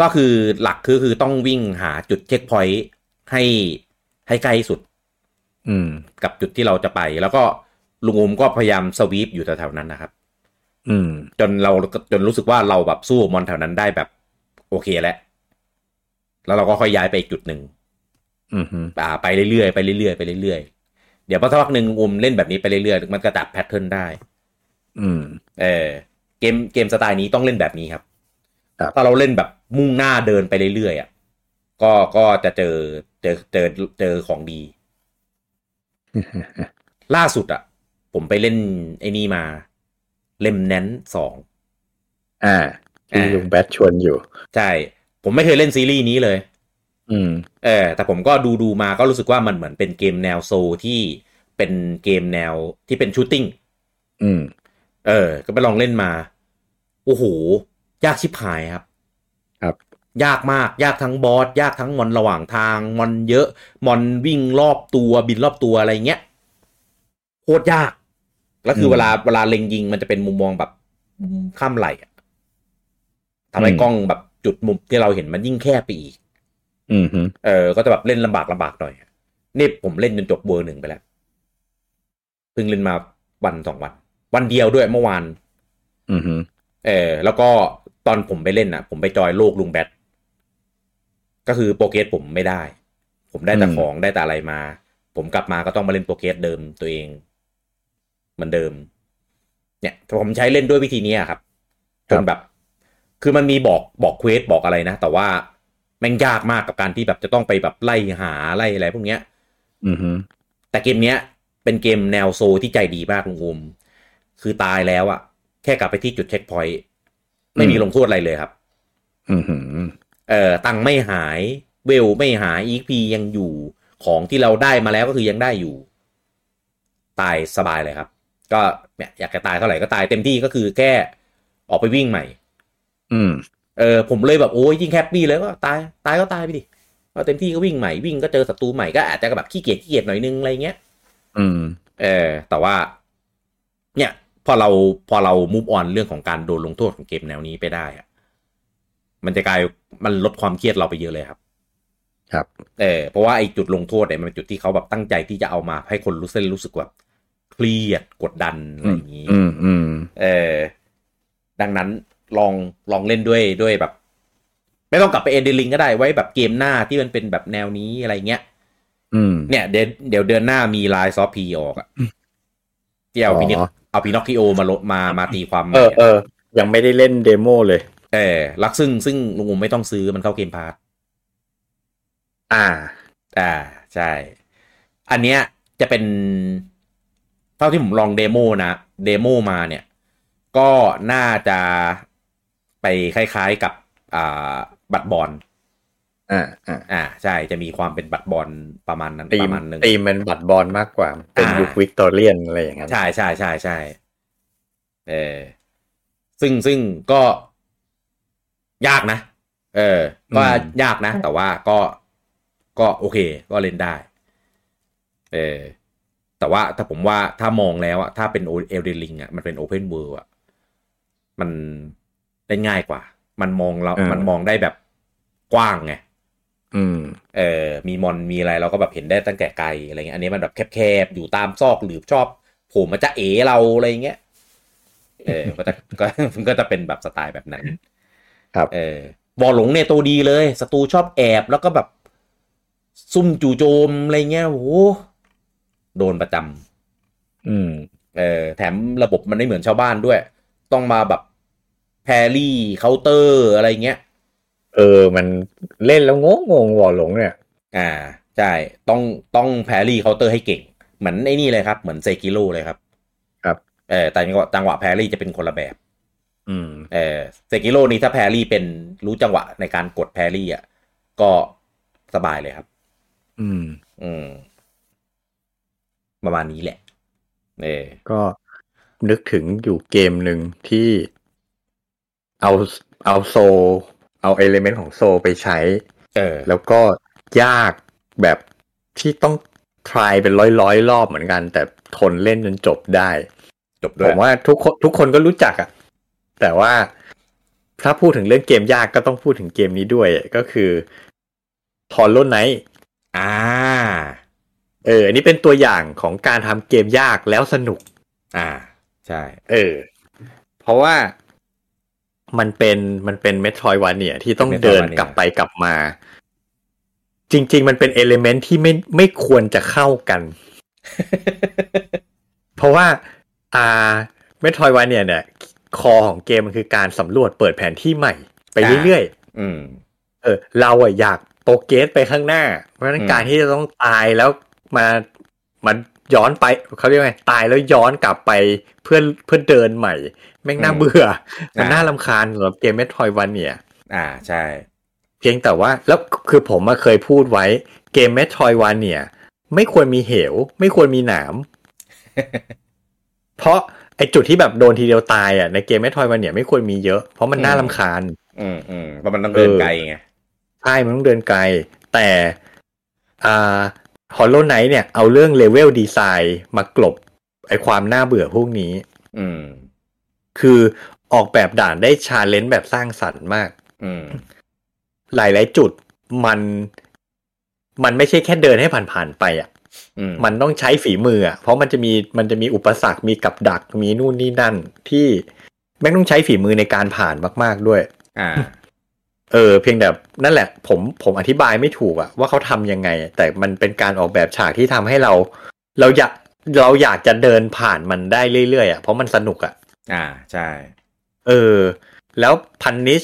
ก็คือหลักคือคือต้องวิ่งหาจุดเช็คพอยต์ให้ให้ใกล้สุด อืม กับจุดที่เราจะไป แล้วก็ลุงอมก็พยายามสวีปอยู่แถวๆนั้นนะครับ อืม จนเราจนรู้สึกว่าเราแบบสู้มอนแถวนั้นได้แบบ โอเคแล้ว แล้วเราก็ค่อยย้ายไปอีกจุดหนึ่ง อืมฮึ อ่าไปเรื่อยๆไปเรื่อยๆไปเรื่อยๆ เดี๋ยวพอสักพักหนึ่งลุงอมเล่นแบบนี้ไปเรื่อยๆมันก็จับแพทเทิร์นได้ อืม เออเกมเกมสไตล์นี้ต้องเล่นแบบนี้ครับ ครับ ถ้าเราเล่นแบบมุ่งหน้าเดินไปเรื่อยๆอ่ะก็ก็จะเจอเจอเจอเจอของดี ล่าสุดอ่ะ ผมไปเล่นไอ้นี่มา เล่มแนนสอง อ่าที่ อ่า ลุงแบทชวนอยู่ ใช่ ผมไม่เคยเล่นซีรีส์นี้เลย อืม เออแต่ผมก็ดูดูมาก็รู้สึกว่ามันเหมือนเป็นเกมแนวโซลที่เป็นเกมแนวที่เป็นชูตติ้ง อืม เออ ก็ไปลองเล่นมา โอ้โห ยากชิบหายครับ ครับ ยากมาก ยากทั้งบอส ยากทั้งมอนระหว่างทาง มอนเยอะ มอนวิ่งรอบตัว บินรอบตัวอะไรเงี้ย โคตรยาก แล้วคือเวลาเวลาเล็งยิงมันจะเป็นมุมมองแบบข้ามไหลอะทำให้กล้องแบบจุดมุมที่เราเห็นมันยิ่งแคบไปอีก อืมฮึ เออ ก็จะแบบเล่นลำบากลำบากหน่อย นี่ผมเล่นจนจบเวอร์หนึ่งไปแล้ว เพิ่งเล่นมาวันสองวัน วันเดียวด้วยเมื่อวาน อืมฮึ เออแล้วก็ตอนผมไปเล่นน่ะ ผมไปจอยโลกลุงแบทก็คือโปรเกรสผมไม่ได้ ผมได้แต่ของได้แต่อะไรมา ผมกลับมาก็ต้องมาเล่นโปรเกรสเดิมตัวเองเหมือนเดิม เนี่ยแต่ผมใช้เล่นด้วยวิธีเนี้ยครับจนแบบ คือมันมีบอกบอกเควสบอกอะไรนะแต่ว่าแม่งยากมากกับการที่แบบจะต้องไปแบบไล่หาไล่อะไรพวกเนี้ย อืมฮึ แต่เกมเนี้ย เป็นเกมแนวโซลที่ใจดีมากลุงอุมคือตายแล้วอะแค่กลับไปที่จุดเช็คพอยต์ไม่มีลงโทษอะไรเลยครับ อืมฮึ เอ่อตังค์ไม่หาย เวลไม่หายอีพียังอยู่ของที่เราได้มาแล้วก็คือยังได้อยู่ ตายสบายเลยครับ ก็เนี่ยอยากจะตายเท่าไหร่ก็ตายเต็มที่ก็คือแค่ออกไปวิ่งใหม่ อืม เออผมเลยแบบโอ้ยยิ่งแฮปปี้เลยก็ตายตายก็ตายไปดิก็เต็มที่ก็วิ่งใหม่วิ่งก็เจอศัตรูใหม่ก็อาจจะแบบขี้เกียจขี้เกียจหน่อยนึงอะไรเงี้ย อืม เออแต่ว่า เนี่ย พอเราพอเรามูฟออนเรื่องของการโดนลงโทษของเกมแนวนี้ไปได้อะมันจะกลายมันลดความเครียดเราไปเยอะเลยครับ ครับ เออเพราะว่าไอ้จุดลงโทษเนี่ยมันเป็นจุดที่เขาแบบตั้งใจที่จะเอามาให้คนรู้สึกรู้สึกแบบเครียดกดดันอะไรอย่างนี้ อืมอืม เออดังนั้นลองลองเล่นด้วยด้วยแบบ ไม่ต้องกลับไปเอนเดลิงก็ได้ไว้แบบเกมหน้าที่มันเป็นแบบแนวนี้อะไรเงี้ย อืม เนี่ยเดี๋ยวเดี๋ยวเดือนหน้ามีไลน์ซอฟพีออกอะที่เอา อ๋อ พินิจเอาพินอคคิโอมาลดมามาตีความให เอ ม่ อเอ อะ อ ยังไม่ได้เล่นเดโมเลย เออรักซึ่งซึ่งลุงอุมไม่ต้องซื้อมันเข้าเกมพาร์ท อ่า อ่าใช่ อันเนี้ยจะเป็น เท่าที่ผมลองเดโมนะเดโมมาเนี่ย ก็น่าจะไปคล้ายๆกับอ่าบัตรบอล อ่าอ่า อ่าใช่จะมีความเป็นบัตรบอลประมาณนั้น ตี ป ม ระมาณหนึง ตีมเป็นบัตรบอลมากกว่า เป็น อ่ายุ ยุควิกตอเรียนอะไรอย่างเงี้ย ใช่ใช่ใช่ใช่เออซึ่งซึ่งก็ยากนะ เออ ก็ยากนะ แต่ว่าก็ก็โอเค ก็เล่นได้ เออ แต่ว่าถ้าผมว่าถ้ามองแล้วอะถ้าเป็นเอลเดลิงอะมันเป็นโอเพนเวิร์อะมันเล่นง่ายกว่า มันมองเรามันมองได้แบบกว้างไง อืม เออมีมอน มีอะไรเราก็แบบเห็นได้ตั้งแต่ไกลอะไรเงี้ย อันนี้มันแบบแคบๆ อยู่ตามซอกหรือชอบโผล่มาจะเอเราอะไรเงี้ย เออ ก็จะก็ มันก็จะเป็นแบบสไตล์แบบนั้น ครับ เออวอหลงเนี่ยตัวดีเลยศัตรูชอบแอบแล้วก็แบบ ซุ่มจู่โจมอะไรเงี้ย โอ้โหโดนประจำ อืม เออแถมระบบมันไม่เหมือนชาวบ้านด้วย ต้องมาแบบแพรรี่เคาน์เตอร์อะไรเงี้ย เออ มันเล่นแล้วงงงงวอหลงเนี่ย อ่าใช่ต้องต้องแพรรี่เคาน์เตอร์ให้เก่ง เหมือนไอ้นี่เลยครับ เหมือนเซกิโลเลยครับ ครับ เออแต่จังหวะจังหวะแพรรี่จะเป็นคนละแบบ อืม เออเซกิโลนี่ถ้าแพรรี่เป็นรู้จังหวะในการกดแพรรี่อ่ะก็สบายเลยครับ อืม อืม ประมาณนี้แหละ เออ ก็นึกถึงอยู่เกมหนึ่งที่เอาเอาโซลเอาเอลิเมนต์ของโซลไปใช้ เออ แล้วก็ยากแบบที่ต้องทรายเป็นร้อยร้อยๆรอบเหมือนกัน แต่ทนเล่นจนจบได้ จบด้ ผ วย มว่าทุกคนทุกคนก็รู้จักอะแต่ว่าถ้าพูดถึงเรื่องเกมยากก็ต้องพูดถึงเกมนี้ด้วยก็คือทอนโลนไน อ่า เออ อันนี้เป็นตัวอย่างของการทำเกมยากแล้วสนุก อ่า ใช่ เออ เพราะว่ามันเป็นมันเป็นเมโทรวานเนี่ยที่ต้อง เป็น Metroidvania เดินกลับไปกลับมา จริง ๆ มันเป็นเอลิเมนที่ไม่ไม่ควรจะเข้ากัน เพราะว่าอ่าเมโทรวานเนี่ยเนี่ย คอของเกมมันคือการสำรวจเปิดแผนที่ใหม่ ไป อ่า เรื่อย อืม ๆเออ เราอะอยากโปรเกรสไปข้างหน้า เพราะฉะนั้น อืม การที่จะต้องตายแล้วมามันย้อนไปเขาเรียกว่าไงตายแล้วย้อนกลับไปเพื่อเพื่อเดินใหม่ แม่งน่าเบื่อ มันน่าลำคาญสำหรับเกมเมทรอยวันเนี่ย อ่าใช่ เพียงแต่ว่าแล้วคือผมมาเคยพูดไว้เกมเมทรอยวันเนี่ย ไม่ควรมีเหว ไม่ควรมีหนาม เพราะไอจุดที่แบบโดนทีเดียวตายอ่ะในเกมเมทรอยวันเนี่ยไม่ควรมีเยอะ เพราะมันน่า อืม ลำคาญ อืมอืมเพราะมันต้องเดิน เออ ไกลไง ใช่มันต้องเดินไกล แต่อ่าฮอลโลไนท์เนี่ยเอาเรื่องเลเวลดีไซน์มากลบไอความน่าเบื่อพวกนี้ อืม คือออกแบบด่านได้ชาเลนจ์แบบสร้างสรรค์มาก อืม หลาย ๆ จุดมันมันไม่ใช่แค่เดินให้ผ่าน ๆ ไปอ่ะ อืม มันต้องใช้ฝีมืออ่ะ เพราะมันจะมีมันจะมีอุปสรรคมีกับดักมีนู่นนี่นั่น ที่แม่งต้องใช้ฝีมือในการผ่านมาก ๆ ด้วย อ่า เออเพียงแต่นั่นแหละ ผมผมอธิบายไม่ถูกอะว่าเขาทำยังไง แต่มันเป็นการออกแบบฉากที่ทำให้เรา เราอยากเราอยากจะเดินผ่านมันได้เรื่อยๆอะเพราะมันสนุกอะ อ่าใช่ เออ แล้วพันนิช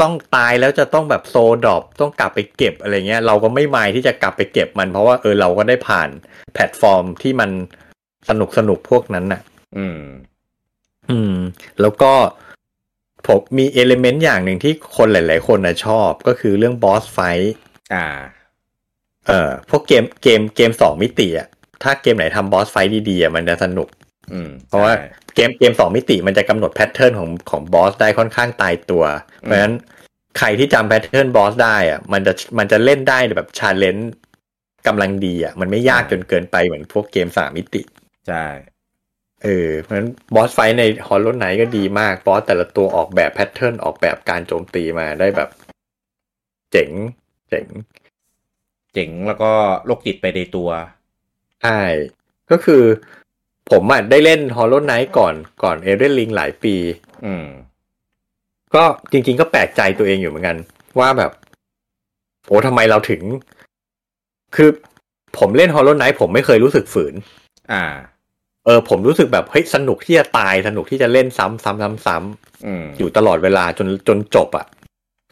ต้องตายแล้วจะต้องแบบโซดรอปต้องกลับไปเก็บอะไรเงี้ย เราก็ไม่มายที่จะกลับไปเก็บมัน เพราะว่าเออเราก็ได้ผ่านแพลตฟอร์มที่มันสนุกสนุกๆพวกนั้นน่ะ อืม อืม แล้วก็ผมมีเอลิเมนต์อย่างหนึ่งที่คนหลาย ๆ คนนะชอบก็คือเรื่องบอสไฟ อ่า เอ่อพวกเกมเกมเกมสองมิติอะถ้าเกมไหนทำบอสไฟต์ดีๆอะมันจะสนุก อืม เพราะว่า ใช่ เกมเกมสองมิติมันจะกำหนดแพทเทิร์นของของบอสได้ค่อนข้างตายตัว เพราะฉะนั้นใครที่จำแพทเทิร์นบอสได้อะมันจะมันจะเล่นได้แบบชาเลนจ์กำลังดีอะมันไม่ยากจนเกินไปเหมือนพวกเกมสามมิติ ใช่ เออเพราะฉะนั้นบอสไฟต์ในฮอล o ลไนก็ดีมากบอสแต่ละตัวออกแบบแพทเทิร์นออกแบบการโจมตีมาได้แบบ เจ๋งเจ๋ง เจ๋งแล้วก็โรคจิตไปในตัว ใช่ ก็คือผมอ่ะได้เล่น Hollow Knight ก่อนก่อนเอเดนลิงหลายปี อืม ก็จริง ๆ ก็แปลกใจตัวเองอยู่เหมือนกัน ว่าแบบ โอ้ทำไมเราถึง คือผมเล่น Hollow Knight ผมไม่เคยรู้สึกฝืน อ่า เออ ผมรู้สึกแบบเฮ้ยสนุกที่จะตายสนุกที่จะเล่นซ้ำซ้ำซ้ำซ้ำ อืม อยู่ตลอดเวลาจนจนจบอ่ะ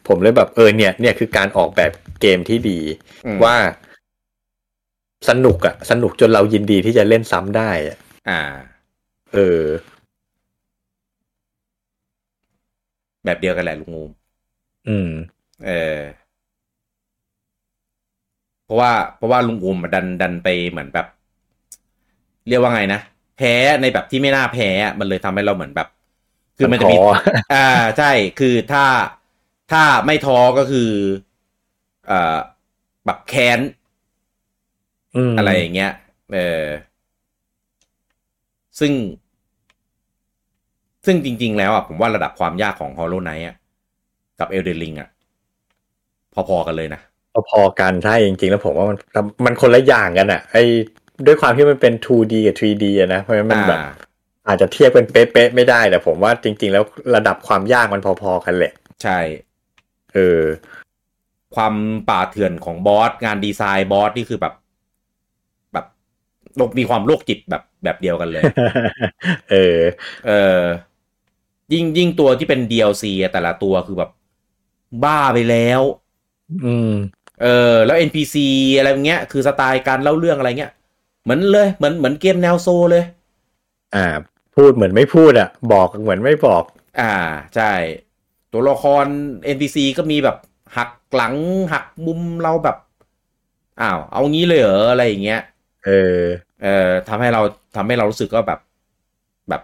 ผมเลยแบบเออเนี่ย เนี่ยคือการออกแบบเกมที่ดี อืม ว่าสนุกอ่ะ สนุกจนเรายินดีที่จะเล่นซ้ำได้อะ อ่า เออ แบบเดียวกันแหละลุงงู อืม เออ ราะว่าเพราะว่าลุงอูมดันดันไปเหมือนแบบ เรียกว่าไงนะแพ้ในแบบที่ไม่น่าแพ้อะมันเลยทำให้เราเหมือนแบบ คือมันจะมี ข อ่าใช่คือถ้าถ้าไม่ท้อก็คือเอ่อแบบแค้น ม อะไรอย่างเงี้ยเออซึ่ง ซึ่งจริง ๆ แล้วอ่ะผมว่าระดับความยากของ Hollow Knight อ่ะกับ Elden Ring อ่ะ พอ ๆ กันเลยนะ พอๆกันใช่จริงๆ แล้วผมว่ามันมันคนละอย่างกันอ่ะไอ้ด้วยความที่มันเป็น 2D กับ 3D อะนะเพราะฉะนั้นมันแบบ อ่า อาจจะเทียบเป็นเป๊ะๆไม่ได้แต่ผมว่าจริง ๆ แล้วระดับความยากมันพอๆกันแหละ ใช่ เออ ความป่าเถื่อนของบอส งานดีไซน์บอส นี่คือแบบ แบบมีความโรคจิตแบบแบบเดียวกันเลย เออ เออยิ่งยิ่งตัวที่เป็น DLC อะแต่ละตัวคือแบบ บ้าไปแล้ว อืม เออ แล้ว NPC อะไรอย่างเงี้ย คือสไตล์การเล่าเรื่องอะไรเงี้ย เหมือนเลย เหมือนเหมือนเกมแนวโซลเลย อ่า พูดเหมือนไม่พูดอ่ะ บอกเหมือนไม่บอก อ่า ใช่ ตัวละคร NPC ก็มีแบบหักหลังหักมุมเราแบบ อ้าว เอางี้เลยเหรอ อะไรอย่างเงี้ย เออ เอ่อทำให้เราทำให้เรารู้สึกก็แบบ แบบ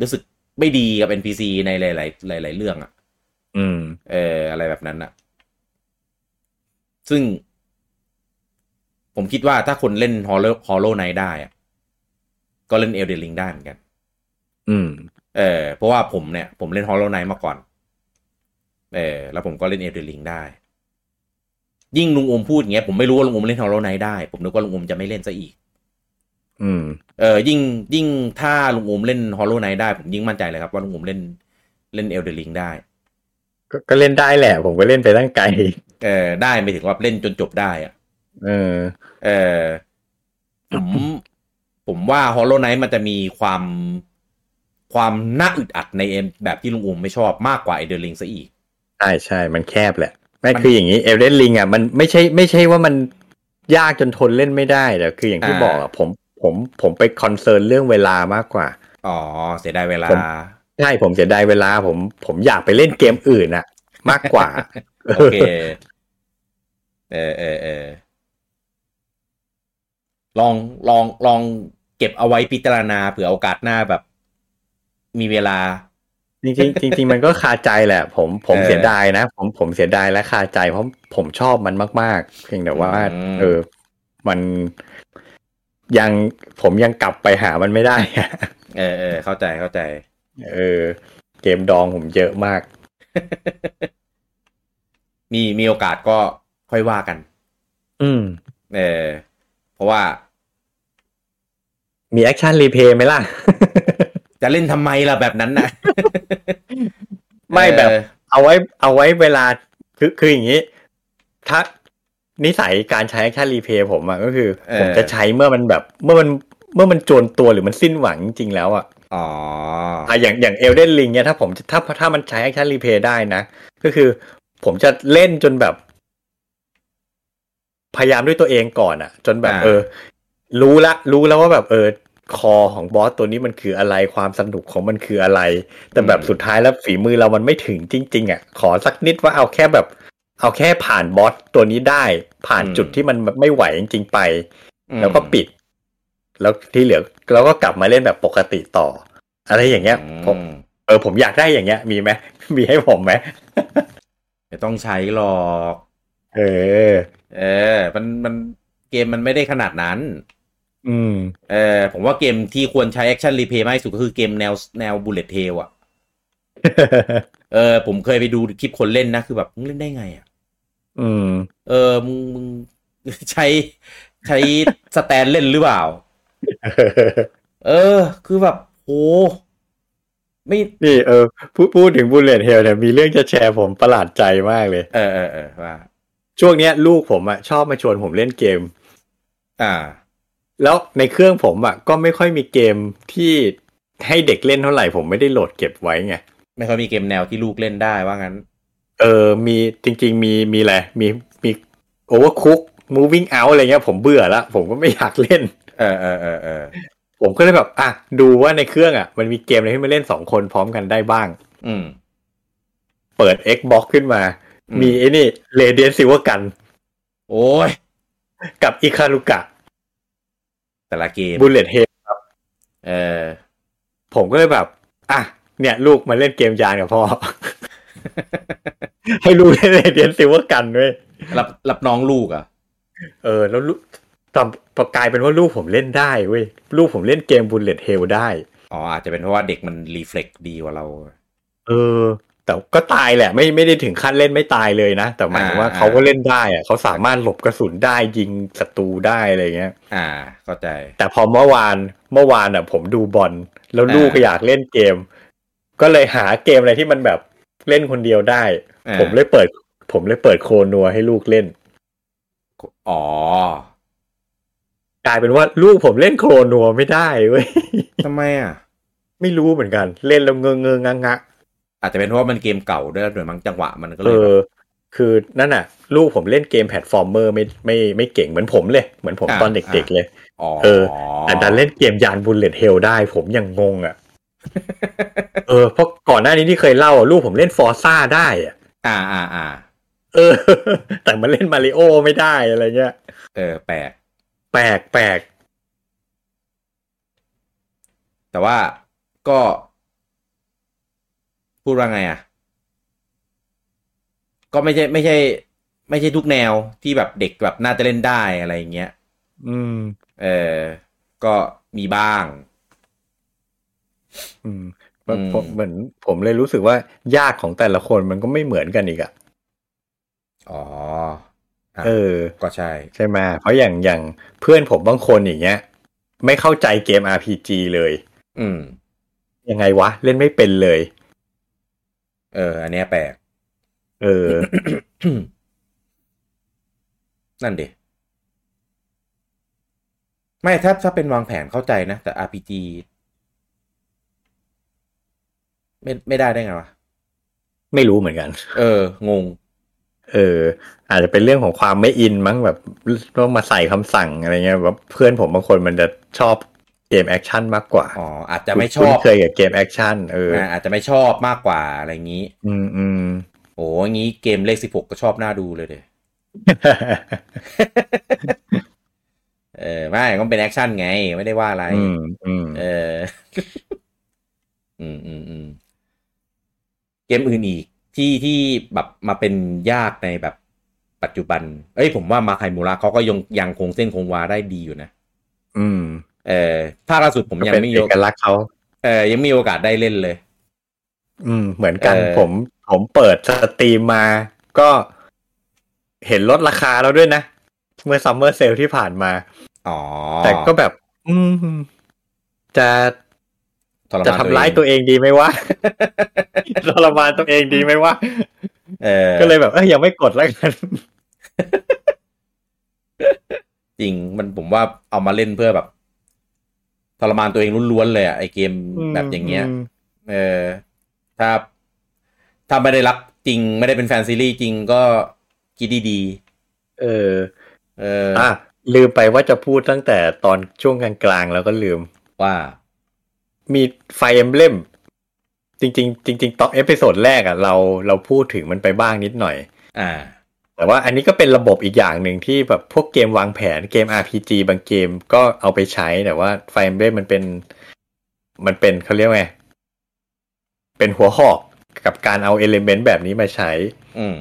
รู้สึกไม่ดีกับ NPC ในหลายๆหลาย ๆ เรื่องอะ อืม เอออะไรแบบนั้นอะซึ่ง ผมคิดว่าถ้าคนเล่นฮอลโลฮอลโลไนได้อะก็เล่นเอลเดลิงได้เหมือนกัน อืม เออเพราะว่าผมเนี่ย ผมเล่นฮอลโลไนมาก่อน เออแล้วผมก็เล่นเอลเดลิงได้ ยิ่งลุงอมพูดอย่างเงี้ยผมไม่รู้ว่าลุงอมเล่นฮอลโลไนได้ ผมนึกว่าลุงอมจะไม่เล่นซะอีก อืม เออยิ่งยิ่งถ้าลุงอมเล่นฮอลโลไนได้ ผมยิ่งมั่นใจเลยครับว่าลุงอมเล่นเล่นเอลเดลิงได้ ก็ก็เล่นได้แหละ ผมก็เล่นไปตั้งไกล เออได้ไม่ถึงว่าเล่นจนจบได้อะ เออ เออผมผมว่า Hollow Knight มันจะมีความความน่าอึดอัดในเอ็มแบบที่ลุงอุ้มไม่ชอบมากกว่า e อเดอร์ลิงซะอีก ใช่ใช่ มันแคบแหละ ไม่ มัน คืออย่างนี้เอเดนลิงอ่ะมันไม่ใช่ไม่ใช่ว่ามันยากจนทนเล่นไม่ได้แต่คืออย่างที่บอกอ่ะผมผมผมไปคอนเซิร์นเรื่องเวลามากกว่า อ๋อ เสียดายเวลา ผม ใช่ผมเสียดายเวลาผมผมอยากไปเล่นเกมอื่นอ่ะ มากก ว่า โอเค เออเออเออลองลองลองเก็บเอาไว้พิจารณาเผื่อโอกาสหน้าแบบ มีเวลา จริงๆจริงๆมันก็คาใจแหละ ผมผม เออ เสียดายนะ ผมผมเสียดายและคาใจเพราะผมชอบมันมาก ๆ เพียงแต่ว่า อืม เออ มันยังผมยังกลับไปหามันไม่ได้อะ เออเออเข้าใจเข้าใจ เออ เกมดองผมเยอะมาก มีมีโอกาสก็ค่อยว่ากัน อืม เออ เพราะว่า มีแอคชั่นรีเพย์ไหมล่ะ จะเล่นทำไมล่ะแบบนั้นนะ ไม่แบบ เอาไว้เอาไว้เวลาคือคืออย่างนี้ ถ้านิสัยการใช้แอคชั่นรีเพย์ผมอะก็คือ เออ ผมจะใช้เมื่อมันแบบ เมื่อมันเมื่อมันจวนตัวหรือมันสิ้นหวังจริงๆแล้วอะ เอออ๋อ อ่ะอย่างอย่างเอลเดนลิงเนี่ยถ้าผมถ้าถ้ามันใช้แอคชั่นรีเพย์ได้นะ ก็คือผมจะเล่นจนแบบ พยายามด้วยตัวเองก่อนอะจนแบบ อ่า เออ รู้ละ รู้แล้วว่าแบบเออ คอของบอสตัวนี้มันคืออะไรความสนุกของมันคืออะไร แต่แบบสุดท้ายแล้วฝีมือเรามันไม่ถึงจริง ๆอะขอสักนิดว่าเอาแค่แบบ เอาแค่ผ่านบอสตัวนี้ได้ ผ่านจุดที่มันแบบไม่ไหวจริงๆไป แล้วก็ปิด แล้วที่เหลือเราก็กลับมาเล่นแบบปกติต่อ อะไรอย่างเงี้ยผม อืม เออผมอยากได้อย่างเงี้ยมีไห ม มีให้ผมไหม ไม่ต้องใช้หรอก เออ เออ มันมันเกมมันไม่ได้ขนาดนั้น อืม เออ ผมว่าเกมที่ควรใช้แอคชั่นรีเพย์มากที่สุดก็คือเกมแนวแนวบูเลตเทลอ่ะ เออ ผมเคยไปดูคลิปคนเล่นนะ คือแบบมึงเล่นได้ไงอ่ะ อืม เออ มึงมึง ใช้ใช้สแตนเล่นหรือเปล่า เออ คือแบบโหไม่ นี่เออพูดพูดถึงบูลเลตเฮลเนี่ยมีเรื่องจะแชร์ผมประหลาดใจมากเลย เออเออเออว่า ช่วงเนี้ยลูกผมอะชอบมาชวนผมเล่นเกม อ่า แล้วในเครื่องผมอะก็ไม่ค่อยมีเกมที่ให้เด็กเล่นเท่าไหร่ผมไม่ได้โหลดเก็บไว้ไง ไม่ค่อยมีเกมแนวที่ลูกเล่นได้ว่างั้น เออ มีจริง ๆ มีมีอะไร มีมีโอเวอร์คุก moving out อะไรเงี้ยผมเบื่อละผมก็ไม่อยากเล่น เออเออเออเออ ผมก็เลยแบบอ่ะดูว่าในเครื่องอ่ะ มันมีเกมอะไรให้มาเล่นสองคนพร้อมกันได้บ้าง อืม เปิด Xbox ขึ้นมา อืม มีไอ้นี่ Radiant Silver กัน โอ้ย กับอิคารุกะ แต่ละเกม บุลเลตเฮดครับ เออ ผมก็เลยแบบ อ่ะ เนี่ย ลูกมาเล่นเกมยานกับพ่อ ให้ลูกเล่นเรียนซิวกันเว้ย รับรับน้องลูกอ่ะ เออ แล้วลูกตอนกลายเป็นว่าลูกผมเล่นได้เว้ย ลูกผมเล่นเกมบุลเลตเฮลได้ อ๋ออาจจะเป็นเพราะว่าเด็กมันรีเฟล็กดีกว่าเรา เออ แต่ก็ตายแหละ ไม่ไม่ได้ถึงขั้นเล่นไม่ตายเลยนะ แต่หมายถึงว่า อ่า เขาก็เล่นได้อะเขาสามารถหลบกระสุนได้ยิงศัตรูได้อะไรเงี้ย อ่า เข้าใจ แต่พอเมื่อวานเมื่อวานอ่ะ ผมดูบอลแล้วลูก อ่า ก็อยากเล่นเกม ก็เลยหาเกมอะไรที่มันแบบเล่นคนเดียวได้ อ่า ผมเลยเปิด ผมเลยเปิดโคนัวให้ลูกเล่น อ๋อก ลายเป็นว่าลูกผมเล่นโคนัวไม่ได้เว้ย ทำไมอ่ะ ไม่รู้เหมือนกัน เล่นแล้วเงงเงงงะงะ อาจจะเป็นเพราะว่ามันเกมเก่าด้วยแล้วด้วยมั้งจังหวะมันก็เล เอย แบบ อ คือนั่นน่ะ ลูกผมเล่นเกมแพลตฟอร์มเมอร์ไม่ไม่ไม่เก่งเหมือนผมเลย เหมือนผมตอนเด็กๆเลย อ๋อ เออ แต่ดันเล่นเกมยานบุลเลตเฮลได้ ผมยังงง อ่ะ เออเพราะก่อนหน้านี้ที่เคยเล่าอ่ะลูกผมเล่นฟอร์ซ่าได้อ่ะ อ่าอ่าอ่า เออ แต่มันเล่นมาริโอไม่ได้อะไรเงี้ย เออ แปลก แปลกแปลก แต่ว่าก็ พูดว่าไงอ่ะ ก็ไม่ใช่ไม่ใช่ ไม่ใช่ทุกแนวที่แบบเด็กแบบน่าจะเล่นได้อะไรอย่างเงี้ย อืม เออ ก็มีบ้าง อืมมัน อืม ผมเหมือนผมเลยรู้สึกว่ายากของแต่ละคนมันก็ไม่เหมือนกันอีกอะ อ๋อ อ่ะ เออ ก็ใช่ ใช่ไหมเพราะอย่างอย่างเพื่อนผมบางคนอย่างเงี้ย ไม่เข้าใจเกม RPG เลย อืม ยังไงวะ เล่นไม่เป็นเลย เออ อันเนี้ยแปลก เอ อ นั่นดิไม่ถ้าถ้าเป็นวางแผนเข้าใจนะ แต่ RPG ไม่ไม่ได้ได้ไงวะ ไม่รู้เหมือนกัน เออ งง เออ อาจจะเป็นเรื่องของความไม่อินมั้งแบบต้องมาใส่คำสั่งอะไรเงี้ยแบบเพื่อนผมบางคนมันจะชอบเกมแอคชั่นมากกว่า อ๋อ อาจจะไม่ชอ คุ้ บ นเคยกับเกมแอคชั่นเออ อ่าอาจจะไม่ชอบมากกว่าอะไรอย่างนี้ อืมอืม โอ้ยงี้เกมเลขสิบหกก็ชอบหน้าดูเลยเดยเออ ไม่ก็เป็นแอคชั่นไง ไม่ได้ว่าอะไร อืมอืม เออ อืม อืมอืมเกมอื่นอีกที่ที่แบบมาเป็นยากในแบบปัจจุบัน เอ้ยผมว่ามาไคมูระเขาก็ยังยังคงเส้นคงวาได้ดีอยู่นะ อืม เออภาคล่าสุดผมยัง เป็น ไม่มี เอ โอก กาส ลักษณ์เขา เออยังไม่มีโอกาสได้เล่นเลย อืม เหมือนกัน เออ ผมผมเปิดสตรีมมาก็เห็นลดราคาแล้วด้วยนะ เมื่อซัมเมอร์เซลที่ผ่านมา อ๋อ แต่ก็แบบ อืม จะ ทรมน จะทำร้ายตัวเองดีไหม วะ ทรมานตัวเองดีไหมวะ เออ ก็เลยแบบ เอ้ยยังไม่กดแล้วกัน จริงมันผมว่าเอามาเล่นเพื่อแบบทรมานตัวเองล้วนๆเลยอะไอเกม แบบอย่างเงี้ย ม เออถ้าถ้าไม่ได้รักจริง ไม่ได้เป็นแฟนซีรีส์จริงก็คิดดี เออ ๆเอออ อ่ะลืมไปว่าจะพูดตั้งแต่ตอนช่วงกลางๆแล้วก็ลืม ว่า มีไฟเอ็มเล่ม จริง ๆ จริง ๆ ตอนเอพิโซดแรกอ่ะเราเราพูดถึงมันไปบ้างนิดหน่อย อ่า แต่ว่าอันนี้ก็เป็นระบบอีกอย่างหนึ่งที่แบบพวกเกมวางแผนเกม RPG บางเกมก็เอาไปใช้แต่ว่าไฟเอ็มเล่มมันเป็น มันเป็นเขาเรียกว่าไง เป็นหัวหอกกับการเอาเอลเมนต์แบบนี้มาใช้ อืม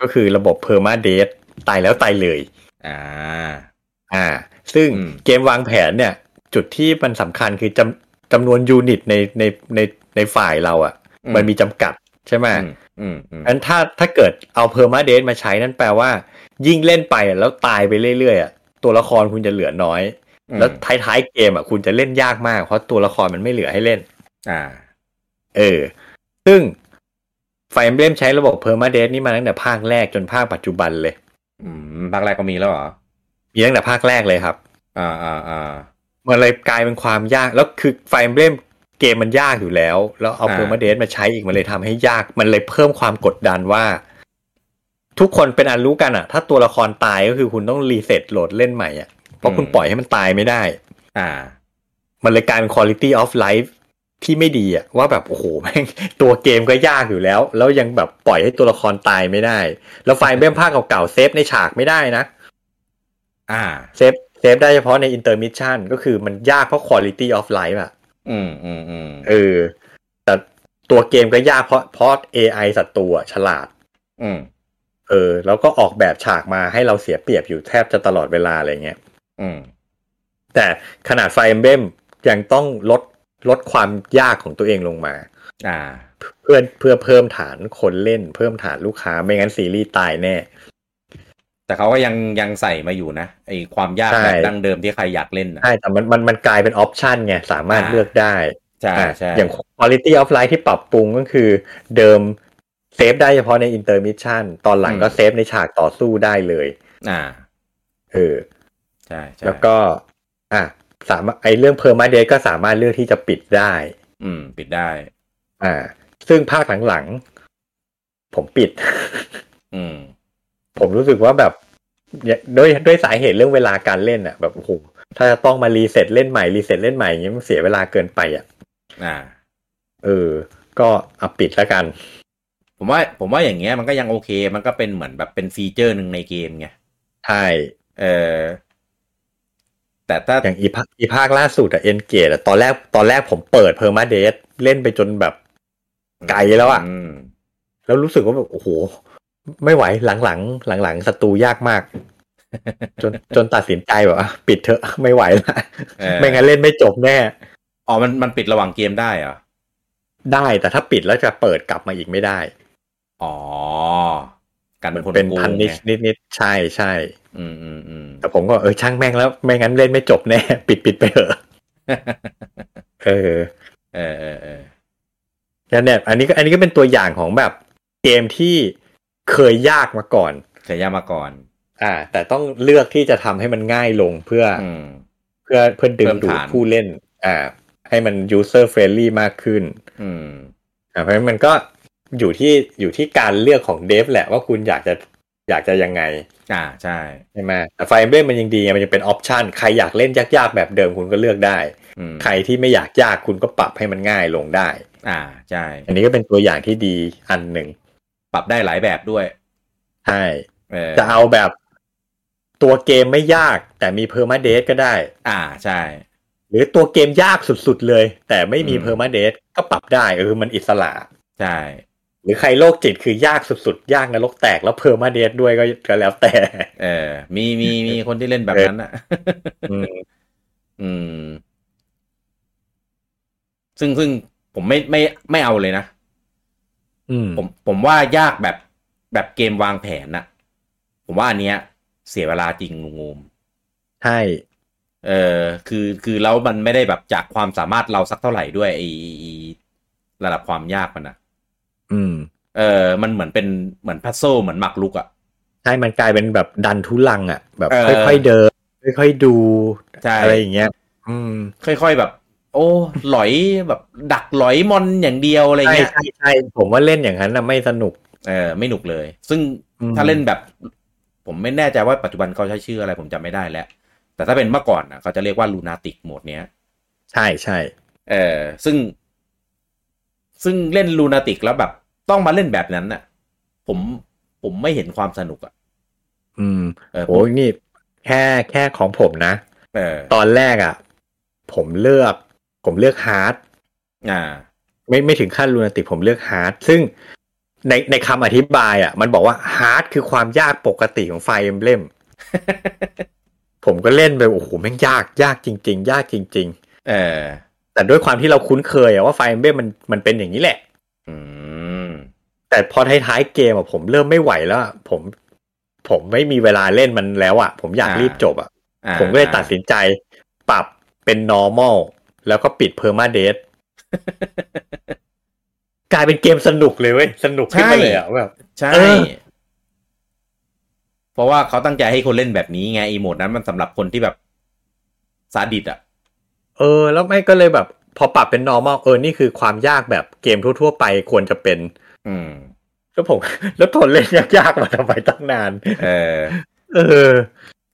ก็คือระบบเพอร์มาเดตตายแล้วตายเลย อ่า อ่า ซึ่ง อืม เกมวางแผนเนี่ย จุดที่มันสำคัญคือจำจำนวนยูนิตในในในในฝ่ายเราอะ่ะ อื มันมีจำกัดใช่ไหม อืมอืมอืม งั้นถ้าถ้าเกิดเอาเพอร์มาเดตมาใช้นั่นแปลว่า ยิ่งเล่นไปอะแล้วตายไปเรื่อยๆอะตัวละครคุณจะเหลือน้อย แล้วท้ายๆเกมอ่ะคุณจะเล่นยากมาก เพราะตัวละครมันไม่เหลือให้เล่น อ่า เออ ซึ่งไฟเบลมใช้ระบบเพอร์มาเดตนี่มาตั้งแต่ภาคแรกจนภาคปัจจุบันเลย อืมภาคแรกก็มีแล้วเหรอ มีตั้งแต่ภาคแรกเลยครับ อ่าอ่าอ่า มันเลยกลายเป็นความยากแล้วคือไฟเบลมเกมมันยากอยู่แล้ว แล้วเอา อ่า เพอร์มาเดตมาใช้อีกมันเลยทำให้ยาก มันเลยเพิ่มความกดดันว่า ทุกคนเป็นอันรู้กันอะถ้าตัวละครตายก็คือคุณต้องรีเซ็ตโหลดเล่นใหม่อะเพราะคุณปล่อยให้มันตายไม่ได้ อ่า มันเลยกลายเป็น quality of life ที่ไม่ดีอะว่าแบบโอ้โหแม่งตัวเกมก็ยากอยู่แล้ว แล้วยังแบบปล่อยให้ตัวละครตายไม่ได้ แล้วไฟเบลมภาคเก่าๆเซฟในฉากไม่ได้นะ อ่า เซฟเซฟได้เฉพาะในอินเตอร์มิชชั่นก็คือมันยากเพราะ quality of life อะ อืมอืมอืม เออ แต่ตัวเกมก็ยากเพราะเพราะ AI ศัตรูอะฉลาด อืม เออ แล้วก็ออกแบบฉากมาให้เราเสียเปรียบอยู่แทบจะตลอดเวลาอะไรเงี้ย อืม แต่ขนาดไฟเอมเบมยังต้องลดลดความยากของตัวเองลงมา อ่า เพื่อเพื่อเพิ่มฐานคนเล่น เพิ่มฐานลูกค้าไม่งั้นซีรีส์ตายแน่ แต่เขาก็ยังยังใส่มาอยู่นะไอความยาก ใช่ แบบดั้งเดิมที่ใครอยากเล่นนะ ใช่แต่มันมันมันกลายเป็นออปชันไง สามารถ อ่า เลือกได้ ใช่ อ่ะ ใช่ อย่าง Quality of Life ที่ปรับปรุงก็คือเดิมเซฟได้เฉพาะในอินเตอร์มิชชั่นตอนหลังก็เซฟในฉากต่อสู้ได้เลย อ่า เออ ใช่ใช่ แล้วก็ อ่ะสามารถไอเรื่องเพอร์มาเดก็สามารถเลือกที่จะปิดได้ อืม ปิดได้ อ่า ซึ่งภาคหลังๆ ผมปิด อืม ผมรู้สึกว่าแบบเนี่ยด้วยด้วยสาเหตุเรื่องเวลาการเล่นอ่ะ แบบโอ้โหถ้าจะต้องมารีเซ็ตเล่นใหม่รีเซ็ตเล่นใหม่อย่างเงี้ยมันเสียเวลาเกินไปอ่ะ อ่า เออ ก็เอาปิดแล้วกัน ผมว่าผมว่าอย่างเงี้ยมันก็ยังโอเค มันก็เป็นเหมือนแบบเป็นฟีเจอร์หนึ่งในเกมไง ใช่ เออแต่ถ้า อย่างอีภาคอีภาคล่าสุดอะเอ็นเกตอะตอนแรกตอนแรกผมเปิดเพอร์มาเดสเล่นไปจนแบบ ไกลแล้วอะ ม แล้วรู้สึกว่าแบบโอ้โห ไม่ไหวหลังหลังหลังหลังๆศัตรูยากมาก จนจนตัดสินใจแบบอ่ะปิดเถอะไม่ไหวละ เออ ไม่งั้นเล่นไม่จบแน่ อ๋อมันมันปิดระหว่างเกมได้เหรอ ได้แต่ถ้าปิดแล้วจะเปิดกลับมาอีกไม่ได้ อ๋อการเป็นคน เป็น โกง พันนิช ไง นิดนิดๆใช่ใช่ อืมอืมอืม แต่ผมก็เออช่างแม่งแล้ว ไม่งั้นเล่นไม่จบแน่ ปิดปิดไปเถอะเออ เออเออเออ แล้วเนี่ยอันนี้ก็อันนี้ก็เป็นตัวอย่างของแบบเกมที่เคยยากมาก่อน เคยยากมาก่อน อ่า แต่ต้องเลือกที่จะทำให้มันง่ายลงเพื่ออ อืม เพื่อเพื่อดึง เพิ่ ดู ม ด ฐาน ผู้เล่น อ่า ให้มัน user friendly มากขึ้น อืม อ่าเพราะฉะนั้นมันก็อยู่ที่อยู่ที่การเลือกของเดฟแหละว่าคุณอยากจะอยากจะยังไง อ่าใช่ ใช่ไหมแต่ไฟเบ m มันยังดีไงมันยังเป็นออปชันใครอยากเล่นยากๆแบบเดิมคุณก็เลือกได้ อืม ใครที่ไม่อยากยากคุณก็ปรับให้มันง่ายลงได้ อ่าใช่ อันนี้ก็เป็นตัวอย่างที่ดีอันหนึ่ง ปรับได้หลายแบบด้วย ใช่ เออ จะเอาแบบตัวเกมไม่ยาก แต่มีเพอร์มาเดสก็ได้ อ่าใช่ หรือตัวเกมยากสุดๆเลย แต่ไม่มี อืม เพอร์มาเดสก็ปรับได้เออมันอิสระ ใช่ หรือใครโรคจิตคือยากสุดๆ ยากนรกแตกแล้วเพอร์มาเดสด้วยก็ก็แล้วแต่ เออ มีมีมีคนที่เล่นแบบนั้นอ่ะ อืม อืม ซึ่งซึ่งผมไม่ไม่ไม่เอาเลยนะ อืม ผมผมว่ายากแบบแบบเกมวางแผนน่ะ ผมว่าอันเนี้ย เสียเวลาจริงงูม ใช่ เออคือคือแล้วมันไม่ได้แบบจากความสามารถเราสักเท่าไหร่ด้วยไอไอ้ไอ้ระดับความยากมันอ่ะ อืม เออมันเหมือนเป็นเหมือนพัซโซเหมือนหมากรุกอ่ะ ใช่ มันกลายเป็นแบบดันทุลังอ่ะ แบบ เออ ค่อยๆเดิน ค่อยๆดู ใช่ อะไรอย่างเงี้ย อืม ค่อยๆแบบ โอ้หลอยแบบ ดักหลอยมอนอย่างเดียวอะไร ใช่ เงี้ย ใช่ใช่ผมว่าเล่นอย่างนั้นนะไม่สนุก เออไม่หนุกเลย ซึ่ง อืม ถ้าเล่นแบบ ผมไม่แน่ใจว่าปัจจุบันเขาใช้ชื่ออะไรผมจำไม่ได้แล้ว แต่ถ้าเป็นเมื่อก่อนนะเขาจะเรียกว่าลูนาติกโหมดเนี้ย ใช่ใช่ เออซึ่ง ซึ่งเล่นลูนาติกแล้วแบบ ต้องมาเล่นแบบนั้นน่ะ ผมผมไม่เห็นความสนุกอะ่ะ อืม เออผม โอ้ยนี่ แค่แค่ของผมนะ เออ ตอนแรกอ่ะ ผมเลือก ผมเลือกฮาร์ด อ่า ไม่ไม่ถึงขั้นลูนาติกผมเลือกฮาร์ดซึ่งในในคำอธิบายอ่ะ มันบอกว่าฮาร์ดคือความยากปกติของไฟเอ็มเบลม ผมก็เล่นไปโอ้โหแม่งยากยากจริง ๆ ยากจริง เออ ๆ แต่ด้วยความที่เราคุ้นเคยอะว่าไฟเอ็มเบลมมันมันเป็นอย่างนี้แหละ อืม แต่พอท้ายๆเกมอะผมเริ่มไม่ไหวแล้วอะผม ผมไม่มีเวลาเล่นมันแล้วอ่ะ ผมอยาก อ่า รีบจบอ่ะ อ่า ผมก็เลยตัดสินใจปรับเป็น normal แล้วก็ปิด permadeath กลายเป็นเกมสนุกเลยเว้ยสนุกขึ้นมาเลยอ่ะแบบ ใช่ เออ เพราะว่าเขาตั้งใจให้คนเล่นแบบนี้ไงไอีโหมดนั้นมันสำหรับคนที่แบบซาดิสอ่ะ เออ แล้วไม่ก็เลยแบบ พอปรับเป็น normal เออ นี่คือความยากแบบเกมทั่ว ๆ ไปควรจะเป็น อืม แล้วผม แล้วทนเล่นยากๆมาทำไมตั้งนาน เออ เออ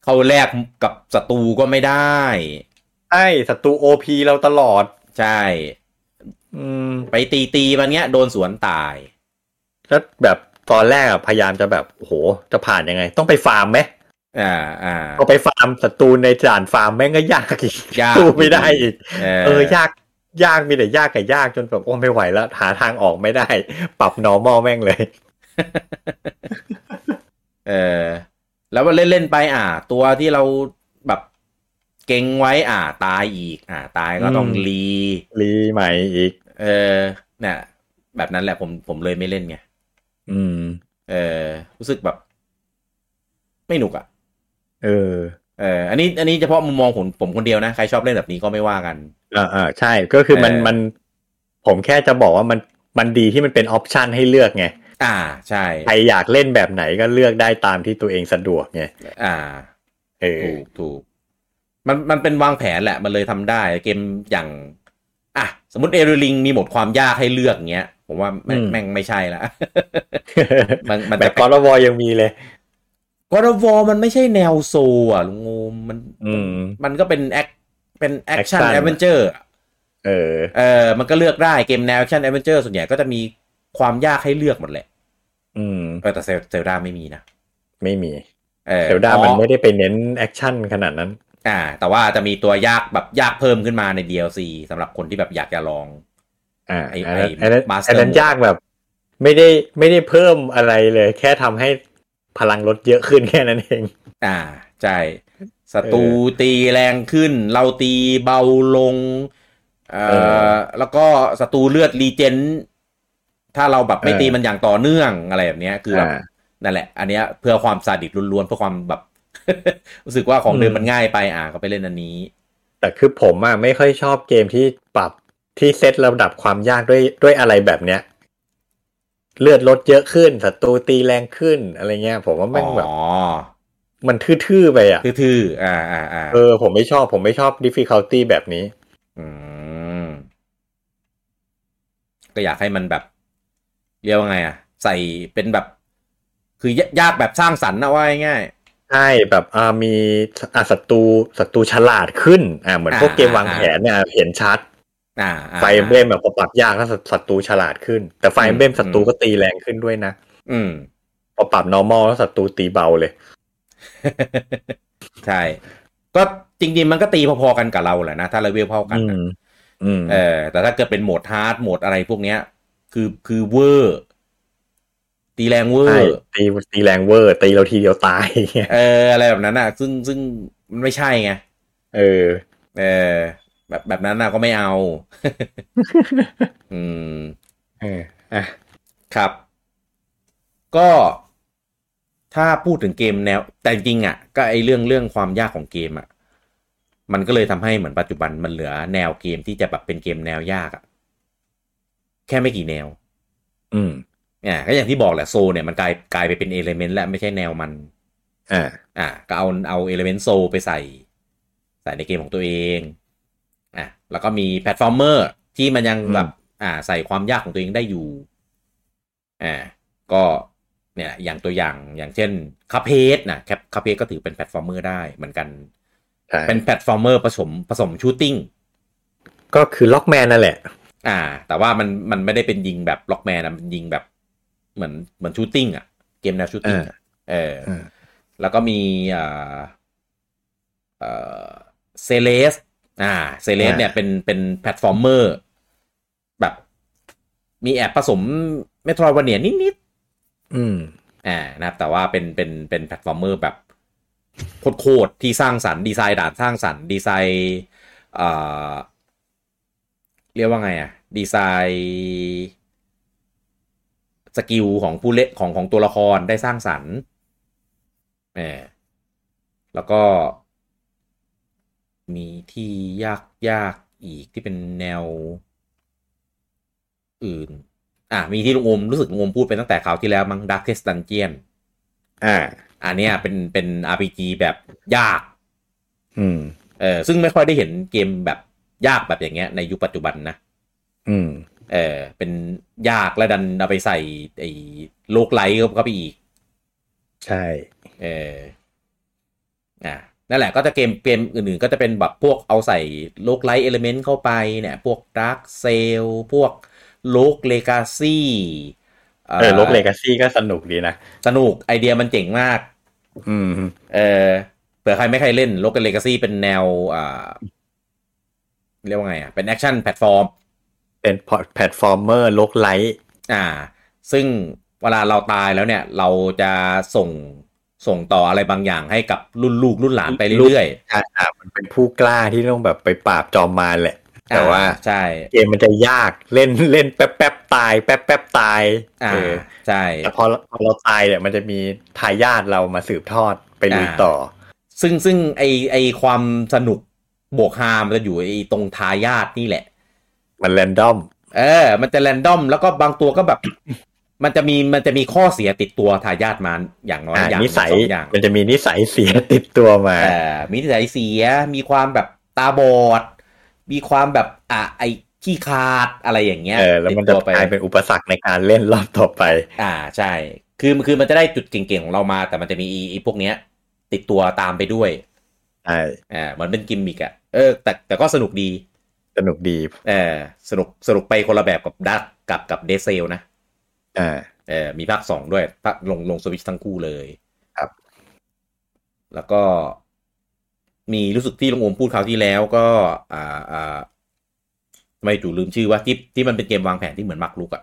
เข้าแลกกับศัตรูก็ไม่ได้ ใช่ศัตรู OP เราตลอด ใช่ อืม ไปตีตีมันเงี้ย โดนสวนตาย แล้วแบบตอนแรกอะพยายามจะแบบโอ้โห จะผ่านยังไง ต้องไปฟาร์มไหม เ อ่าอ่า เอาไปฟาร์มศัตรูในด่านฟาร์มแม่งก็ยากอีก ยาก สู้ไม่ได้อีก เอ เออยากยากมีแต่ยากกับยากจนแบบโอ้ไม่ไหวแล้ว หาทางออกไม่ได้ ปรับ normal แม่งเลย เออแล้วว่าเล่นเล่นๆไปอ่า ตัวที่เราแบบเก่งไว้อ่า ตายอีก อ่า ตายก็ต้อง อืม รี รีใหม่อีก เออเนี่ยแบบนั้นแหละผมผมเลยไม่เล่นไง อืม เออรู้สึกแบบ ไม่หนุกอะ่ะ เออ เอออันนี้อันนี้เฉพาะมุมมองผมผมคนเดียวนะ ใครชอบเล่นแบบนี้ก็ไม่ว่ากัน อ่าอ่าใช่ก็คือมัน เออ มัน ผมแค่จะบอกว่ามันมันดีที่มันเป็นออปชันให้เลือกไง อ่าใช่ ใครอยากเล่นแบบไหนก็เลือกได้ตามที่ตัวเองสะดวกไง อ่า เออ ถูกถูกมันมันเป็นวางแผนแหละ มันเลยทำได้เกมอย่าง อ่ะ สมมติเอริลิงมีโหมดความยากให้เลือกเงี้ย ผมว่าแม่งแม่งไม่ใช่ละ มันมัน แบ จะ บกอร์วอยังมีเลย กอร์วอมันไม่ใช่แนวโซลอ่ะลุงงูมมัน อืม มันก็เป็นแอคเป็นแอคชั่น Action แอดเวนเจอร์ เออ เออมันก็เลือกได้เกมแนวแอคชั่นแอดเวนเจอร์ส่วนใหญ่ก็จะมีความยากให้เลือกหมดแหละ อืม เออแต่เซลเซลดาไม่มีนะ ไม่มี เออ เซลดามันไม่ อ๋อ ได้ไปเน้นแอคชั่นขนาดนั้น อ่า แต่ว่าจะมีตัวยากแบบยากเพิ่มขึ้นมาใน DLC สำหรับคนที่แบบอยากจะลอง อ่า ไอ้ ไอ้ ไอ้ นั้นไอ้นั้น Master ไอ้นั้น Mode ยากแบบ ไม่ได้ไม่ได้เพิ่มอะไรเลย แค่ทำให้พลังลดเยอะขึ้นแค่นั้นเอง อ่าใช่ศัตรูตีแรงขึ้น เราตีเบาลงเอ่ เอ อ อ แล้วก็ศัตรูเลือดรีเจน ถ้าเราแบบไม่ เออ ตีมันอย่างต่อเนื่องอะไรแบบเนี้ยคือแบบ อ่า นั่นแหละ อันเนี้ยเพื่อความซาดิสล้วนๆเพื่อความแบบ รู้สึกว่าของ อืม เดิมมันง่ายไปอ่ะก็ไปเล่นอันนี้ แต่คือผมอ่ะไม่ค่อยชอบเกมที่ปรับที่เซตระดับความยากด้วยด้วยอะไรแบบเนี้ย เลือดลดเยอะขึ้นศัตรูตีแรงขึ้นอะไรเงี้ย ผมว่าแมันแบบ อ๋อ มันทื่อๆไปอ่ะ ทื่อๆอ่าอ่าอ่า เออผมไม่ชอบผมไม่ชอบ difficulty แบบนี้ ืมก็อยากให้มันแบบ เรียกว่าไงอ่ะ ใส่เป็นแบบ คือยากแบบสร้างสรรค์นะว่าง่าย ใช่แบบอ่ามีอ่ะศัตรูศัตรูฉลาดขึ้นอ่าเหมือนพวก อ่า เกมวาง อ่า แผนเนี่ยเห็นชัด ๆอ่าอ่า ไฟเอมเบลมแบบพอปรับยากแล้วศัตรูฉลาดขึ้น แต่ไฟเอมเบลมศัตรูก็ตีแรงขึ้นด้วยนะ อืม พอปรับ normal แล้วศัตรูตีเบาเลย ใช่ ก็จริงๆมันก็ตีพอๆกันกับเราแหละนะ ถ้าเราเวลเท่ากัน อื นะ ม อืม เออ แต่ถ้าเกิดเป็นโหมดฮาร์ดโหมดอะไรพวกเนี้ย คือคือเวอร์ ตีแรงเวอ ใช่ ร์ ตีตีแรงเวอร์ตีเราทีเดียวตายเงี้ย เออ อะไรแบบนั้นอ่ะ ซึ่งซึ่งมันไม่ใช่ไง เออ เออแบบแบบนั้นนะก็ไม่เอา อืม เอออ่ะ ครับ ก็ถ้าพูดถึงเกมแนว แต่จริงๆอ่ะ ก็ไอเรื่องเรื่องความยากของเกมอ่ะ มันก็เลยทำให้เหมือนปัจจุบันมันเหลือแนวเกมที่จะแบบเป็นเกมแนวยากอ่ะ แค่ไม่กี่แนว อืม อ่าก็อย่างที่บอกแหละโซเนี่ยมันกลายกลายไปเป็นเอลเมนต์แล้วไม่ใช่แนวมัน อ่า อ่ะก็เอาเอาเอลเมนต์โซไปใส่ ใส่ในเกมของตัวเองอ่ะแล้วก็มีแพลตฟอร์มเมอร์ที่มันยัง อืม แบบอ่าใส่ความยากของตัวเองได้อยู่อ่าก็เนี่ยอย่างตัวอย่างอย่างเช่นคัพเพสนะแคปคัพเพสก็ถือเป็นแพลตฟอร์มเมอร์ได้เหมือนกัน ใช่ เป็นแพลตฟอร์มเมอร์ผสมผสมชูตติ้ง ก็คือล็อกแมนนั่นแหละ อ่า แต่ว่ามันมันไม่ได้เป็นยิงแบบล็อกแมนนะมันยิงแบบเหมือนเหมือนชูตติ้งอ่ะเกมแนวชูตติ้งอะเออ แล้วก็มีเอ่อเอ่อเซเลสอ่าเซเลส อ่า เนี่ยเป็นเป็นแพลตฟอร์มเมอร์ แบบมีแอบผสมเมโทรวเนียนิด อืม ๆอ่านะครับแต่ว่าเป็นเป็นเป็นแพลตฟอร์มเมอร์แบบโคตรๆที่สร้างสรรค์ดีไซน์ด่านสร้างสรรค์ดีไซน์เอ่อเรียกว่าไงอะดีไซน์สกิลของผู้เล่นของของตัวละครได้สร้างสรรค์ เออแล้วก็ มีที่ยากยากอีกที่เป็นแนว อื่น อ่ะมีที่ลุงโอมรู้สึกลุงโอมพูดไปตั้งแต่คราวที่แล้วมั้ง Darkest Dungeon อ่า อันเนี้ยเป็นเป็น RPG แบบยาก อืม เออซึ่งไม่ค่อยได้เห็นเกมแบบยากแบบอย่างเงี้ยในยุคปัจจุบันนะ อืม เออเป็นยากและดันเอาไปใส่ไอ้โลกไลท์เข้าไปอีก ใช่ เอออ่ะนั่นแหละก็จะเกมเกมอื่นๆ ก็จะเป็นแบบพวกเอาใส่โลกไลท์เอลเมนต์เข้าไปเนี่ย พวกดาร์กเซลพวกโลกเลกาซี่ เออล็อกเลกาซี่ก็สนุกดีนะ สนุกไอเดียมันเจ๋งมาก อืม เออเผื่อใครไม่เคยเล่นโลก a เลกาซี่เป็นแนวอ่าเรียกว่าไงอ่ะ เป็นแอคชั่นแพลตฟอร์ม เป็นแพลตฟอร์มเมอร์ลกไลท์ อ่า ซึ่งเวลาเราตายแล้วเนี่ย เราจะส่งส่งต่ออะไรบางอย่างให้กับรุ่นลูกรุ่นหลานไปเรื่อย อ่ามันเป็นผู้กล้าที่ต้องแบบไปปราบจอมมารแหละ ๆ แต่ว่า อ่ใช่ เกมมันจะยากเล่นเล่นแป๊บแป๊บๆตาย แป๊บแป๊บๆตาย อ่า เออ ใช่ แต่พอพอเราตายเนี่ยมันจะมีทายาทเรามาสืบทอดไปลุยต่อ ซึ่งซึ่งไอไอความสนุกบวกฮามนจะอยู่ไอตรงทายาทนี่แหละ มันแรนดอม เออ มันจะแรนดอม แล้วก็บางตัวก็แบบ มันจะมีมันจะมีข้อเสียติดตัวทายาทมาอย่างน้อย อ่า อย่างห นิ ง สัย สองอย่าง มันจะมีนิสัยเสียติดตัวมา เออมีนิสัยเสียมีความแบบตาบอด มีความแบบอ่ะไอขี้ขาดอะไรอย่างเงี้ย เออ แล้วมันจะ ติดตัไป กลายเป็นอุปสรรคในการเล่นรอบต่อไป อ่าใช่ คือคือมันจะได้จุดเก่งๆของเรามา แต่มันจะมีไอ้ไอ้พวกเนี้ย ติดตัวตามไปด้วย ใช่ อ่าเหมือนเป็นกิมมิกอะเออแต่แต่ก็สนุกดี สนุกดี เออสรุปสรุปไปคนละแบบกับดักกับกับเดซเซลนะ อ่า เออมีภาคสองด้วยภาคลงลงสวิชทั้งคู่เลย ครับ แล้วก็มีรู้สึกที่ลุงโอมพูดคราวที่แล้วก็อ่าอ่าทำไม่จู่ลืมชื่อว่าที่ที่มันเป็นเกมวางแผนที่เหมือนมักลุกอะ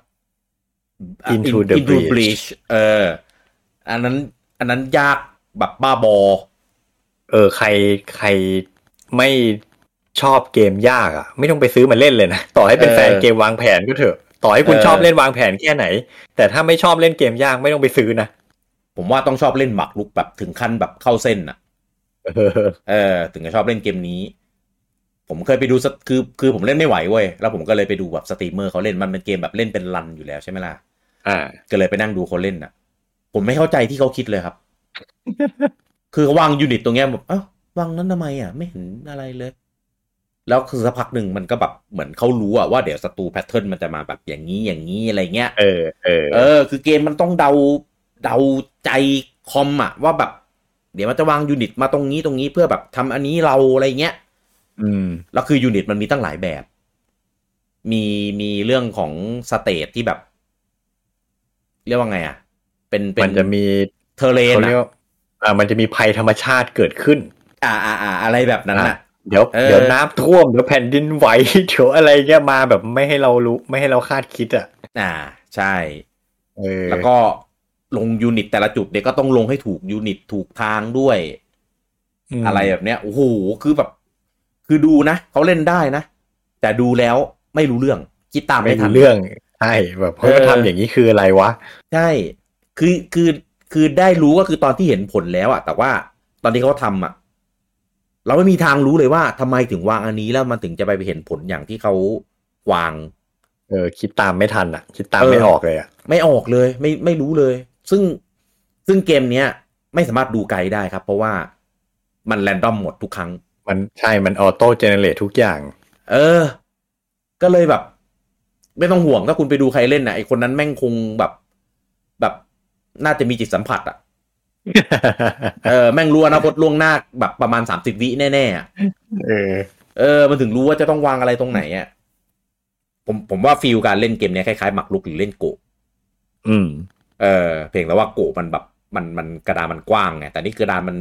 อ่ะ Into the Into Breach Breach เออ อันนั้น อันนั้นยากแบบบ้าบอ เออ ใครใครไม่ชอบเกมยากอ่ะ ไม่ต้องไปซื้อมาเล่นเลยนะ ต่อให้เป็น เออ แฟนเกมวางแผนก็เถอะ ต่อให้คุณ เออ ชอบเล่นวางแผนแค่ไหน แต่ถ้าไม่ชอบเล่นเกมยากไม่ต้องไปซื้อนะ ผมว่าต้องชอบเล่นหมักลุกแบบถึงขั้นแบบเข้าเส้นอะ เออ เออถึงจะชอบเล่นเกมนี้ ผมเคยไปดูสคือคือผมเล่นไม่ไหวเว้ยแล้วผมก็เลยไปดูแบบสตรีมเมอร์เขาเล่นมันเป็นเกมแบบเล่นเป็นรัน อยู่แล้วใช่ไหมล่ะ อ่า ก็เลยไปนั่งดูเขาเล่นน่ะ ผมไม่เข้าใจที่เขาคิดเลยครับ คือเขาวางยูนิตตรงเนี้ยแบบเอ้าวางนั้นทำไมอ่ะ ไม่เห็นอะไรเลย แล้วคือสักพักหนึ่งมันก็แบบเหมือนเขารู้อะว่าเดี๋ยวศัตรูแพทเทิร์นมันจะมาแบบอย่างนี้อย่างนี้อะไรเงี้ย เออ เออ เออคือเกมมันต้องเดาเดาใจคอมอะว่าแบบ เดี๋ยวมันจะวางยูนิตมาตรงนี้ตรงนี้เพื่อแบบทำอันนี้เราอะไรเงี้ย อืม แล้วคือยูนิตมันมีตั้งหลายแบบ มีมีเรื่องของสเตทที่แบบ เรียกว่าไงอะเป็นเป็ มัน น จะมี เทเลน เขาเรียอะกว่าอ่า มันจะมีภัยธรรมชาติเกิดขึ้น อ่าอ่าอ่าอะไรแบบนั้นอะ เดี๋ยว เออ เดี๋ยวน้ำท่วมเดี๋ยวแผ่นดินไหว เดี๋ยวอะไรเงี้ยมาแบบไม่ให้เรารู้ไม่ให้เราคาดคิดอ่ะ อ่า ใช่ เออ แล้วก็ลงยูนิตแต่ละจุดเด็กก็ต้องลงให้ถูกยูนิตถูกทางด้วย ม อะไรแบบเนี้ยโอ้โหคือแบบ คือดูนะเขาเล่นได้นะ แต่ดูแล้วไม่รู้เรื่อง คิดตาม ไม่ ไม่ทั รู้ น เรื่องใช่แบบเขา เออ ทำอย่างนี้คืออะไรวะ ใช่คือคือคือได้รู้ก็คือตอนที่เห็นผลแล้วอะแต่ว่าตอนที่เขาทำอะเราไม่มีทางรู้เลยว่าทำไมถึงวางอันนี้แล้วมันถึงจะไปเห็นผลอย่างที่เขาวาง เออ คิดตามไม่ทันอ่ะ คิดตาม เออ ไม่ออกเลยอ่ะ ไม่ออกเลย ไม่ไม่รู้เลย ซึ่งซึ่งเกมเนี้ย ไม่สามารถดูไกลได้ครับ เพราะว่ามันแรนดอมหมดทุกครั้ง มันใช่มันออโต้เจเนเรตทุกอย่าง เออ ก็เลยแบบ ไม่ต้องห่วงถ้าคุณไปดูใครเล่นนะไอคนนั้นแม่งคงแบบ แบบน่าจะมีจิตสัมผัสอะเออแม่งรู้อนาคตล่วงหน้าแบบประมาณสามสิบวิแน่ๆอะ เออ เออมันถึงรู้ว่าจะต้องวางอะไรตรงไหนอะผมผมว่าฟิลการเล่นเกมเนี้ยคล้ายๆหมักลุกหรือเล่นโกะ อืม เออเพียงแต่ว่าโกะมันแบบมันมันกระดานมันกว้างไงแต่นี่กระดานมัน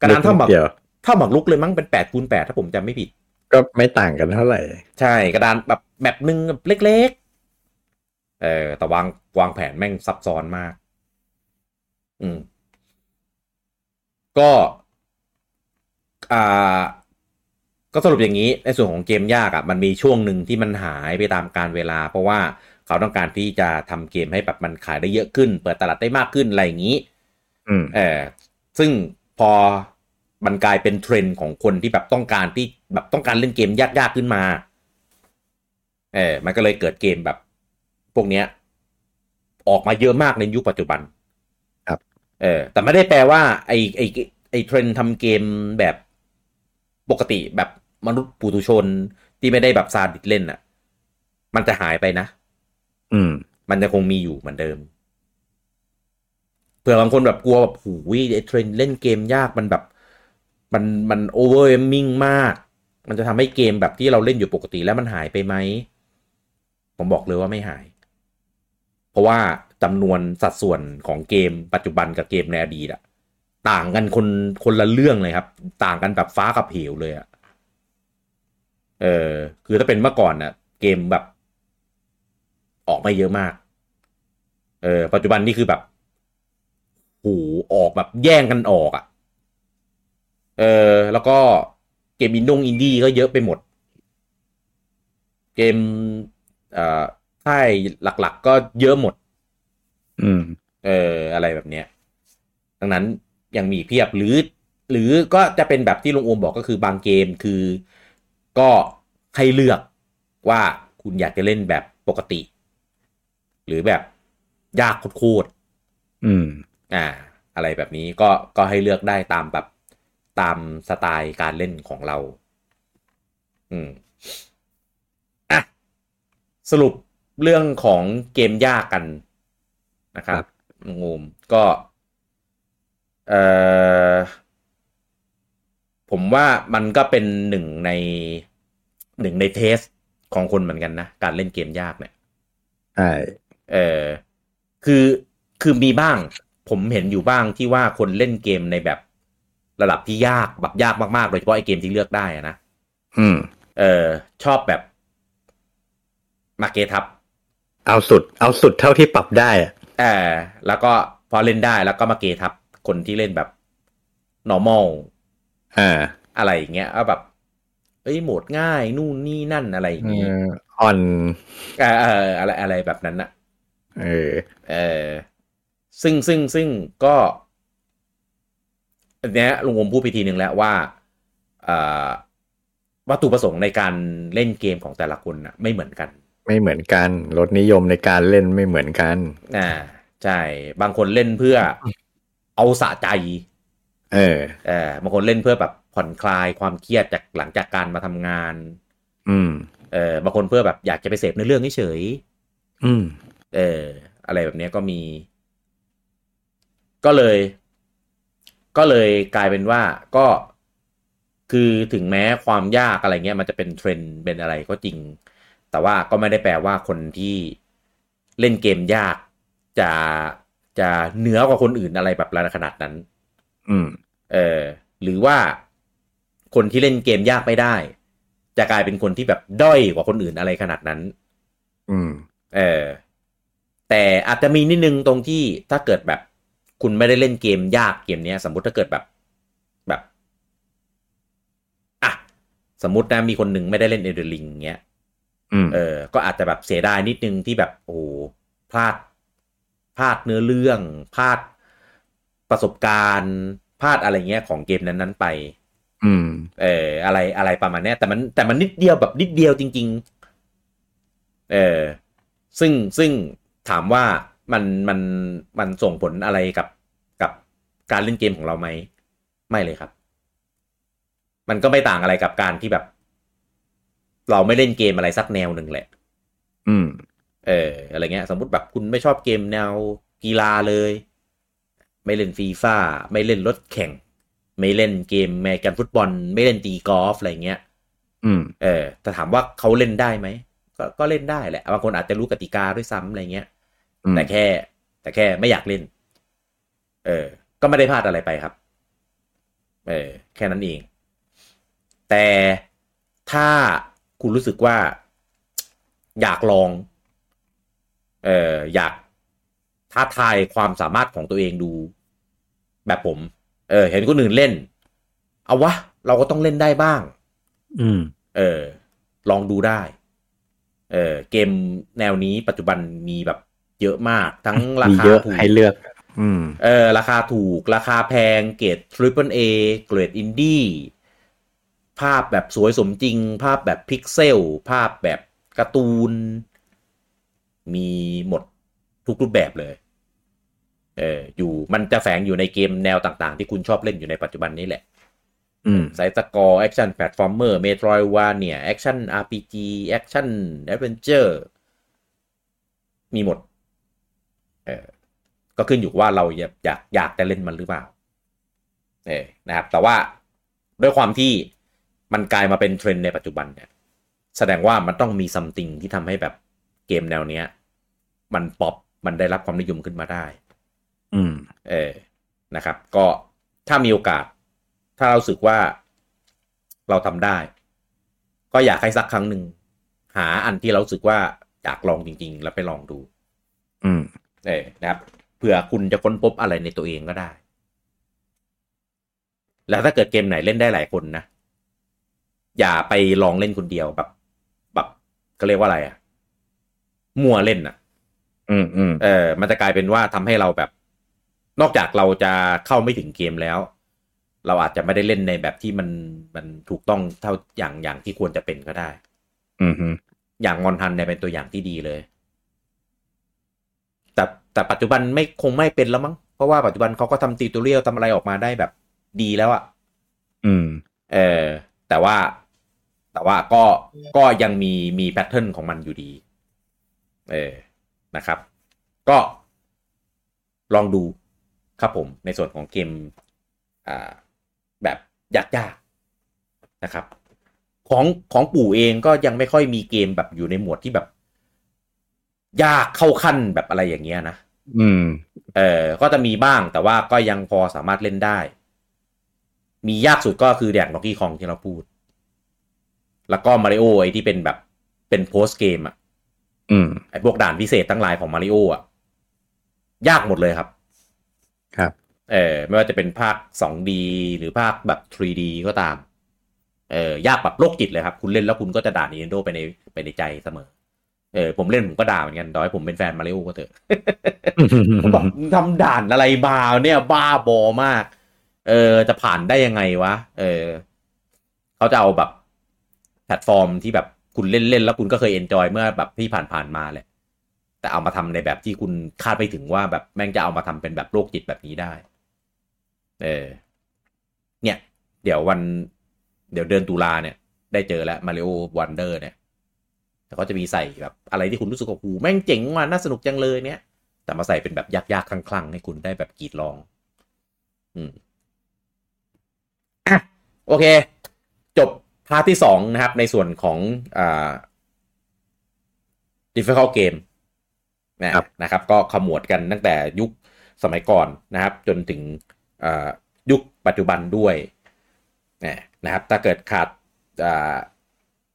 กระดานเท่าหมัก เดียว เท่าหมักลุกเลยมั้งเป็นแปดคูณแปดถ้าผมจำไม่ผิด ก็ไม่ต่างกันเท่าไหร่ ใช่กระดานแบบแบบหนึ่งแบบเล็กๆ เออแต่วางวางแผนแม่งซับซ้อนมาก อืม ก็ อ่า ก็สรุปอย่างนี้ ในส่วนของเกมยากอะ่ะ มันมีช่วงหนึ่งที่มันหายไปตามการเวลา เพราะว่าเขาต้องการที่จะทำเกมให้แบบมันขายได้เยอะขึ้น เปิดตลาดได้มากขึ้น อะไรอย่างนี้ อืม เออซึ่งพอมันกลายเป็นเทรนด์ของคนที่แบบต้องการที่แบบต้องการเล่นเกมยากๆขึ้นมา เออมันก็เลยเกิดเกมแบบพวกเนี้ย ออกมาเยอะมากในยุคปัจจุบัน ครับ เออ แต่ไม่ได้แปลว่า ไอไอไอเทรนด์ทำเกมแบบปกติแบบมนุษย์ปุถุชนที่ไม่ได้แบบซาดิสเล่นอ่ะ มันจะหายไปนะ อืม มันจะคงมีอยู่เหมือนเดิม เผื่อบางคนแบบกลัวแบบหูยไอ้เทรนด์เล่นเกมยากมันแบบ มันมันโอเวอร์มิงมาก มันจะทำให้เกมแบบที่เราเล่นอยู่ปกติแล้วมันหายไปไหม ผมบอกเลยว่าไม่หาย เพราะว่าจำนวนสัดส่วนของเกมปัจจุบันกับเกมในอดีตอะ ต่างกันคนคนละเรื่องเลยครับ ต่างกันแบบฟ้ากับเหวเลยอะเออ คือถ้าเป็นเมื่อก่อนน่ะ เกมแบบ ออกไม่เยอะมาก เออ ปัจจุบันนี่คือแบบโหูออกแบบแย่งกันออกอะ่ะ เออ แล้วก็เกมอินดงอินดี้ก็เยอะไปหมด เกมเอ่อค่ายหลัก ๆ ก็เยอะหมด อืม เอออะไรแบบเนี้ย ดังนั้นยังมีเพียบหรือ หรือก็จะเป็นแบบที่ลุงโอมบอกก็คือบางเกมคือก็ให้เลือกว่าคุณอยากจะเล่นแบบปกติ หรือแบบยากโคตร อืม ๆอ่า อะไรแบบนี้ก็ก็ให้เลือกได้ตามแบบตามสไตล์การเล่นของเรา อืมอ่ะสรุปเรื่องของเกมยากกันนะครับ ครับ งูมก็ เออผมว่ามันก็เป็นหนึ่งในหนึ่งในเทสของคนเหมือนกันนะ การเล่นเกมยากเนี่ย ใช่ เออคือคือมีบ้าง ผมเห็นอยู่บ้างที่ว่าคนเล่นเกมในแบบระดับที่ยากแบบยากมากๆ โดยเฉพาะไอเกมที่เลือกได้อะนะ อืม เออชอบแบบมาเกทับ เอาสุด เอาสุดเท่าที่ปรับได้อะ เออแล้วก็พอเล่นได้แล้วก็มาเกทับคนที่เล่นแบบ normal อ่า อะไรอย่างเงี้ยเอาแบบ เอ้ยโหมดง่ายนู่นนี่นั่นอะไรอย่างงี้ อ่อน เออเอออะไรอะไรแบบนั้นอะ เออ เออซึ่งซึ่งซึ่งก็อันเนี้ยลุงวมพูดไปทีหนึ่งแล้วว่าเอ่อวัตถุประสงค์ในการเล่นเกมของแต่ละคนน่ะไม่เหมือนกัน ไม่เหมือนกันรสนิยมในการเล่นไม่เหมือนกัน อ่าใช่ บางคนเล่นเพื่อเอาสะใจ เออ เออบางคนเล่นเพื่อแบบผ่อนคลายความเครียดจากหลังจากการมาทำงาน อืม เออบางคนเพื่อแบบอยากจะไปเสพในอเรื่องเฉย อืม ๆเออ อะไรแบบเนี้ยก็มี ก็เลย ก็เลยกลายเป็นว่าก็คือถึงแม้ความยากอะไรเงี้ย มันจะเป็นเทรนด์เป็นอะไรก็จริง แต่ว่าก็ไม่ได้แปลว่าคนที่เล่นเกมยาก จะจะเหนือกว่าคนอื่นอะไรแบบระขนาดนั้น อืม เออหรือว่าคนที่เล่นเกมยากไม่ได้ จะกลายเป็นคนที่แบบด้อยกว่าคนอื่นอะไรขนาดนั้น อืม เออแต่อาจจะมีนิดนึงตรงที่ถ้าเกิดแบบ คุณไม่ได้เล่นเกมยากเกมเนี้ย สมมติถ้าเกิดแบบแบบอ่ะสมมตินะมีคนหนึ่งไม่ได้เล่นเอเดลิงเงี้ย อืม เออ ก็อาจจะแบบเสียดายนิดนึงที่แบบโอ้โหพลาด พลาดเนื้อเรื่อง พลาดประสบการณ์ พลาดอะไรเงี้ยของเกมนั้นๆไป อืม เออ อะไรอะไรประมาณเนี้ยแต่มันแต่มันนิดเดียวแบบนิดเดียวจริง ๆ เออ ซึ่งซึ่งถามว่ามันมันมันส่งผลอะไรกับกับการเล่นเกมของเราไหม ไม่เลยครับ มันก็ไม่ต่างอะไรกับการที่แบบ เราไม่เล่นเกมอะไรสักแนวหนึ่งแหละ อืม เอออะไรเงี้ย สมมติแบบคุณไม่ชอบเกมแนวกีฬาเลย ไม่เล่นฟีฟ่าไม่เล่นรถแข่ง ไม่เล่นเกมแมกันฟุตบอล ไม่เล่นตีกอล์ฟอะไรเงี้ย อืม เออแต่ถามว่าเขาเล่นได้ไหมก็ก็เล่นได้แหละบางคนอาจจะรู้กติกาด้วยซ้ำอะไรเงี้ย อืม แต่แค่ แต่แค่ไม่อยากเล่น เออ ก็ไม่ได้พลาดอะไรไปครับ เออ แค่นั้นเอง แต่ถ้าคุณรู้สึกว่า อยากลอง เอออยากท้าทายความสามารถของตัวเองดู แบบผม เออ เห็นคนอื่นเล่น เอาวะ เราก็ต้องเล่นได้บ้าง อืม เออ ลองดูได้ เออ เกมแนวนี้ปัจจุบันมีแบบเยอะมากทั้งรา มี คา เยอะ ถูก ให้เลือก อืม เออ ราคาถูก ราคาแพง เกรด Triple A เกรดอินดี้ภาพแบบสวยสมจริง ภาพแบบพิกเซล ภาพแบบการ์ตูน มีหมดทุกรูปแบบเลย เออ อยู่มันจะแฝงอยู่ในเกมแนวต่างๆ ที่คุณชอบเล่นอยู่ในปัจจุบันนี้แหละ อืม ไซต์สกอร์แอคชั่นแพลตฟอร์มเมอร์เมโทรวาเนี่ยแอคชั่น RPG แอคชั่นแอดเวนเจอร์มีหมดเออก็ขึ้นอยู่ว่าเราอยากอยากอยากจะเล่นมันหรือเปล่าเออนะครับ แต่ว่าด้วยความที่มันกลายมาเป็นเทรนด์ในปัจจุบันเนี่ยแสดงว่ามันต้องมีซัมติงที่ทำให้แบบเกมแนวเนี้ย มันป๊อปมันได้รับความนิยมขึ้นมาได้ อืม เออนะครับ ก็ ถ้ามีโอกาส ถ้าเราสึกว่าเราทำได้ ก็อยากให้สักครั้งหนึ่ง หาอันที่เราสึกว่าอยากลองจริง ๆ แล้วไปลองดู อืม เออนะครับเผื่อคุณจะค้นพบอะไรในตัวเองก็ได้ แล้วถ้าเกิดเกมไหนเล่นได้หลายคนนะ อย่าไปลองเล่นคนเดียวแบบแบบก็เรียกว่าอะไรอะมั่วเล่นอะ อืมอืม เออมันจะกลายเป็นว่าทำให้เราแบบ นอกจากเราจะเข้าไม่ถึงเกมแล้ว เราอาจจะไม่ได้เล่นในแบบที่มันมันถูกต้องเท่าอย่างอย่างที่ควรจะเป็นก็ได้ อืมอืม อย่างมอนทันเนี่ยเป็นตัวอย่างที่ดีเลย แต่แต่ปัจจุบันไม่คงไม่เป็นแล้วมั้ง เพราะว่าปัจจุบันเขาก็ทำติวตเรียลทำอะไรออกมาได้แบบดีแล้วอะ อืม เออแต่ว่าแต่ว่าก็ก็ยังมีมีแพทเทิร์นของมันอยู่ดี เออนะครับ ก็ลองดูครับผมในส่วนของเกมอ่าแบบยากๆนะครับ ของของปู่เองก็ยังไม่ค่อยมีเกมแบบอยู่ในหมวดที่แบบ ยากเข้าขั้นแบบอะไรอย่างเงี้ยนะ อืม เออก็จะมีบ้างแต่ว่าก็ยังพอสามารถเล่นได้ มียากสุดก็คือแดกล็อกกี้คองที่เราพูด แล้วก็มาริโอไอที่เป็นแบบเป็นโพสเกมอะ อืม ไอพวกด่านพิเศษตั้งหลายของมาริโออะยากหมดเลยครับ ครับ เออไม่ว่าจะเป็นภาค 2D หรือภาคแบบ 3D ก็ตาม เออยากแบบโรคจิตเลยครับ คุณเล่นแล้วคุณก็จะด่า Nintendo ไปในไปในใจเสมอ เออผมเล่นผมก็ด่าเหมือนกันต่อให้ผมเป็นแฟนมาริโอก็เถอะ ผมแบบทำด่านอะไรมาเนี่ยบ้าบอมาก เออ จะผ่านได้ยังไงวะ เออเขาจะเอาแบบ แพลตฟอร์มที่แบบคุณเล่นเล่นแล้วคุณก็เคยเอนจอยเมื่อแบบที่ผ่านผ่านๆมาแหละ แต่เอามาทำในแบบที่คุณคาดไม่ถึงว่าแบบแม่งจะเอามาทำเป็นแบบโรคจิตแบบนี้ได้ เออ เนี่ย เดี๋ยววัน เดี๋ยวเดือนตุลาเนี่ย ได้เจอแล้วมาริโอวันเดอร์เนี่ยแต่ก็จะมีใส่แบบ อะไรที่คุณรู้สึกว่าหูแม่งเจ๋งว่ะน่าสนุกจังเลยเนี่ย แต่มาใส่เป็นแบบยากๆคลั่งๆ ให้คุณได้แบบกรีดลอง อืมอ่ะโอเค จบพาร์ทที่สองนะครับ ในส่วนของอ่า difficult game นะครับ นะครับ ก็ขมวดกันตั้งแต่ยุคสมัยก่อนนะครับ จนถึงอ่ายุคปัจจุบันด้วยนะนะครับ ถ้าเกิดขาดอ่า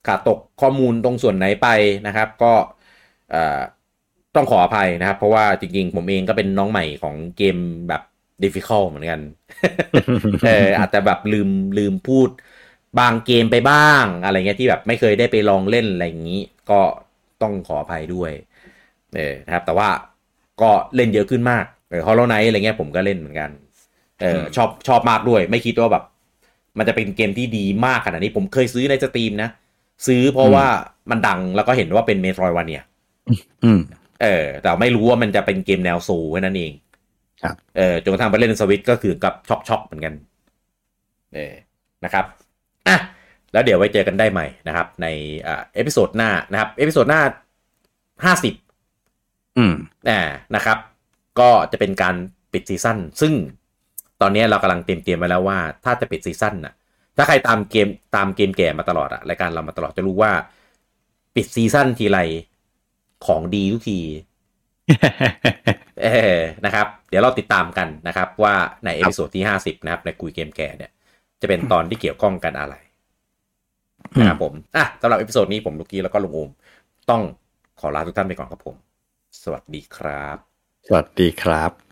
ขาดตกข้อมูลตรงส่วนไหนไปนะครับ ก็อ่า ต้องขออภัยนะครับ เพราะว่าจริงๆ ผมเองก็เป็นน้องใหม่ของเกมแบบ difficult เหมือนกัน เอออาจจะแบบลืมลืมพูดบางเกมไปบ้าง อะไรเงี้ยที่แบบไม่เคยได้ไปลองเล่นอะไรอย่างนี้ ก็ต้องขออภัยด้วย เออนะครับ แต่ว่าก็เล่นเยอะขึ้นมากเออฮอลโลไนอะไรเงี้ยผมก็เล่นเหมือนกัน เออ อืม ชอบชอบมากด้วย ไม่คิดว่าแบบ มันจะเป็นเกมที่ดีมากขนาดนี้ผมเคยซื้อในสตรีมนะ ซื้อเพราะว่ามันดังแล้วก็เห็นว่าเป็นเมโทรวาเนีย อืม เออแต่ไม่รู้ว่ามันจะเป็นเกมแนวโซลแค่นั้นเอง ครับ เออจนกระทั่งไปเล่นสวิตก็คือกับช็อกช็อกๆเหมือนกันเออนะครับอ่ะแล้วเดี๋ยวไว้เจอกันได้ใหม่นะครับ ในอ่าเอพิโซดหน้านะครับ เอพิโซดหน้าห้าสิบ อืม อ่านะครับ ก็จะเป็นการปิดซีซั่นซึ่งตอนนี้เรากำลังเตรียมเตรียมๆไว้แล้วว่า ถ้าจะปิดซีซั่นน่ะ ถ้าใครตามเกมตามเกมแก่มาตลอดอะรายการเรามาตลอดจะรู้ว่า ปิดซีซั่นทีไรของดีทุกที เออนะครับ เดี๋ยวเราติดตามกันนะครับ ว่าในเอพิโซดที่ 50 นะครับ ในคุยเกมแก่เนี่ย จะเป็นตอนที่เกี่ยวข้องกันอะไรนะครับผม อ่ะสำหรับเอพิโซดนี้ผมลูกกี้แล้วก็ลุงโอมต้องขอลาทุกท่านไปก่อนครับผม สวัสดีครับ สวัสดีครับ